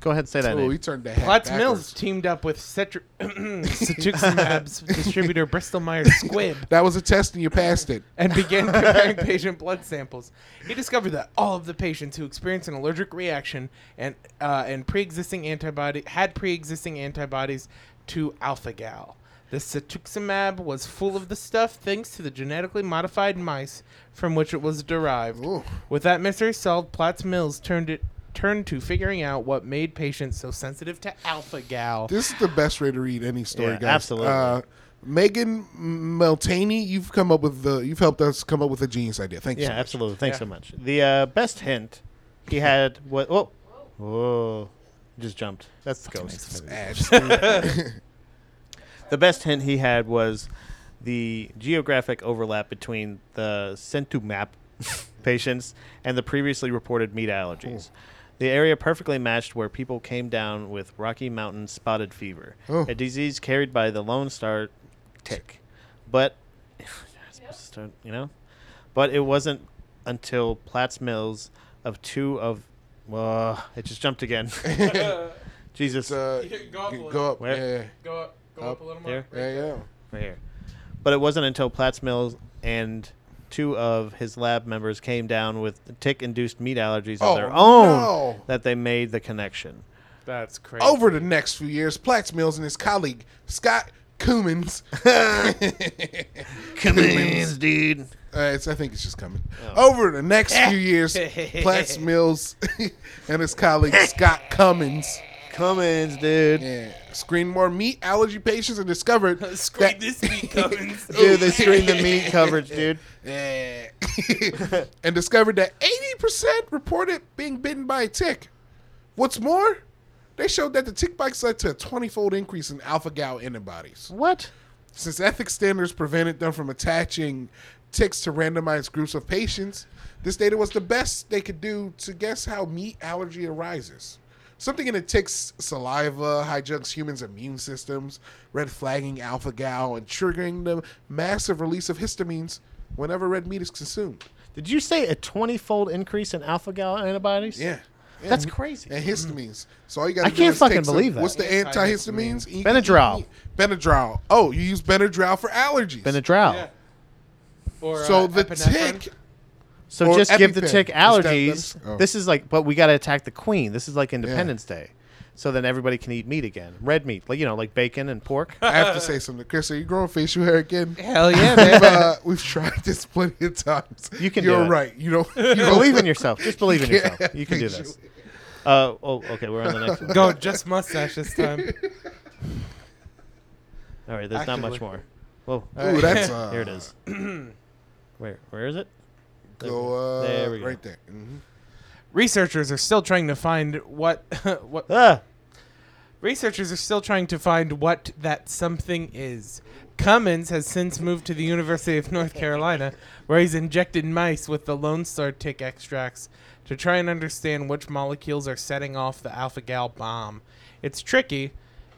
[SPEAKER 2] Go ahead, and say that.
[SPEAKER 3] Oh,
[SPEAKER 2] name.
[SPEAKER 3] he turned that hat
[SPEAKER 1] Platts Mills
[SPEAKER 3] backwards.
[SPEAKER 1] teamed up with Cetri- *clears throat* Cetuximab's distributor Bristol Myers Squibb
[SPEAKER 3] That was a test, and you passed it.
[SPEAKER 1] and began comparing patient blood samples. He discovered that all of the patients who experienced an allergic reaction and uh, and pre-existing antibody had pre-existing antibodies to alpha-gal. The cetuximab was full of the stuff thanks to the genetically modified mice from which it was derived.
[SPEAKER 3] Ooh.
[SPEAKER 1] With that mystery solved, Platts Mills turned it turned to figuring out what made patients so sensitive to alpha-gal.
[SPEAKER 3] This is the best way to read any story,
[SPEAKER 2] Yeah,
[SPEAKER 3] guys.
[SPEAKER 2] absolutely.
[SPEAKER 3] Uh, Megan Meltaney, you've come up with the, you've helped us come up with a genius idea. Thank you.
[SPEAKER 2] yeah,
[SPEAKER 3] so much.
[SPEAKER 2] absolutely. Thanks so much. The uh, best hint he had was oh, whoa, just jumped. That's the ghost.
[SPEAKER 3] *laughs*
[SPEAKER 2] The best hint he had was the geographic overlap between the Centumap *laughs* patients and the previously reported meat allergies. The area perfectly matched where people came down with Rocky Mountain spotted fever,
[SPEAKER 3] Oh.
[SPEAKER 2] a disease carried by the Lone Star tick. But *laughs* I'm supposed to start, you know, but it wasn't until Platts Mills of two of uh, it just jumped again.
[SPEAKER 1] *laughs*
[SPEAKER 2] Jesus,
[SPEAKER 3] Uh,
[SPEAKER 1] Go up a little.
[SPEAKER 3] go up.
[SPEAKER 2] Where?
[SPEAKER 3] Yeah, yeah.
[SPEAKER 1] Go up, go
[SPEAKER 3] up
[SPEAKER 1] a little
[SPEAKER 2] there.
[SPEAKER 3] Yeah, yeah.
[SPEAKER 2] right here. But it wasn't until Platts Mills and two of his lab members came down with tick-induced meat allergies of
[SPEAKER 3] Oh,
[SPEAKER 2] their own
[SPEAKER 3] no.
[SPEAKER 2] that they made the connection.
[SPEAKER 1] That's crazy.
[SPEAKER 3] Over the next few years, Platts Mills and his colleague Scott
[SPEAKER 1] *laughs*
[SPEAKER 3] Cummins,
[SPEAKER 2] Commands, dude.
[SPEAKER 3] uh, it's, I think it's just coming.
[SPEAKER 1] Oh.
[SPEAKER 3] Over the next
[SPEAKER 1] *laughs*
[SPEAKER 3] few years, Platts Mills *laughs* and his colleague Scott Cummins
[SPEAKER 2] Cummins, dude.
[SPEAKER 3] yeah, screened more meat allergy patients and discovered
[SPEAKER 1] *laughs* Screen
[SPEAKER 3] that
[SPEAKER 1] this Oh, week,
[SPEAKER 3] *laughs*
[SPEAKER 1] Cummins.
[SPEAKER 2] Dude, they screened the meat coverage, dude.
[SPEAKER 3] Yeah.
[SPEAKER 1] *laughs*
[SPEAKER 3] *laughs* and discovered that 80% reported being bitten by a tick. What's more, they showed that the tick bites led to a 20 fold increase in alpha gal antibodies.
[SPEAKER 2] What?
[SPEAKER 3] Since ethics standards prevented them from attaching ticks to randomized groups of patients, this data was the best they could do to guess how meat allergy arises. Something in a tick's saliva hijacks humans' immune systems, red flagging alpha gal and triggering the massive release of histamines whenever red meat is consumed.
[SPEAKER 2] Did you say a 20-fold increase in alpha-gal antibodies?
[SPEAKER 3] Yeah. Yeah.
[SPEAKER 2] That's crazy.
[SPEAKER 3] and histamines. So all you got to
[SPEAKER 2] Mm-hmm. I
[SPEAKER 3] do
[SPEAKER 2] can't
[SPEAKER 3] is
[SPEAKER 2] fucking
[SPEAKER 3] take some-
[SPEAKER 2] believe that.
[SPEAKER 3] What's the antihistamines? You can eat
[SPEAKER 2] Benadryl.
[SPEAKER 3] meat. Benadryl. Oh, you use Benadryl for allergies.
[SPEAKER 2] Benadryl.
[SPEAKER 1] Or,
[SPEAKER 3] So
[SPEAKER 1] uh,
[SPEAKER 3] the
[SPEAKER 1] epinephrine.
[SPEAKER 3] tick
[SPEAKER 2] So
[SPEAKER 3] Or
[SPEAKER 2] just give the
[SPEAKER 3] EpiPen.
[SPEAKER 2] tick
[SPEAKER 3] Is that them?
[SPEAKER 2] allergies.
[SPEAKER 3] Oh.
[SPEAKER 2] This is like, but we got to attack the queen. This is like Independence Day. So then everybody can eat meat again. Red meat, like you know, like bacon and pork.
[SPEAKER 3] I have to say something. Chris, are you growing facial hair again?
[SPEAKER 1] Hell yeah, man.
[SPEAKER 3] Uh, we've tried this plenty of times.
[SPEAKER 2] You can do
[SPEAKER 3] You're
[SPEAKER 2] it.
[SPEAKER 3] right. You don't. You don't
[SPEAKER 2] believe
[SPEAKER 3] *laughs*
[SPEAKER 2] in yourself. Just believe in
[SPEAKER 3] Yeah,
[SPEAKER 2] yourself. You can do
[SPEAKER 3] facial
[SPEAKER 2] this. Uh, oh, okay. We're on the next one.
[SPEAKER 3] *laughs*
[SPEAKER 1] Go just mustache this time.
[SPEAKER 2] All right. There's not much
[SPEAKER 1] Actively.
[SPEAKER 2] more. Whoa.
[SPEAKER 3] Ooh, that's
[SPEAKER 2] *laughs*
[SPEAKER 3] uh,
[SPEAKER 2] Here it
[SPEAKER 3] *clears throat*
[SPEAKER 2] is. Where? Where is it?
[SPEAKER 3] Go uh,
[SPEAKER 2] There we go.
[SPEAKER 3] right there. Mhm.
[SPEAKER 1] Researchers are still trying to find what *laughs* what
[SPEAKER 2] Ah.
[SPEAKER 1] Researchers are still trying to find what that something is. Cummins has since moved to the University of North Carolina, where he's injected mice with the Lone Star tick extracts to try and understand which molecules are setting off the alpha gal bomb. It's tricky.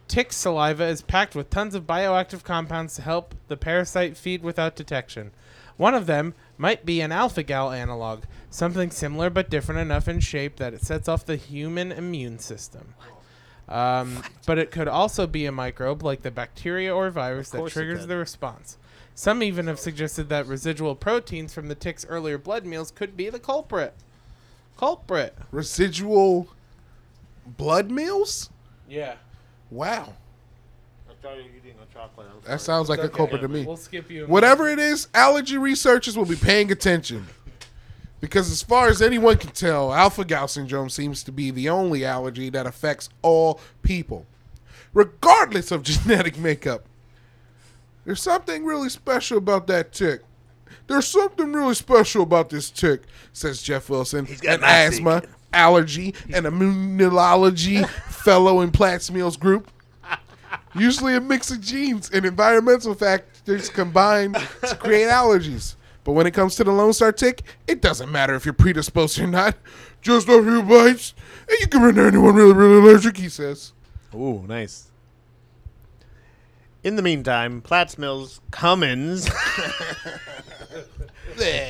[SPEAKER 1] Tick saliva is packed with tons of bioactive compounds to help the parasite feed without detection. One of them might be an alpha gal analog, something similar but different enough in shape that it sets off the human immune system. Um, but it could also be a microbe like the bacteria or virus that
[SPEAKER 2] course it
[SPEAKER 1] triggers
[SPEAKER 2] could.
[SPEAKER 1] the response. Some even have suggested that residual proteins from the tick's earlier blood meals could be the culprit. Culprit.
[SPEAKER 3] Residual blood meals.
[SPEAKER 1] Yeah.
[SPEAKER 3] Wow,
[SPEAKER 2] I started eating a chocolate.
[SPEAKER 3] that sounds like a culprit to me.
[SPEAKER 1] We'll skip you. *laughs*
[SPEAKER 3] Whatever it is, allergy researchers will be paying attention. Because as far as anyone can tell, alpha gal syndrome seems to be the only allergy that affects all people, regardless of *laughs* genetic makeup. There's something really special about that tick. There's something really special about this tick, says Jeff Wilson, an asthma, allergy, and immunology fellow in Platts Mills Group. Usually a mix of genes and environmental factors combined to create allergies. But when it comes to the Lone Star tick, it doesn't matter if you're predisposed or not. Just a few bites, and you can render anyone really, really allergic, he says.
[SPEAKER 2] Ooh, nice. In the meantime, Platts Mills, Cummins,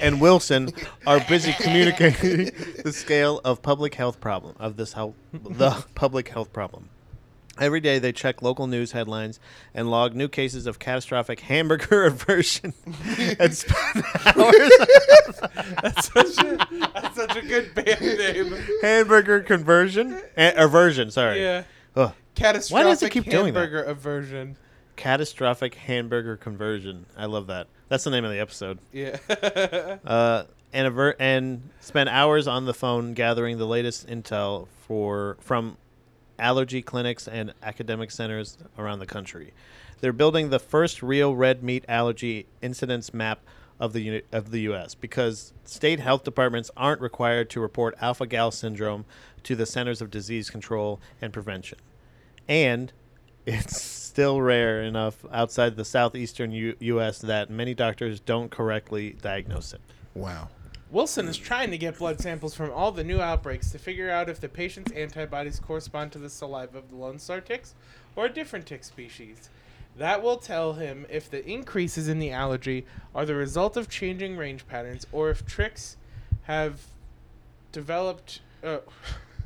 [SPEAKER 2] and Wilson are busy communicating the scale of public health problem of this health, the public health problem. Every day they check local news headlines and log new cases of catastrophic hamburger *laughs* aversion and spend hours
[SPEAKER 1] That's such a good band name.
[SPEAKER 2] hamburger conversion eh, aversion, sorry.
[SPEAKER 1] Yeah.
[SPEAKER 2] Ugh.
[SPEAKER 1] Catastrophic
[SPEAKER 2] keep doing that?
[SPEAKER 1] hamburger aversion.
[SPEAKER 2] Catastrophic hamburger conversion. I love that. That's the name of the episode.
[SPEAKER 1] Yeah.
[SPEAKER 2] *laughs* uh, and aver- and spend hours on the phone gathering the latest intel for from allergy clinics and academic centers around the country. They're building the first real red meat allergy incidence map of the uni- of the U.S. because state health departments aren't required to report alpha gal syndrome to the Centers of Disease Control and Prevention, and *laughs* it's still rare enough outside the southeastern U- U.S. that many doctors don't correctly diagnose it.
[SPEAKER 3] Wow.
[SPEAKER 1] Wilson is trying to get blood samples from all the new outbreaks to figure out if the patient's antibodies correspond to the saliva of the Lone Star ticks or a different tick species. That will tell him if the increases in the allergy are the result of changing range patterns or if tricks have developed. Uh,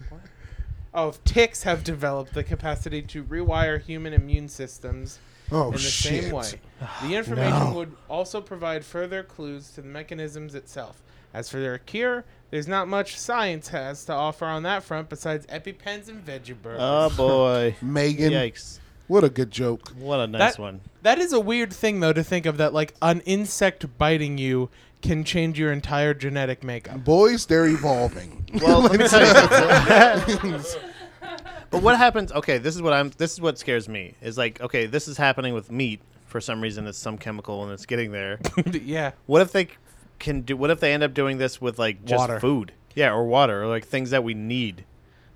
[SPEAKER 1] what? *laughs* Oh, if ticks have developed the capacity to rewire human immune systems
[SPEAKER 3] Oh,
[SPEAKER 1] in the
[SPEAKER 3] shit.
[SPEAKER 1] same
[SPEAKER 3] *sighs*
[SPEAKER 1] way. The information
[SPEAKER 3] No.
[SPEAKER 1] would also provide further clues to the mechanisms itself. As for their cure, there's not much science has to offer on that front besides EpiPens and veggie burgers.
[SPEAKER 2] *laughs* Oh boy!
[SPEAKER 3] Megan,
[SPEAKER 2] Yikes!
[SPEAKER 3] what a good joke.
[SPEAKER 2] What a nice
[SPEAKER 1] That-
[SPEAKER 2] one.
[SPEAKER 1] that is a weird thing though to think of that like an insect biting you can change your entire genetic
[SPEAKER 3] *laughs*
[SPEAKER 1] makeup.
[SPEAKER 3] Boys, they're evolving.
[SPEAKER 2] *laughs* Well, let me tell you. something. *laughs* but what happens? Okay, this is what I'm. This is what scares me. Is like, okay, this is happening with meat for some reason. It's some chemical and it's getting *laughs* there.
[SPEAKER 1] yeah.
[SPEAKER 2] What if they can do? What if they end up doing this with like just
[SPEAKER 1] Water.
[SPEAKER 2] food? Yeah, or water, or like things that we need,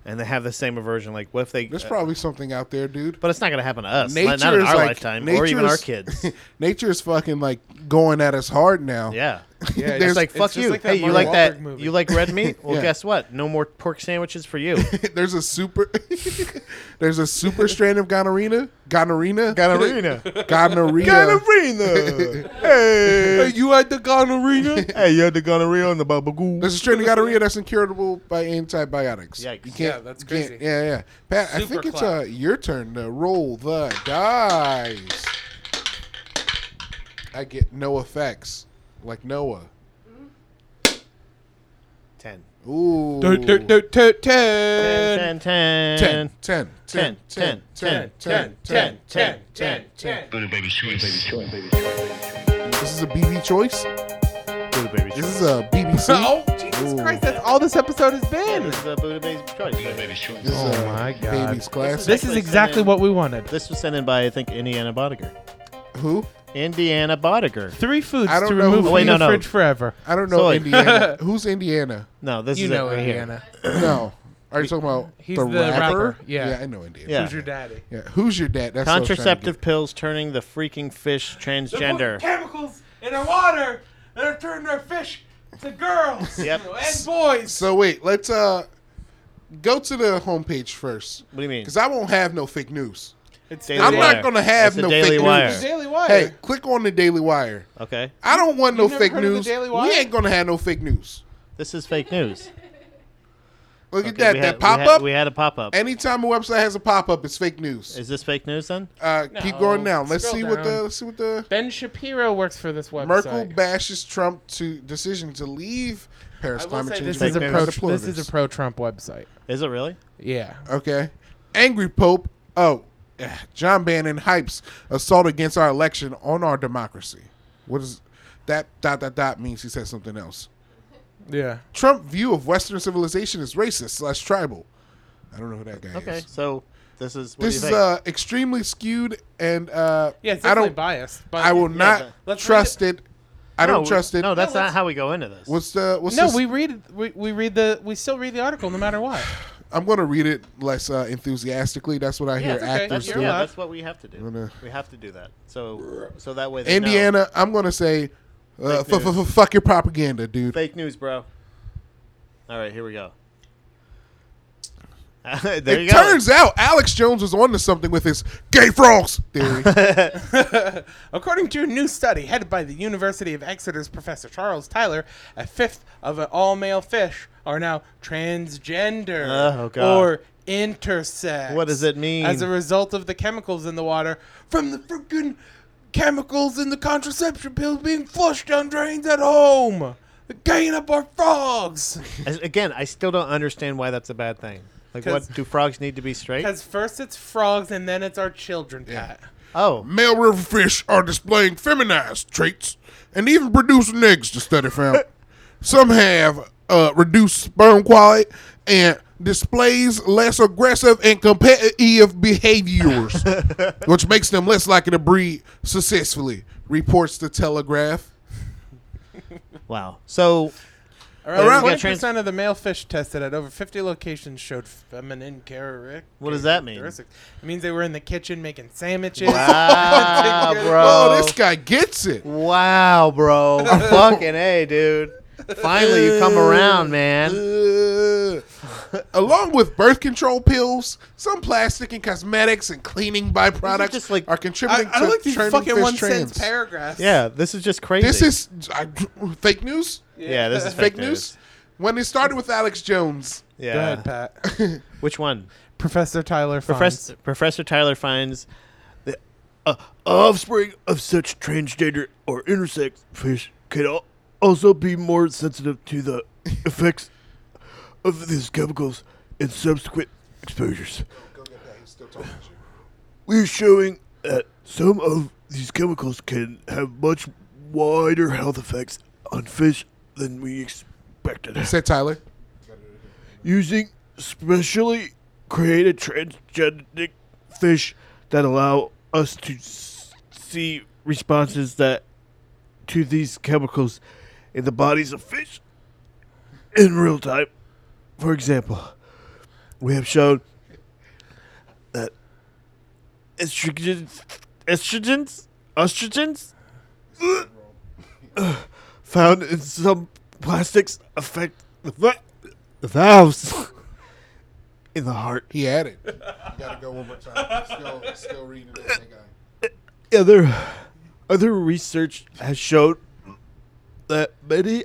[SPEAKER 2] and they have the same aversion. Like, what if they? uh,
[SPEAKER 3] There's probably something out there, dude.
[SPEAKER 2] but it's not going to happen to us. Not- not in our lifetime, or even
[SPEAKER 3] nature
[SPEAKER 2] our
[SPEAKER 3] is- *laughs*
[SPEAKER 2] kids.
[SPEAKER 3] nature is fucking like going at us hard now.
[SPEAKER 2] Yeah.
[SPEAKER 1] Yeah,
[SPEAKER 2] It's
[SPEAKER 1] there's-
[SPEAKER 2] like
[SPEAKER 1] it's
[SPEAKER 2] fuck
[SPEAKER 1] just
[SPEAKER 2] you.
[SPEAKER 1] like that
[SPEAKER 2] hey, you
[SPEAKER 1] Mark
[SPEAKER 2] like that?
[SPEAKER 1] Wahlberg movie.
[SPEAKER 2] You like red
[SPEAKER 3] *laughs*
[SPEAKER 2] meat? Well,
[SPEAKER 3] Yeah.
[SPEAKER 2] guess what? No more pork sandwiches for
[SPEAKER 3] *laughs*
[SPEAKER 2] you.
[SPEAKER 3] There's a super *laughs* There's a super strand of gonorrhea. Gonorrhea.
[SPEAKER 2] Gonorrhea.
[SPEAKER 3] gonorrhea.
[SPEAKER 2] gonorrhea.
[SPEAKER 1] Hey, you had the gonorrhea?
[SPEAKER 2] *laughs* hey, you had the gonorrhea on the babagoo.
[SPEAKER 3] There's a strain of gonorrhea that's incurable by antibiotics.
[SPEAKER 2] Yikes.
[SPEAKER 3] You can't,
[SPEAKER 1] Yeah, that's
[SPEAKER 3] you can't-
[SPEAKER 1] crazy.
[SPEAKER 3] Yeah, yeah. Pat, I
[SPEAKER 1] Super
[SPEAKER 3] think it's
[SPEAKER 1] clap.
[SPEAKER 3] uh, your turn to roll the dice. I get no effects, like Noah.
[SPEAKER 2] Ten.
[SPEAKER 3] Ooh.
[SPEAKER 1] Do, do, do, do, ten.
[SPEAKER 2] Ten, ten, ten.
[SPEAKER 3] Ten, ten, ten, ten, ten, ten, ten, ten, ten, ten.
[SPEAKER 8] Little baby choice. Little baby
[SPEAKER 3] This is a BB choice.
[SPEAKER 2] Buddha baby
[SPEAKER 3] This
[SPEAKER 2] choice.
[SPEAKER 3] is a BBC.
[SPEAKER 1] *laughs* Oh, Jesus
[SPEAKER 3] Ooh.
[SPEAKER 1] Christ, that's all this episode has
[SPEAKER 2] Yeah,
[SPEAKER 1] been.
[SPEAKER 2] this is a Buddha baby choice. baby.
[SPEAKER 8] Baby choice.
[SPEAKER 3] This is
[SPEAKER 1] Oh
[SPEAKER 3] a
[SPEAKER 1] my God.
[SPEAKER 3] baby's class.
[SPEAKER 1] This is
[SPEAKER 2] Actually,
[SPEAKER 1] exactly
[SPEAKER 2] send
[SPEAKER 1] what we wanted.
[SPEAKER 2] This was sent in by I think Indiana Bodiger.
[SPEAKER 3] Who?
[SPEAKER 2] Indiana Bodiger.
[SPEAKER 1] Three foods
[SPEAKER 3] I
[SPEAKER 1] to
[SPEAKER 3] don't know
[SPEAKER 1] remove
[SPEAKER 3] who-
[SPEAKER 1] from
[SPEAKER 2] Wait, no,
[SPEAKER 1] your
[SPEAKER 2] no.
[SPEAKER 1] fridge forever.
[SPEAKER 3] I don't know
[SPEAKER 1] *laughs*
[SPEAKER 2] Soy.
[SPEAKER 3] Indiana. Who's Indiana?
[SPEAKER 2] No, this
[SPEAKER 1] You
[SPEAKER 2] is
[SPEAKER 1] know
[SPEAKER 2] it right
[SPEAKER 1] Indiana.
[SPEAKER 3] No. Are you talking about
[SPEAKER 1] He's
[SPEAKER 3] the,
[SPEAKER 1] the
[SPEAKER 3] rapper?
[SPEAKER 1] rapper, yeah.
[SPEAKER 3] I know Indiana.
[SPEAKER 2] Yeah.
[SPEAKER 1] Who's your daddy?
[SPEAKER 3] Yeah, Who's your dad? That's
[SPEAKER 2] here.
[SPEAKER 3] what I was trying to
[SPEAKER 2] Contraceptive pills turning the freaking fish transgender.
[SPEAKER 1] chemicals in our water that are turning our fish to girls
[SPEAKER 2] Yep.
[SPEAKER 1] *laughs* and
[SPEAKER 3] get.
[SPEAKER 1] boys.
[SPEAKER 3] So wait, let's uh go to the homepage first.
[SPEAKER 2] What do you mean?
[SPEAKER 3] Because I won't have no fake news.
[SPEAKER 1] It's
[SPEAKER 2] Daily
[SPEAKER 3] I'm
[SPEAKER 2] Wire.
[SPEAKER 3] not gonna have
[SPEAKER 2] It's the
[SPEAKER 3] no
[SPEAKER 2] Daily
[SPEAKER 3] fake
[SPEAKER 2] Wire.
[SPEAKER 3] news.
[SPEAKER 1] Daily Wire.
[SPEAKER 3] Hey, click on the Daily Wire.
[SPEAKER 2] Okay,
[SPEAKER 3] I don't want no
[SPEAKER 1] never
[SPEAKER 3] fake
[SPEAKER 1] heard of the
[SPEAKER 3] news.
[SPEAKER 1] Daily
[SPEAKER 3] We
[SPEAKER 1] Wire?
[SPEAKER 3] ain't gonna have no fake news.
[SPEAKER 2] this is fake news.
[SPEAKER 3] Look at
[SPEAKER 2] Okay,
[SPEAKER 3] that.
[SPEAKER 2] we
[SPEAKER 3] that
[SPEAKER 2] had- we
[SPEAKER 3] pop
[SPEAKER 2] had-
[SPEAKER 3] up.
[SPEAKER 2] We had a pop up.
[SPEAKER 3] Anytime a website has a pop up, it's fake news.
[SPEAKER 2] Is this fake news then?
[SPEAKER 3] Uh, keep
[SPEAKER 1] No,
[SPEAKER 3] going down. Let's
[SPEAKER 1] scroll
[SPEAKER 3] see what the
[SPEAKER 1] down.
[SPEAKER 3] see what the
[SPEAKER 1] Ben Shapiro works for this website.
[SPEAKER 3] Merkel bashes Trump to decision to leave Paris
[SPEAKER 1] I will say
[SPEAKER 3] climate change.
[SPEAKER 1] this is a
[SPEAKER 2] news.
[SPEAKER 1] pro.
[SPEAKER 3] Supporters.
[SPEAKER 1] This is a pro Trump website.
[SPEAKER 2] Is it really?
[SPEAKER 1] Yeah.
[SPEAKER 3] okay. Angry Pope. Oh, eh, John Bannon hypes assault against our election on our democracy. What is that? Dot dot dot means he said something else.
[SPEAKER 1] Yeah.
[SPEAKER 3] Trump view of Western civilization is racist slash tribal. I don't know who that guy
[SPEAKER 2] Okay,
[SPEAKER 3] is.
[SPEAKER 2] so this is. What
[SPEAKER 3] This is
[SPEAKER 2] do you think?
[SPEAKER 3] uh, extremely skewed, and uh,
[SPEAKER 1] Yeah. It's
[SPEAKER 3] I
[SPEAKER 1] definitely
[SPEAKER 3] don't.
[SPEAKER 1] biased. But
[SPEAKER 3] I will not
[SPEAKER 2] but-
[SPEAKER 1] Let's read
[SPEAKER 3] trust it. I
[SPEAKER 2] no,
[SPEAKER 3] don't
[SPEAKER 2] we-
[SPEAKER 3] trust it.
[SPEAKER 2] No, that's
[SPEAKER 1] No,
[SPEAKER 2] not
[SPEAKER 1] let's-
[SPEAKER 2] how we go into this.
[SPEAKER 3] What's the what's
[SPEAKER 1] No,
[SPEAKER 3] this?
[SPEAKER 1] we read we, we read the we still read the article no matter what.
[SPEAKER 3] I'm gonna read it less uh, enthusiastically. That's what I hear
[SPEAKER 1] it's okay.
[SPEAKER 3] actors
[SPEAKER 2] that's,
[SPEAKER 1] You're
[SPEAKER 3] do.
[SPEAKER 2] yeah,
[SPEAKER 1] allowed.
[SPEAKER 2] that's what we have to do.
[SPEAKER 3] gonna-
[SPEAKER 2] We have to do that. So, so that way. They know.
[SPEAKER 3] Indiana, I'm gonna say, uh,
[SPEAKER 2] Fake
[SPEAKER 3] f-
[SPEAKER 2] news.
[SPEAKER 3] f- fuck your propaganda, dude.
[SPEAKER 2] Fake news, bro. All right, here we go. *laughs* there
[SPEAKER 3] it
[SPEAKER 2] you go.
[SPEAKER 3] turns out Alex Jones was onto something with his gay frogs
[SPEAKER 2] *laughs*
[SPEAKER 3] theory.
[SPEAKER 1] *laughs* According to a new study headed by the University of Exeter's Professor Charles Tyler, a fifth of an all male fish are now transgender
[SPEAKER 2] Oh, God.
[SPEAKER 1] or intersex.
[SPEAKER 2] What does it mean?
[SPEAKER 1] As a result of the chemicals in the water from the freaking chemicals in the contraception pills being flushed down drains at home. They're Gaying up our
[SPEAKER 2] *laughs*
[SPEAKER 1] frogs.
[SPEAKER 2] As- Again, I still don't understand why that's a bad thing. Like,
[SPEAKER 1] 'Cause-
[SPEAKER 2] what do frogs need to be straight?
[SPEAKER 1] Because first it's frogs and then it's our children, Pat.
[SPEAKER 2] Oh,
[SPEAKER 3] Male river fish are displaying feminized traits and even producing eggs. The study
[SPEAKER 1] *laughs*
[SPEAKER 3] found some have uh, reduced sperm quality and displays less aggressive and
[SPEAKER 1] *laughs*
[SPEAKER 3] competitive behaviors, which makes them less likely to breed successfully. Reports the Telegraph.
[SPEAKER 2] wow.
[SPEAKER 3] *laughs*
[SPEAKER 2] So
[SPEAKER 1] Around
[SPEAKER 2] Yeah,
[SPEAKER 1] twenty
[SPEAKER 2] trans-
[SPEAKER 1] percent of the male fish tested at over fifty locations showed feminine characteristics.
[SPEAKER 2] What does that mean?
[SPEAKER 1] characteristics. It means they were in the kitchen making sandwiches.
[SPEAKER 2] Wow,
[SPEAKER 1] Taking care of-
[SPEAKER 2] ah, bro.
[SPEAKER 3] Oh, this guy
[SPEAKER 1] *laughs*
[SPEAKER 3] gets it.
[SPEAKER 2] Wow, bro. Fucking A, dude. Finally, you come around, man.
[SPEAKER 3] Ugh. Along with birth control pills, some plastic and cosmetics and cleaning byproducts
[SPEAKER 2] just like-
[SPEAKER 3] are
[SPEAKER 1] I,
[SPEAKER 3] contributing
[SPEAKER 1] I
[SPEAKER 3] to
[SPEAKER 1] like these
[SPEAKER 3] turning
[SPEAKER 1] fucking
[SPEAKER 3] fish
[SPEAKER 1] one
[SPEAKER 3] trans.
[SPEAKER 1] sentence paragraphs.
[SPEAKER 2] Yeah, this is just crazy.
[SPEAKER 3] This is I, fake news.
[SPEAKER 2] yeah, this is
[SPEAKER 3] Fake,
[SPEAKER 2] fake,
[SPEAKER 3] news. When it started with Alex Jones,
[SPEAKER 2] Yeah.
[SPEAKER 1] Go ahead, Pat. *laughs*
[SPEAKER 2] Which one?
[SPEAKER 1] Professor Tyler. Finds.
[SPEAKER 2] Professor, Professor Tyler finds the uh, offspring of such transgender or intersex fish can al- also be more sensitive to the effects of these chemicals and subsequent exposures. We're showing that some of these chemicals can have much wider health effects on fish than we expected.
[SPEAKER 3] said Tyler.
[SPEAKER 2] Using specially created transgenic fish that allow us to s- see responses that to these chemicals in the bodies of fish in real time. For example, we have shown that estrogens, estrogens, estrogens uh, found in some plastics affect the, va- the valves in the heart.
[SPEAKER 3] He had it. You gotta go one more time. Still, still reading this guy.
[SPEAKER 2] Other other research has shown that many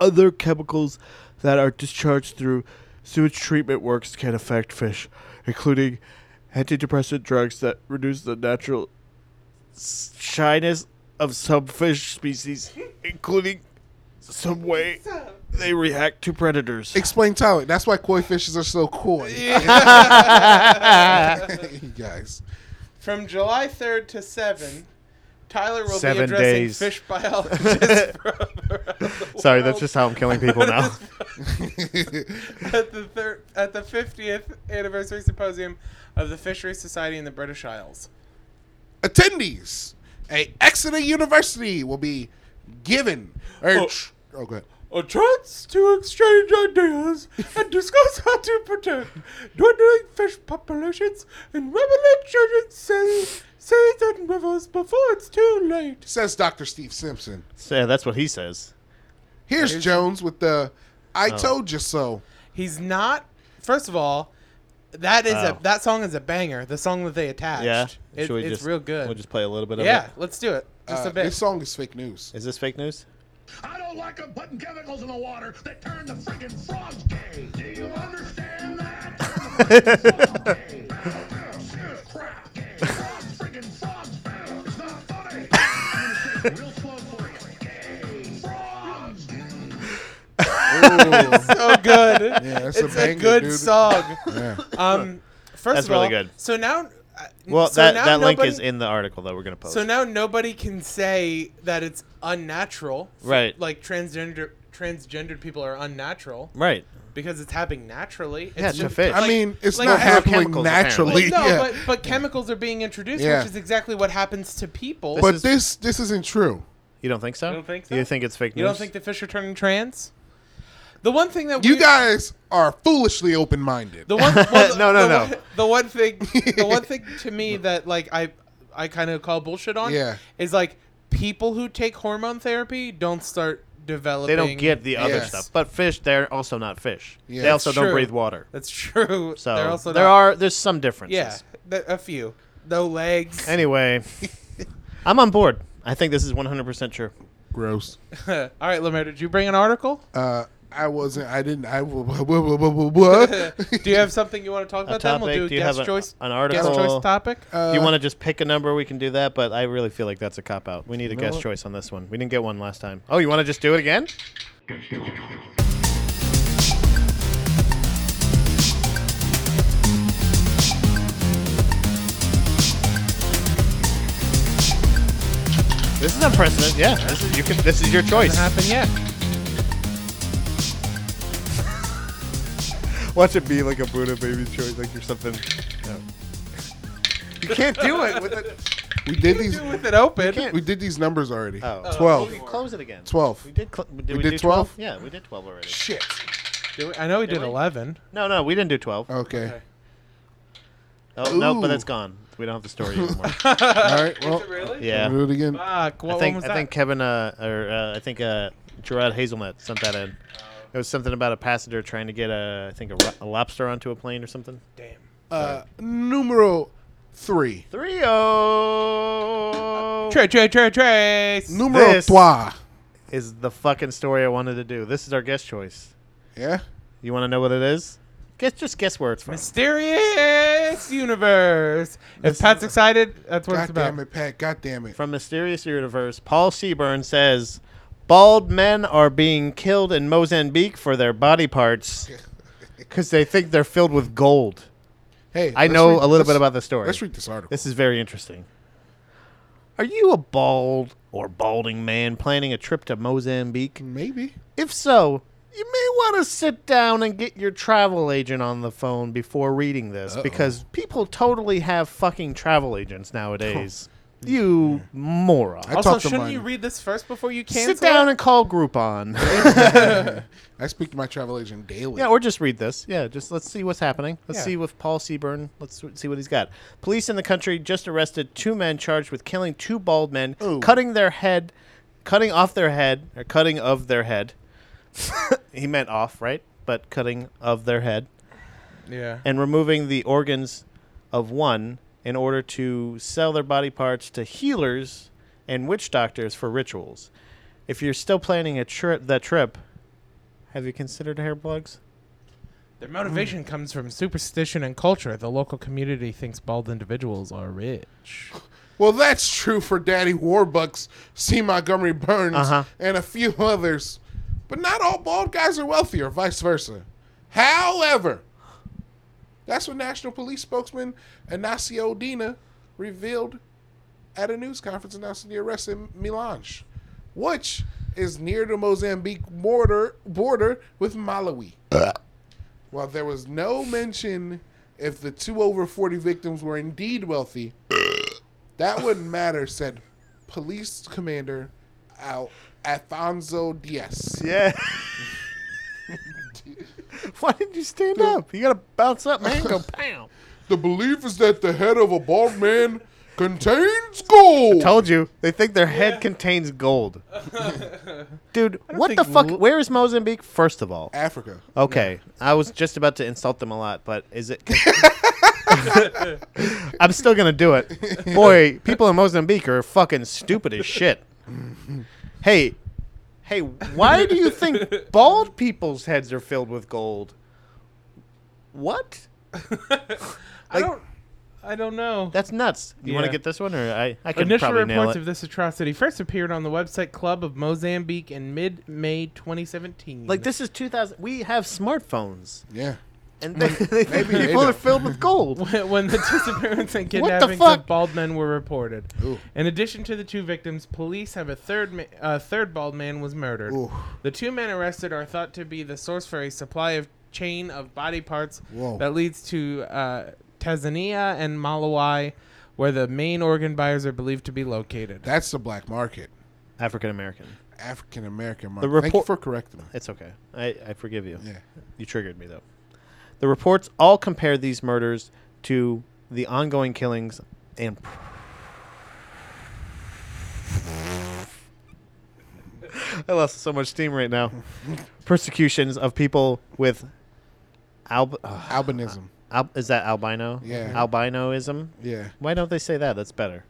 [SPEAKER 2] other chemicals that are discharged through sewage treatment works can affect fish, including antidepressant drugs that reduce the natural s- shyness of some fish species, including some way they react to predators.
[SPEAKER 3] Explain talent. That's why koi fishes are so coy. *laughs* you guys.
[SPEAKER 1] From July 3rd to 7, Tyler will
[SPEAKER 2] Seven
[SPEAKER 1] be addressing
[SPEAKER 2] days. *laughs*
[SPEAKER 1] fish *laughs* biologists from around the
[SPEAKER 2] Sorry, that's
[SPEAKER 1] world
[SPEAKER 2] just how
[SPEAKER 1] *laughs*
[SPEAKER 2] I'm killing people now.
[SPEAKER 1] at the thir- at the 50th anniversary symposium of the Fisheries Society in the British Isles.
[SPEAKER 3] Attendees at Exeter University will be given. Or, oh. oh, go ahead.
[SPEAKER 1] A chance to exchange ideas and discuss how to protect dwindling fish populations in remnant children's seas, seas and rivers before it's too late.
[SPEAKER 3] Says Dr. Steve Simpson.
[SPEAKER 2] So, yeah, that's what he says.
[SPEAKER 3] Here's, Jones with the I told you so.
[SPEAKER 1] He's not. First of all, that is
[SPEAKER 2] Oh.
[SPEAKER 1] a that song is a banger. The song that they attached.
[SPEAKER 2] Yeah,
[SPEAKER 1] It-
[SPEAKER 2] Should we
[SPEAKER 1] it's
[SPEAKER 2] just-
[SPEAKER 1] real good.
[SPEAKER 2] We'll just play a little bit of
[SPEAKER 1] yeah,
[SPEAKER 2] it.
[SPEAKER 1] let's do it. Just
[SPEAKER 3] Uh,
[SPEAKER 1] a bit.
[SPEAKER 3] This song is fake news.
[SPEAKER 2] Is this fake news?
[SPEAKER 9] I don't like them putting chemicals in the water that turn the friggin' frogs gay. Do you understand that? Turn the friggin' frogs gay. Battle, serious crap gay. Frogs, friggin' frogs, battle. It's not funny. I'm gonna say it real slow for you. Gay. Frogs.
[SPEAKER 3] *laughs*
[SPEAKER 1] so good. Yeah,
[SPEAKER 3] that's a
[SPEAKER 1] it's a,
[SPEAKER 3] banger,
[SPEAKER 1] good
[SPEAKER 3] dude.
[SPEAKER 1] song.
[SPEAKER 3] *laughs* Yeah.
[SPEAKER 1] Um, first
[SPEAKER 2] That's
[SPEAKER 1] of all,
[SPEAKER 2] really good.
[SPEAKER 1] So now, uh,
[SPEAKER 2] Well,
[SPEAKER 1] so
[SPEAKER 2] that,
[SPEAKER 1] now
[SPEAKER 2] that link
[SPEAKER 1] nobody-
[SPEAKER 2] is in the article that we're going to post.
[SPEAKER 1] So now nobody can say that it's unnatural. for-
[SPEAKER 2] Right.
[SPEAKER 1] Like transgender transgendered people are unnatural
[SPEAKER 2] right.
[SPEAKER 1] because it's happening naturally.
[SPEAKER 2] Yeah, it's a
[SPEAKER 1] just-
[SPEAKER 2] fish.
[SPEAKER 1] like-
[SPEAKER 3] I mean, it's
[SPEAKER 1] like-
[SPEAKER 3] not
[SPEAKER 1] like
[SPEAKER 3] happening
[SPEAKER 2] chemicals, apparently.
[SPEAKER 3] naturally.
[SPEAKER 1] No,
[SPEAKER 3] yeah.
[SPEAKER 1] but but chemicals are being introduced,
[SPEAKER 3] Yeah.
[SPEAKER 1] which is exactly what happens to people.
[SPEAKER 3] But
[SPEAKER 2] is-
[SPEAKER 3] this this isn't true.
[SPEAKER 2] You don't think so?
[SPEAKER 1] You don't think
[SPEAKER 2] You
[SPEAKER 1] so?
[SPEAKER 2] think it's fake news?
[SPEAKER 1] you don't think the fish are turning trans? The one thing that
[SPEAKER 3] You
[SPEAKER 1] we,
[SPEAKER 3] guys are foolishly open minded.
[SPEAKER 1] The one, well, the-
[SPEAKER 3] *laughs*
[SPEAKER 2] No, no,
[SPEAKER 1] the
[SPEAKER 2] no.
[SPEAKER 1] One, the one thing, the one thing to me that like I, I kind of call bullshit on.
[SPEAKER 3] Yeah.
[SPEAKER 1] Is like people who take hormone therapy don't start
[SPEAKER 2] they
[SPEAKER 1] developing.
[SPEAKER 2] don't get the other
[SPEAKER 3] Yes.
[SPEAKER 2] stuff. But fish, they're also not fish.
[SPEAKER 3] Yeah.
[SPEAKER 2] they also
[SPEAKER 1] That's
[SPEAKER 2] don't
[SPEAKER 1] true.
[SPEAKER 2] breathe water.
[SPEAKER 1] That's true.
[SPEAKER 2] So
[SPEAKER 1] They're also
[SPEAKER 2] there
[SPEAKER 1] not-
[SPEAKER 2] are there's some differences.
[SPEAKER 1] Yeah, th- a few. No legs.
[SPEAKER 2] Anyway, I'm on board. I think this is 100% true.
[SPEAKER 3] Gross.
[SPEAKER 1] *laughs* All right, Lemire, did you bring an article?
[SPEAKER 3] Uh, I wasn't. I didn't. I. *laughs* What?
[SPEAKER 1] do you have something you want to talk about? Then we'll
[SPEAKER 2] topic?
[SPEAKER 1] do,
[SPEAKER 2] Do you
[SPEAKER 1] guest
[SPEAKER 2] have a-
[SPEAKER 1] choice.
[SPEAKER 2] an
[SPEAKER 1] Guest
[SPEAKER 2] article?
[SPEAKER 1] choice topic.
[SPEAKER 2] if you want to just pick a number, we can do that. But I really feel like that's a cop out. We need a guest
[SPEAKER 3] what?
[SPEAKER 2] choice on this one. We didn't get one last time. Oh, you want to just do it again? This is unprecedented. Yeah, this is, you can. This is your choice.
[SPEAKER 1] Happen yet?
[SPEAKER 2] Watch it be like a Buddha baby choice, like you're something. You can't do it with it.
[SPEAKER 3] we did these.
[SPEAKER 1] With it open.
[SPEAKER 2] can't-
[SPEAKER 3] We did these numbers already.
[SPEAKER 2] Oh.
[SPEAKER 3] Twelve.
[SPEAKER 2] We close it again.
[SPEAKER 3] Twelve.
[SPEAKER 2] We did. Cl- did we,
[SPEAKER 3] did
[SPEAKER 2] do
[SPEAKER 3] 12?
[SPEAKER 2] Yeah, we did twelve already.
[SPEAKER 3] Shit.
[SPEAKER 1] Do we- I know we did
[SPEAKER 2] we?
[SPEAKER 1] eleven.
[SPEAKER 2] No, no, we didn't do twelve.
[SPEAKER 3] Okay.
[SPEAKER 2] Oh no,
[SPEAKER 3] Ooh.
[SPEAKER 2] but that's gone. We don't have the story anymore.
[SPEAKER 3] All right. Well,
[SPEAKER 1] Really?
[SPEAKER 2] yeah,
[SPEAKER 3] do it again.
[SPEAKER 1] Fuck. What
[SPEAKER 2] I
[SPEAKER 1] one
[SPEAKER 2] think
[SPEAKER 1] was
[SPEAKER 2] I
[SPEAKER 1] that?
[SPEAKER 2] think Kevin uh, or uh, I think uh, Gerard Hazelnut sent that in. It was something about a passenger trying to get a I think a, ro- a lobster onto a plane or something.
[SPEAKER 1] Damn.
[SPEAKER 3] Uh, numero three.
[SPEAKER 2] Three oh.
[SPEAKER 1] Trey, Trey, Trey, Trace.
[SPEAKER 3] Numero
[SPEAKER 2] This-
[SPEAKER 3] trois.
[SPEAKER 2] Is the fucking story I wanted to do. This is our guest choice.
[SPEAKER 3] Yeah.
[SPEAKER 2] You want to know what it is? Guess just guess where it's from.
[SPEAKER 1] Mysterious universe. If Pat's excited, that's what it's
[SPEAKER 3] God
[SPEAKER 1] about.
[SPEAKER 3] damn it, Pat. God damn it.
[SPEAKER 2] From Mysterious Universe, Paul Seaburn says, "Bald men are being killed in Mozambique for their body parts because they think they're filled with gold."
[SPEAKER 3] Hey,
[SPEAKER 2] I
[SPEAKER 3] let's
[SPEAKER 2] know
[SPEAKER 3] read-
[SPEAKER 2] a little bit
[SPEAKER 3] let's-
[SPEAKER 2] about the story.
[SPEAKER 3] Let's read this article.
[SPEAKER 2] This is very interesting. Are you a bald or balding man planning a trip to Mozambique?
[SPEAKER 3] Maybe.
[SPEAKER 2] If so, you may want to sit down and get your travel agent on the phone before reading this because people totally have fucking travel agents nowadays. you moron.
[SPEAKER 3] I
[SPEAKER 1] also,
[SPEAKER 3] talked to
[SPEAKER 1] shouldn't
[SPEAKER 3] my.
[SPEAKER 1] you read this first before you cancel?
[SPEAKER 2] sit down
[SPEAKER 1] it?
[SPEAKER 2] and call *laughs* Groupon.
[SPEAKER 3] I speak to my travel agent daily.
[SPEAKER 2] Yeah, or just read this. Yeah, just let's see what's happening. Let's
[SPEAKER 1] Yeah.
[SPEAKER 2] see with Paul Seaburn. Let's see what he's got. Police in the country just arrested two men charged with killing two bald men, cutting their head, cutting off their head, or cutting of their head. *laughs* he meant off, right? But cutting of their head
[SPEAKER 1] yeah.
[SPEAKER 2] and removing the organs of one in order to sell their body parts to healers and witch doctors for rituals. If you're still planning a trip, that trip, have you considered hair plugs?
[SPEAKER 1] Their motivation comes from superstition and culture. The local community thinks bald individuals are rich.
[SPEAKER 3] Well, that's true for Daddy Warbucks, C. Montgomery Burns,
[SPEAKER 2] Uh-huh.
[SPEAKER 3] and a few others. But not all bald guys are wealthy or vice versa. However, that's what National Police spokesman Ignacio Dina revealed at a news conference announcing the arrest in Milange, which is near the Mozambique border border with Malawi. While there was no mention if the two over 40 victims were indeed wealthy, that wouldn't matter, said Police Commander Al- Alfonso Diaz.
[SPEAKER 2] Yeah. *laughs* Why didn't you stand up? You gotta bounce up, man. Go pound.
[SPEAKER 3] The belief is that the head of a bald man contains
[SPEAKER 2] *laughs*
[SPEAKER 3] gold.
[SPEAKER 2] Told you. They think their head contains gold. Dude, what the
[SPEAKER 1] think
[SPEAKER 2] fuck?
[SPEAKER 1] lo-
[SPEAKER 2] Where is Mozambique? First of all.
[SPEAKER 3] Africa.
[SPEAKER 2] Okay, I was just about to insult them a lot, but is it? I'm still gonna do it. Boy, people in Mozambique are fucking stupid as shit. Hey, hey, why do you think bald people's heads are filled with gold? What?
[SPEAKER 1] I don't. I don't know.
[SPEAKER 2] That's nuts. You want to
[SPEAKER 1] Yeah.
[SPEAKER 2] get this one, or I? I can
[SPEAKER 1] Initial
[SPEAKER 2] probably nail
[SPEAKER 1] reports
[SPEAKER 2] it.
[SPEAKER 1] of this atrocity first appeared on the website Club of Mozambique in mid-May 2017.
[SPEAKER 2] like this is 2000. We have smartphones,
[SPEAKER 3] Yeah.
[SPEAKER 1] *laughs*
[SPEAKER 2] and they, they think
[SPEAKER 3] they
[SPEAKER 2] people are
[SPEAKER 3] don't.
[SPEAKER 2] filled with gold.
[SPEAKER 1] when, when the disappearance
[SPEAKER 2] *laughs*
[SPEAKER 1] and
[SPEAKER 2] the
[SPEAKER 1] kidnappings
[SPEAKER 2] fuck?
[SPEAKER 1] of bald men were reported.
[SPEAKER 3] Ooh.
[SPEAKER 1] In addition to the two victims, police have a third ma- uh, third bald man was murdered.
[SPEAKER 3] Ooh.
[SPEAKER 1] The two men arrested are thought to be the source for a supply of chain of body parts
[SPEAKER 3] Whoa.
[SPEAKER 1] that leads to uh, Tanzania and Malawi, where the main organ buyers are believed to be located.
[SPEAKER 3] That's the black market.
[SPEAKER 2] African American.
[SPEAKER 3] African American
[SPEAKER 2] The
[SPEAKER 3] market. Thank you
[SPEAKER 2] report-
[SPEAKER 3] for correcting me.
[SPEAKER 2] It's okay. I, I forgive you.
[SPEAKER 3] Yeah.
[SPEAKER 2] You triggered me though. The reports all compare these murders to the ongoing killings and *laughs* I lost so much steam right
[SPEAKER 3] *laughs*
[SPEAKER 2] now. Persecutions of people with alb- uh,
[SPEAKER 3] Albinism.
[SPEAKER 2] al- is that albino?
[SPEAKER 3] Yeah.
[SPEAKER 2] Albinoism?
[SPEAKER 3] Yeah.
[SPEAKER 2] Why don't they say that? That's
[SPEAKER 3] *laughs*
[SPEAKER 2] better.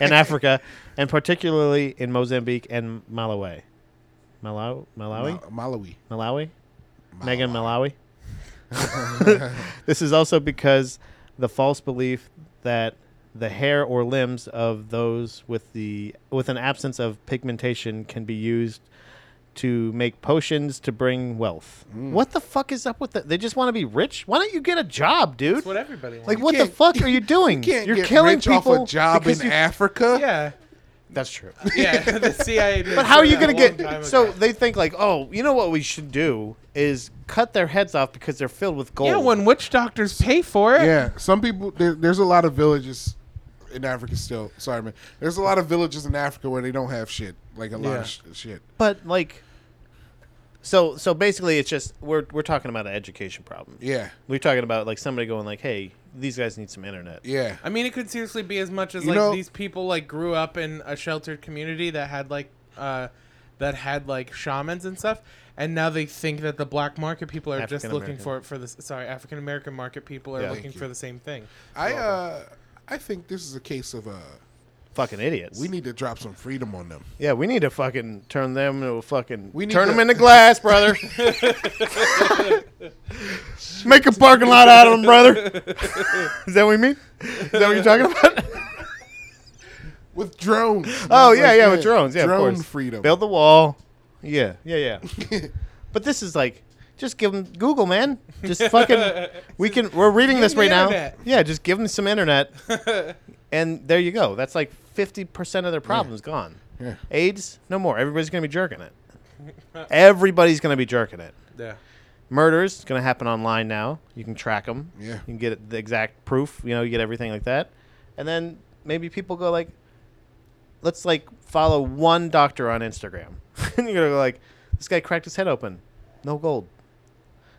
[SPEAKER 2] In Africa, and particularly in Mozambique and Malawi. Malawi? Malawi?
[SPEAKER 3] Mal-
[SPEAKER 2] Hmm.
[SPEAKER 3] Malawi.
[SPEAKER 2] Malawi? Megan Malawi? *laughs* this is also because the false belief that the hair or limbs of those with the with an absence of pigmentation can be used to make potions to bring wealth. What the fuck is up with that? They just want to be rich? Why don't you get a job, dude?
[SPEAKER 1] That's what everybody wants.
[SPEAKER 2] Like what the
[SPEAKER 3] can't-
[SPEAKER 2] fuck are
[SPEAKER 3] *laughs*
[SPEAKER 2] you doing?
[SPEAKER 3] Can't
[SPEAKER 2] You're
[SPEAKER 3] get
[SPEAKER 2] killing
[SPEAKER 3] rich
[SPEAKER 2] people
[SPEAKER 3] off a job
[SPEAKER 2] because
[SPEAKER 3] in
[SPEAKER 2] you-
[SPEAKER 3] Africa.
[SPEAKER 1] yeah,
[SPEAKER 2] That's true.
[SPEAKER 1] yeah. *laughs* The CIA. did
[SPEAKER 2] But how
[SPEAKER 1] say
[SPEAKER 2] are you
[SPEAKER 1] that
[SPEAKER 2] going
[SPEAKER 1] a
[SPEAKER 2] to
[SPEAKER 1] long time
[SPEAKER 2] get? So
[SPEAKER 1] ago.
[SPEAKER 2] they think like, oh, you know what we should do is cut their heads off because they're filled with gold.
[SPEAKER 1] yeah, when witch doctors pay for it.
[SPEAKER 3] Yeah, some people. There, there's a lot of villages in Africa still. Sorry, man. There's a lot of villages in Africa where they don't have shit. Like a lot
[SPEAKER 1] Yeah.
[SPEAKER 3] of sh- shit.
[SPEAKER 2] but like, so so basically, it's just we're we're talking about an education problem.
[SPEAKER 3] Yeah,
[SPEAKER 2] We're talking about like somebody going like, hey, these guys need some internet.
[SPEAKER 3] yeah.
[SPEAKER 1] I mean, it could seriously be as much as
[SPEAKER 3] You
[SPEAKER 1] like
[SPEAKER 3] know-
[SPEAKER 1] these people like grew up in a sheltered community that had like uh, that had like shamans and stuff, and now they think that the black market people are just looking
[SPEAKER 2] African-American.
[SPEAKER 1] for it for this. Sorry, African American market people are
[SPEAKER 2] Yeah.
[SPEAKER 1] looking
[SPEAKER 3] Thank
[SPEAKER 1] for
[SPEAKER 3] you.
[SPEAKER 1] the same thing.
[SPEAKER 3] I uh, I think this is a case of uh,
[SPEAKER 2] Fucking idiots.
[SPEAKER 3] we need to drop some freedom on them.
[SPEAKER 2] yeah, we need to fucking turn them into a fucking
[SPEAKER 3] We need
[SPEAKER 2] turn
[SPEAKER 3] to-
[SPEAKER 2] them into glass,
[SPEAKER 3] *laughs*
[SPEAKER 2] brother. Make a parking lot out of them, brother. Is that what you mean? Is that what you're talking about?
[SPEAKER 3] With drones.
[SPEAKER 2] Oh
[SPEAKER 3] Like
[SPEAKER 2] yeah, yeah,
[SPEAKER 3] that.
[SPEAKER 2] with drones. Yeah,
[SPEAKER 3] drone
[SPEAKER 2] of course.
[SPEAKER 3] freedom.
[SPEAKER 2] Build the wall. Yeah, yeah, yeah. but this is like, just give them Google, man. Just fucking. we can. We're reading this
[SPEAKER 1] them
[SPEAKER 2] right
[SPEAKER 1] the
[SPEAKER 2] now.
[SPEAKER 1] internet.
[SPEAKER 2] Yeah, just give them some internet, and there you go. That's like fifty percent of their problems gone.
[SPEAKER 3] Yeah.
[SPEAKER 2] AIDS, no more. Everybody's gonna be jerking it. Everybody's gonna be jerking it.
[SPEAKER 1] Yeah.
[SPEAKER 2] Murders it's gonna happen online now. You can track them.
[SPEAKER 3] Yeah.
[SPEAKER 2] You can get the exact proof. You know, you get everything like that, and then maybe people go like, let's like follow one doctor on Instagram, *laughs* and you're gonna go like, this guy cracked his head open, no gold.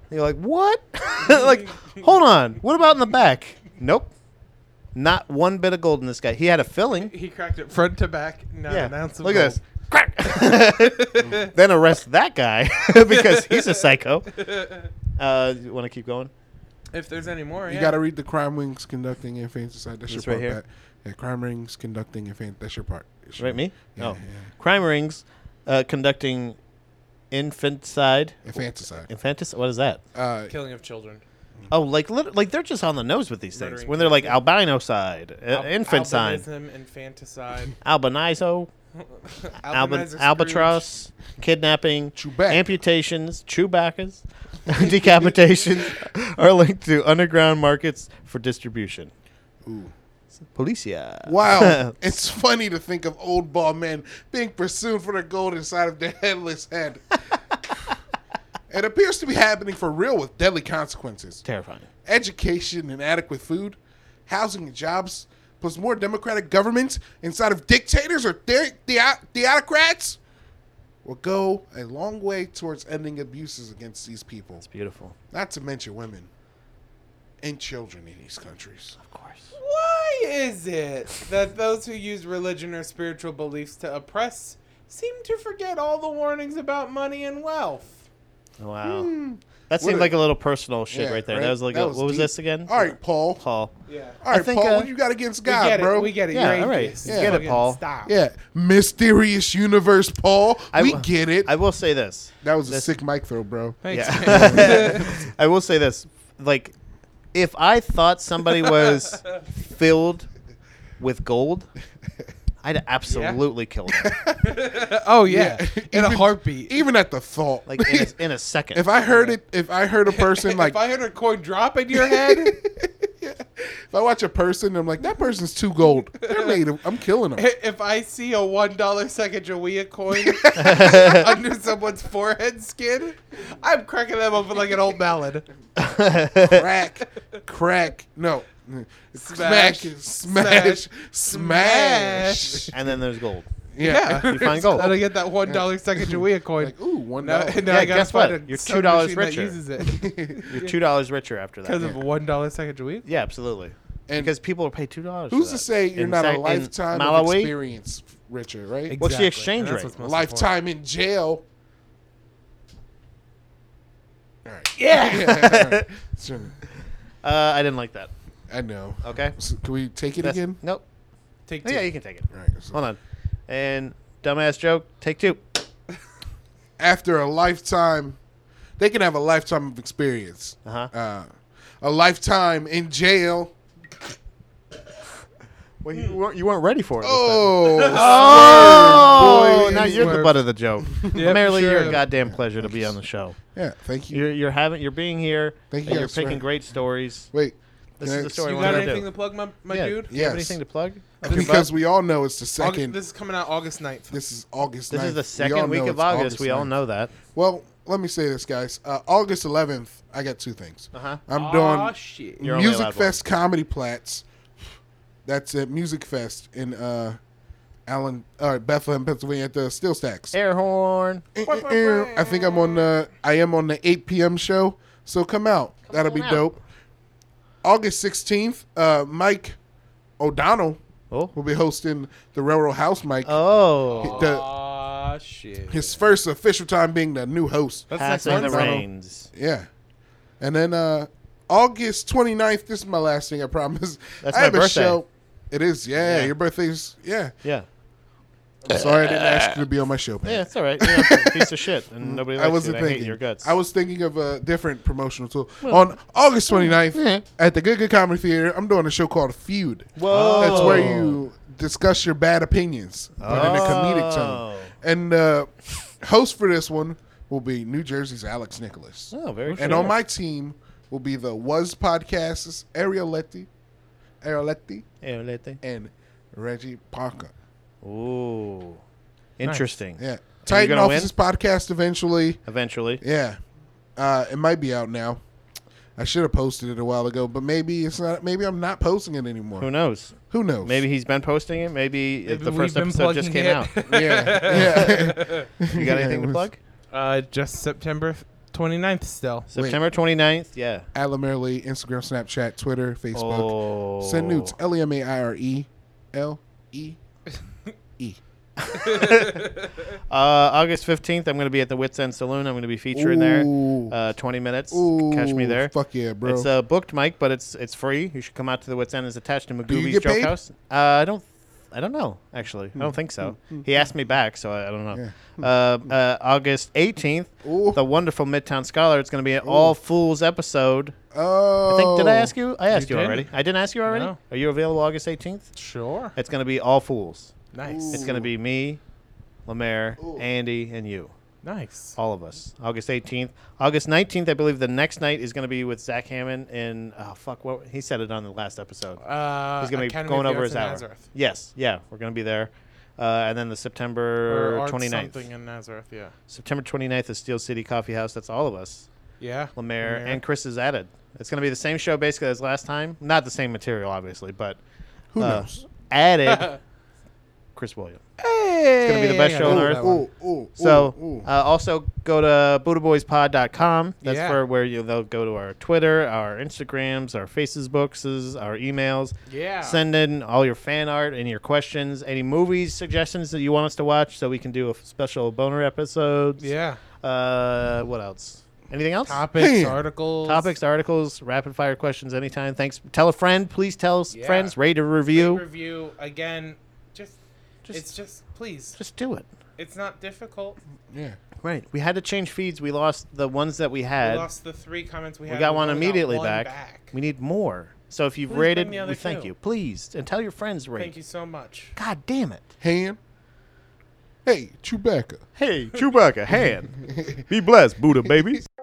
[SPEAKER 2] And you're like, what? *laughs* like, hold on. What about in the back? Nope. Not one bit of gold in this guy. He had a filling.
[SPEAKER 1] He cracked it front to back. Not an ounce of
[SPEAKER 2] Look
[SPEAKER 1] gold.
[SPEAKER 2] at this. Crack. *laughs* then arrest that guy *laughs* because he's a psycho. Uh, you want to keep going?
[SPEAKER 1] If there's any more,
[SPEAKER 3] You
[SPEAKER 1] yeah.
[SPEAKER 3] got to read the crime wings conducting and infanticide. That's your
[SPEAKER 2] This
[SPEAKER 3] part.
[SPEAKER 2] right here?
[SPEAKER 3] Pat. Yeah, crime rings conducting infant. That's your part. It's your-
[SPEAKER 2] Right, me?
[SPEAKER 3] Yeah,
[SPEAKER 2] oh.
[SPEAKER 3] yeah.
[SPEAKER 2] Crime rings uh, conducting infanticide.
[SPEAKER 3] Infanticide.
[SPEAKER 2] Infantis? What is that?
[SPEAKER 3] Uh,
[SPEAKER 1] killing of children.
[SPEAKER 3] Mm.
[SPEAKER 2] Oh, like lit- like they're just on the nose with these things.
[SPEAKER 1] Murdering
[SPEAKER 2] when they're like albino side, uh, infant sign, *laughs*
[SPEAKER 1] Albinism, infanticide.
[SPEAKER 2] albinizo. Alba-
[SPEAKER 1] Albanese
[SPEAKER 2] albatross, kidnapping,
[SPEAKER 3] Chewbacca.
[SPEAKER 2] amputations, Chewbacca's, *laughs*
[SPEAKER 3] *laughs*
[SPEAKER 2] decapitations are linked to underground markets for distribution.
[SPEAKER 3] Ooh.
[SPEAKER 2] Policia. *laughs*
[SPEAKER 3] Wow, *laughs* it's funny to think of old bald men being pursued for their gold inside of their headless head.
[SPEAKER 2] *laughs*
[SPEAKER 3] it appears to be happening for real with deadly consequences.
[SPEAKER 2] Terrifying.
[SPEAKER 3] Education and adequate food, housing and jobs, plus more democratic governments inside of dictators or the- the- theocrats will go a long way towards ending abuses against these people,
[SPEAKER 2] It's beautiful.
[SPEAKER 3] not to mention women and children in these countries.
[SPEAKER 2] Of course.
[SPEAKER 1] Why is it that those who use religion or spiritual beliefs to oppress seem to forget all the warnings about money and wealth?
[SPEAKER 2] Oh, Wow. That
[SPEAKER 3] Hmm. What
[SPEAKER 2] seemed
[SPEAKER 3] a-
[SPEAKER 2] like a little personal shit
[SPEAKER 3] Yeah,
[SPEAKER 2] right there.
[SPEAKER 3] right?
[SPEAKER 2] That was like,
[SPEAKER 3] That
[SPEAKER 2] a-
[SPEAKER 3] was
[SPEAKER 2] what was
[SPEAKER 3] deep.
[SPEAKER 2] this again?
[SPEAKER 3] All right, Paul.
[SPEAKER 2] Paul.
[SPEAKER 1] Yeah.
[SPEAKER 3] All right,
[SPEAKER 2] think,
[SPEAKER 3] Paul,
[SPEAKER 2] uh,
[SPEAKER 3] what you got against
[SPEAKER 1] We
[SPEAKER 3] God,
[SPEAKER 1] get it.
[SPEAKER 3] bro?
[SPEAKER 1] We get it.
[SPEAKER 2] Yeah,
[SPEAKER 1] You're
[SPEAKER 2] all right.
[SPEAKER 1] atheist.
[SPEAKER 2] You get it,
[SPEAKER 1] Fucking
[SPEAKER 2] Paul.
[SPEAKER 1] Stop.
[SPEAKER 3] Yeah, mysterious universe, Paul.
[SPEAKER 2] I
[SPEAKER 3] we
[SPEAKER 2] will-
[SPEAKER 3] get it.
[SPEAKER 2] I will say this.
[SPEAKER 3] that was a sick mic throw, bro.
[SPEAKER 1] Thanks.
[SPEAKER 2] *laughs* Yeah.
[SPEAKER 3] *laughs*
[SPEAKER 2] I will say this. Like, if I thought somebody was filled with gold, I'd absolutely kill them.
[SPEAKER 1] oh yeah. In a
[SPEAKER 3] Even-
[SPEAKER 1] heartbeat.
[SPEAKER 3] Even at the thought.
[SPEAKER 2] Like, in
[SPEAKER 3] *laughs*
[SPEAKER 2] a, in a second.
[SPEAKER 3] if I heard it, if I heard a person like,
[SPEAKER 1] *laughs* if I heard a coin drop in your head, *laughs*
[SPEAKER 3] if I watch a person, I'm like, that person's too gold. They're made. Of, I'm killing
[SPEAKER 1] *laughs*
[SPEAKER 3] them.
[SPEAKER 1] if I see a one dollar Sacagawea coin under someone's forehead skin, I'm cracking them open like an old ballad.
[SPEAKER 3] crack, crack. No, smash,
[SPEAKER 1] Smash,
[SPEAKER 3] smash, smash.
[SPEAKER 2] and then there's gold.
[SPEAKER 3] Yeah.
[SPEAKER 1] Yeah, *laughs*
[SPEAKER 2] You find gold.
[SPEAKER 1] And I get that one dollar Sacagawea coin.
[SPEAKER 3] *laughs* Like, ooh,
[SPEAKER 1] *laughs*
[SPEAKER 3] one
[SPEAKER 1] Now,
[SPEAKER 3] dollar. *laughs*
[SPEAKER 1] now
[SPEAKER 2] Yeah,
[SPEAKER 1] I gotta
[SPEAKER 2] guess what?
[SPEAKER 1] find a
[SPEAKER 2] You're
[SPEAKER 1] soda
[SPEAKER 2] $2
[SPEAKER 1] machine that
[SPEAKER 2] richer.
[SPEAKER 1] uses it *laughs*
[SPEAKER 2] You're two dollars richer after that.
[SPEAKER 1] because of one dollar Sacagawea.
[SPEAKER 2] Yeah, absolutely.
[SPEAKER 3] And-
[SPEAKER 2] because people are paid two dollars.
[SPEAKER 3] Who's to say you're not a lifetime
[SPEAKER 2] in
[SPEAKER 3] of
[SPEAKER 2] Malawi?
[SPEAKER 3] experience, Richard? Right?
[SPEAKER 2] What's the
[SPEAKER 1] Exactly.
[SPEAKER 2] exchange
[SPEAKER 1] And that's
[SPEAKER 2] rate?
[SPEAKER 1] what's most
[SPEAKER 3] lifetime in jail. All right.
[SPEAKER 2] Yeah,
[SPEAKER 3] Yeah, *laughs* all
[SPEAKER 2] *laughs*
[SPEAKER 3] right. Sure.
[SPEAKER 2] uh, I didn't like that.
[SPEAKER 3] I know.
[SPEAKER 2] Okay,
[SPEAKER 3] So can we take it
[SPEAKER 2] That's- *laughs*
[SPEAKER 3] again?
[SPEAKER 2] Nope.
[SPEAKER 1] important. Take
[SPEAKER 2] Oh,
[SPEAKER 1] two.
[SPEAKER 2] yeah, you can take it.
[SPEAKER 3] All right. so-
[SPEAKER 2] Hold on. And dumbass joke, take two.
[SPEAKER 3] after a lifetime, they can have a lifetime of experience.
[SPEAKER 2] Uh-huh.
[SPEAKER 3] Uh, a lifetime in jail.
[SPEAKER 2] Well, you weren't you weren't ready for it.
[SPEAKER 3] Oh,
[SPEAKER 2] Oh,
[SPEAKER 3] Swerve, boy.
[SPEAKER 2] now you're the butt of the joke. Primarily,
[SPEAKER 1] sure
[SPEAKER 2] you're a
[SPEAKER 1] am.
[SPEAKER 2] goddamn pleasure to be on the show.
[SPEAKER 3] *laughs* yeah. Thank you.
[SPEAKER 2] You're, you're having, you're being here.
[SPEAKER 3] Thank you,
[SPEAKER 2] and you're
[SPEAKER 3] guys, swear.
[SPEAKER 2] picking great stories.
[SPEAKER 3] Wait.
[SPEAKER 2] This
[SPEAKER 3] can
[SPEAKER 2] is
[SPEAKER 3] I-
[SPEAKER 2] the story
[SPEAKER 1] You
[SPEAKER 2] we
[SPEAKER 1] got
[SPEAKER 2] want
[SPEAKER 1] anything
[SPEAKER 2] do.
[SPEAKER 1] to plug, my, my
[SPEAKER 2] yeah.
[SPEAKER 1] dude?
[SPEAKER 2] You have
[SPEAKER 3] Yes.
[SPEAKER 2] anything to plug?
[SPEAKER 3] Because we all know it's the
[SPEAKER 1] August-
[SPEAKER 3] second.
[SPEAKER 1] this is coming out August 9th.
[SPEAKER 3] this is August.
[SPEAKER 2] This
[SPEAKER 3] 9th.
[SPEAKER 2] is
[SPEAKER 3] We
[SPEAKER 2] the
[SPEAKER 3] all
[SPEAKER 2] second week
[SPEAKER 3] know
[SPEAKER 2] of
[SPEAKER 3] it's
[SPEAKER 2] August. we all
[SPEAKER 3] 9th.
[SPEAKER 2] know that.
[SPEAKER 3] Well, let me say this, guys. Uh, August 11th, I got two things.
[SPEAKER 2] Uh-huh.
[SPEAKER 3] I'm
[SPEAKER 1] Aw,
[SPEAKER 3] doing
[SPEAKER 1] shit.
[SPEAKER 2] You're only allowed
[SPEAKER 3] Music
[SPEAKER 2] one.
[SPEAKER 3] Fest Comedy Plats. That's at Music Fest in uh, Allen, uh, Bethlehem, Pennsylvania at the Steel Stacks.
[SPEAKER 2] Air horn. Oh.
[SPEAKER 3] Eh, eh, eh. I think I'm on the I am on the 8 p.m. show, so come out. That'll
[SPEAKER 2] on
[SPEAKER 3] be
[SPEAKER 2] out.
[SPEAKER 3] dope. August 16th, uh, Mike O'Donnell
[SPEAKER 2] Oh.
[SPEAKER 3] will be hosting the Railroad House Mike.
[SPEAKER 2] Oh.
[SPEAKER 3] The-
[SPEAKER 1] Aw, shit.
[SPEAKER 3] his first official time being the new host.
[SPEAKER 1] That's next
[SPEAKER 2] Passing the
[SPEAKER 1] Wednesday.
[SPEAKER 2] reins.
[SPEAKER 3] Yeah. And then uh August 29th, this is my last thing, I promise.
[SPEAKER 2] That's
[SPEAKER 3] I
[SPEAKER 2] my
[SPEAKER 3] have a
[SPEAKER 2] birthday.
[SPEAKER 3] show. It is, yeah.
[SPEAKER 2] Yeah.
[SPEAKER 3] Your birthday's yeah.
[SPEAKER 2] Yeah.
[SPEAKER 3] I'm sorry I didn't ask you to be on my show, man.
[SPEAKER 2] Yeah, it's all right. You're a
[SPEAKER 3] *laughs*
[SPEAKER 2] piece of shit, and nobody likes
[SPEAKER 3] I wasn't
[SPEAKER 2] you. and I
[SPEAKER 3] thinking.
[SPEAKER 2] hate your guts.
[SPEAKER 3] I was thinking of a different promotional tool. On August 29th, at the Good Good Comedy Theater, I'm doing a show called Feud.
[SPEAKER 2] Whoa.
[SPEAKER 3] That's where you discuss your bad opinions, but in a comedic tone.
[SPEAKER 2] Oh.
[SPEAKER 3] And uh, host for this one will be New Jersey's Alex Nicholas.
[SPEAKER 2] Oh, very.
[SPEAKER 3] And
[SPEAKER 2] cool.
[SPEAKER 3] on my team will be the Was Podcasts, Arioletti, Arioletti,
[SPEAKER 2] Eolete.
[SPEAKER 3] and Reggie Parker.
[SPEAKER 2] Ooh, interesting.
[SPEAKER 3] Yeah.
[SPEAKER 2] And
[SPEAKER 3] Titan
[SPEAKER 2] you're gonna win?
[SPEAKER 3] Offices podcast eventually.
[SPEAKER 2] Eventually,
[SPEAKER 3] Yeah. Uh, it might be out now. I should have posted it a while ago, but maybe it's not. Maybe I'm not posting it anymore.
[SPEAKER 2] who knows?
[SPEAKER 3] Who knows?
[SPEAKER 2] Maybe he's been posting it. Maybe,
[SPEAKER 1] Maybe
[SPEAKER 2] the
[SPEAKER 1] we've
[SPEAKER 2] first
[SPEAKER 1] been
[SPEAKER 2] episode just
[SPEAKER 1] plugging
[SPEAKER 2] came out. *laughs*
[SPEAKER 1] it.
[SPEAKER 3] Yeah. *laughs* yeah.
[SPEAKER 2] You got anything to plug?
[SPEAKER 1] Uh, just September 29th still.
[SPEAKER 2] September 29th. Yeah.
[SPEAKER 3] Alamirly, Instagram, Snapchat, Twitter, Facebook.
[SPEAKER 2] Oh.
[SPEAKER 3] Send nudes. L e m a i r e l e e.
[SPEAKER 2] Uh, August 15th, I'm going to be at the Wits End Saloon. I'm going to be featuring
[SPEAKER 3] Ooh.
[SPEAKER 2] there. Uh, 20 minutes. *laughs* Catch me
[SPEAKER 3] Ooh,
[SPEAKER 2] there.
[SPEAKER 3] Fuck yeah, bro.
[SPEAKER 2] It's uh, booked, Mike, but it's it's free. You should come out to the Wits End. It's attached to
[SPEAKER 3] you
[SPEAKER 2] Magoo's
[SPEAKER 3] get
[SPEAKER 2] Joke
[SPEAKER 3] paid? Hmm.
[SPEAKER 2] House. Uh, I don't, I don't know actually. I don't think so. He asked me back, so I, I don't know. Uh, uh, August 18th,
[SPEAKER 3] Ooh.
[SPEAKER 2] the wonderful Midtown Scholar. It's going to be an All Fools episode.
[SPEAKER 3] oh.
[SPEAKER 2] I think did I ask you? I asked you,
[SPEAKER 1] didn't.
[SPEAKER 2] already. I didn't ask you already.
[SPEAKER 1] No.
[SPEAKER 2] Are you available August 18th?
[SPEAKER 1] Sure.
[SPEAKER 2] It's going to be All Fools.
[SPEAKER 1] Nice.
[SPEAKER 2] It's going to be me, Lemaire,
[SPEAKER 3] Ooh.
[SPEAKER 2] Andy, and you.
[SPEAKER 1] Nice.
[SPEAKER 2] All of us. August 18th. August 19th, I believe the next night is going to be with Zach Hammond and, oh, fuck, what? He said it on the last episode.
[SPEAKER 1] Uh,
[SPEAKER 2] He's going to be
[SPEAKER 1] Academy
[SPEAKER 2] going
[SPEAKER 1] of the
[SPEAKER 2] over
[SPEAKER 1] Arts
[SPEAKER 2] his
[SPEAKER 1] in
[SPEAKER 2] hour.
[SPEAKER 1] Nazareth.
[SPEAKER 2] Yes. Yeah. We're going to be there. Uh, and then the September
[SPEAKER 1] Or Arts
[SPEAKER 2] 29th.
[SPEAKER 1] something in Nazareth. Yeah.
[SPEAKER 2] September 29th is Steel City Coffee House. That's all of us.
[SPEAKER 1] Yeah.
[SPEAKER 2] Lemaire, and Chris is added. It's going to be the same show basically as last time. Not the same material, obviously, but
[SPEAKER 3] Who
[SPEAKER 2] uh,
[SPEAKER 3] knows?
[SPEAKER 2] added
[SPEAKER 1] *laughs*
[SPEAKER 2] Chris Williams. It's going to be the best show on
[SPEAKER 1] Ooh,
[SPEAKER 2] earth.
[SPEAKER 1] that
[SPEAKER 3] Ooh, ooh,
[SPEAKER 2] So
[SPEAKER 3] ooh, ooh.
[SPEAKER 2] Uh, also go to BuddhaBoysPod.com. That's
[SPEAKER 1] Yeah.
[SPEAKER 2] where where you they'll go to our Twitter, our Instagrams, our Facebooks, our emails.
[SPEAKER 1] Yeah.
[SPEAKER 2] Send in all your fan art and your questions, any movies suggestions that you want us to watch, so we can do a special boner episodes.
[SPEAKER 1] Yeah.
[SPEAKER 2] Uh, what else? Anything else?
[SPEAKER 1] Topics,
[SPEAKER 3] Man.
[SPEAKER 1] articles.
[SPEAKER 2] Topics, articles, rapid fire questions anytime. Thanks. Tell a friend. Please tell s
[SPEAKER 1] Yeah.
[SPEAKER 2] friends. Rate a review.
[SPEAKER 1] Review again. Just,
[SPEAKER 2] Just-
[SPEAKER 1] it's just please.
[SPEAKER 2] Just do it.
[SPEAKER 1] it's not difficult.
[SPEAKER 3] yeah.
[SPEAKER 2] Right. We had to change feeds. We lost the ones that we
[SPEAKER 1] We
[SPEAKER 2] had.
[SPEAKER 1] lost the three comments we
[SPEAKER 2] We
[SPEAKER 1] had.
[SPEAKER 2] got one
[SPEAKER 1] only
[SPEAKER 2] immediately
[SPEAKER 1] one
[SPEAKER 2] back. We need more. So if you've
[SPEAKER 1] Please bring
[SPEAKER 2] rated,
[SPEAKER 1] the
[SPEAKER 2] we
[SPEAKER 1] other
[SPEAKER 2] thank
[SPEAKER 1] two.
[SPEAKER 2] you. Please and tell your friends rate.
[SPEAKER 1] Thank you so much.
[SPEAKER 2] God damn it!
[SPEAKER 3] Ham. Hey, Chewbacca.
[SPEAKER 1] *laughs*
[SPEAKER 2] Hey, Chewbacca, hand. Be blessed, Buddha, babies.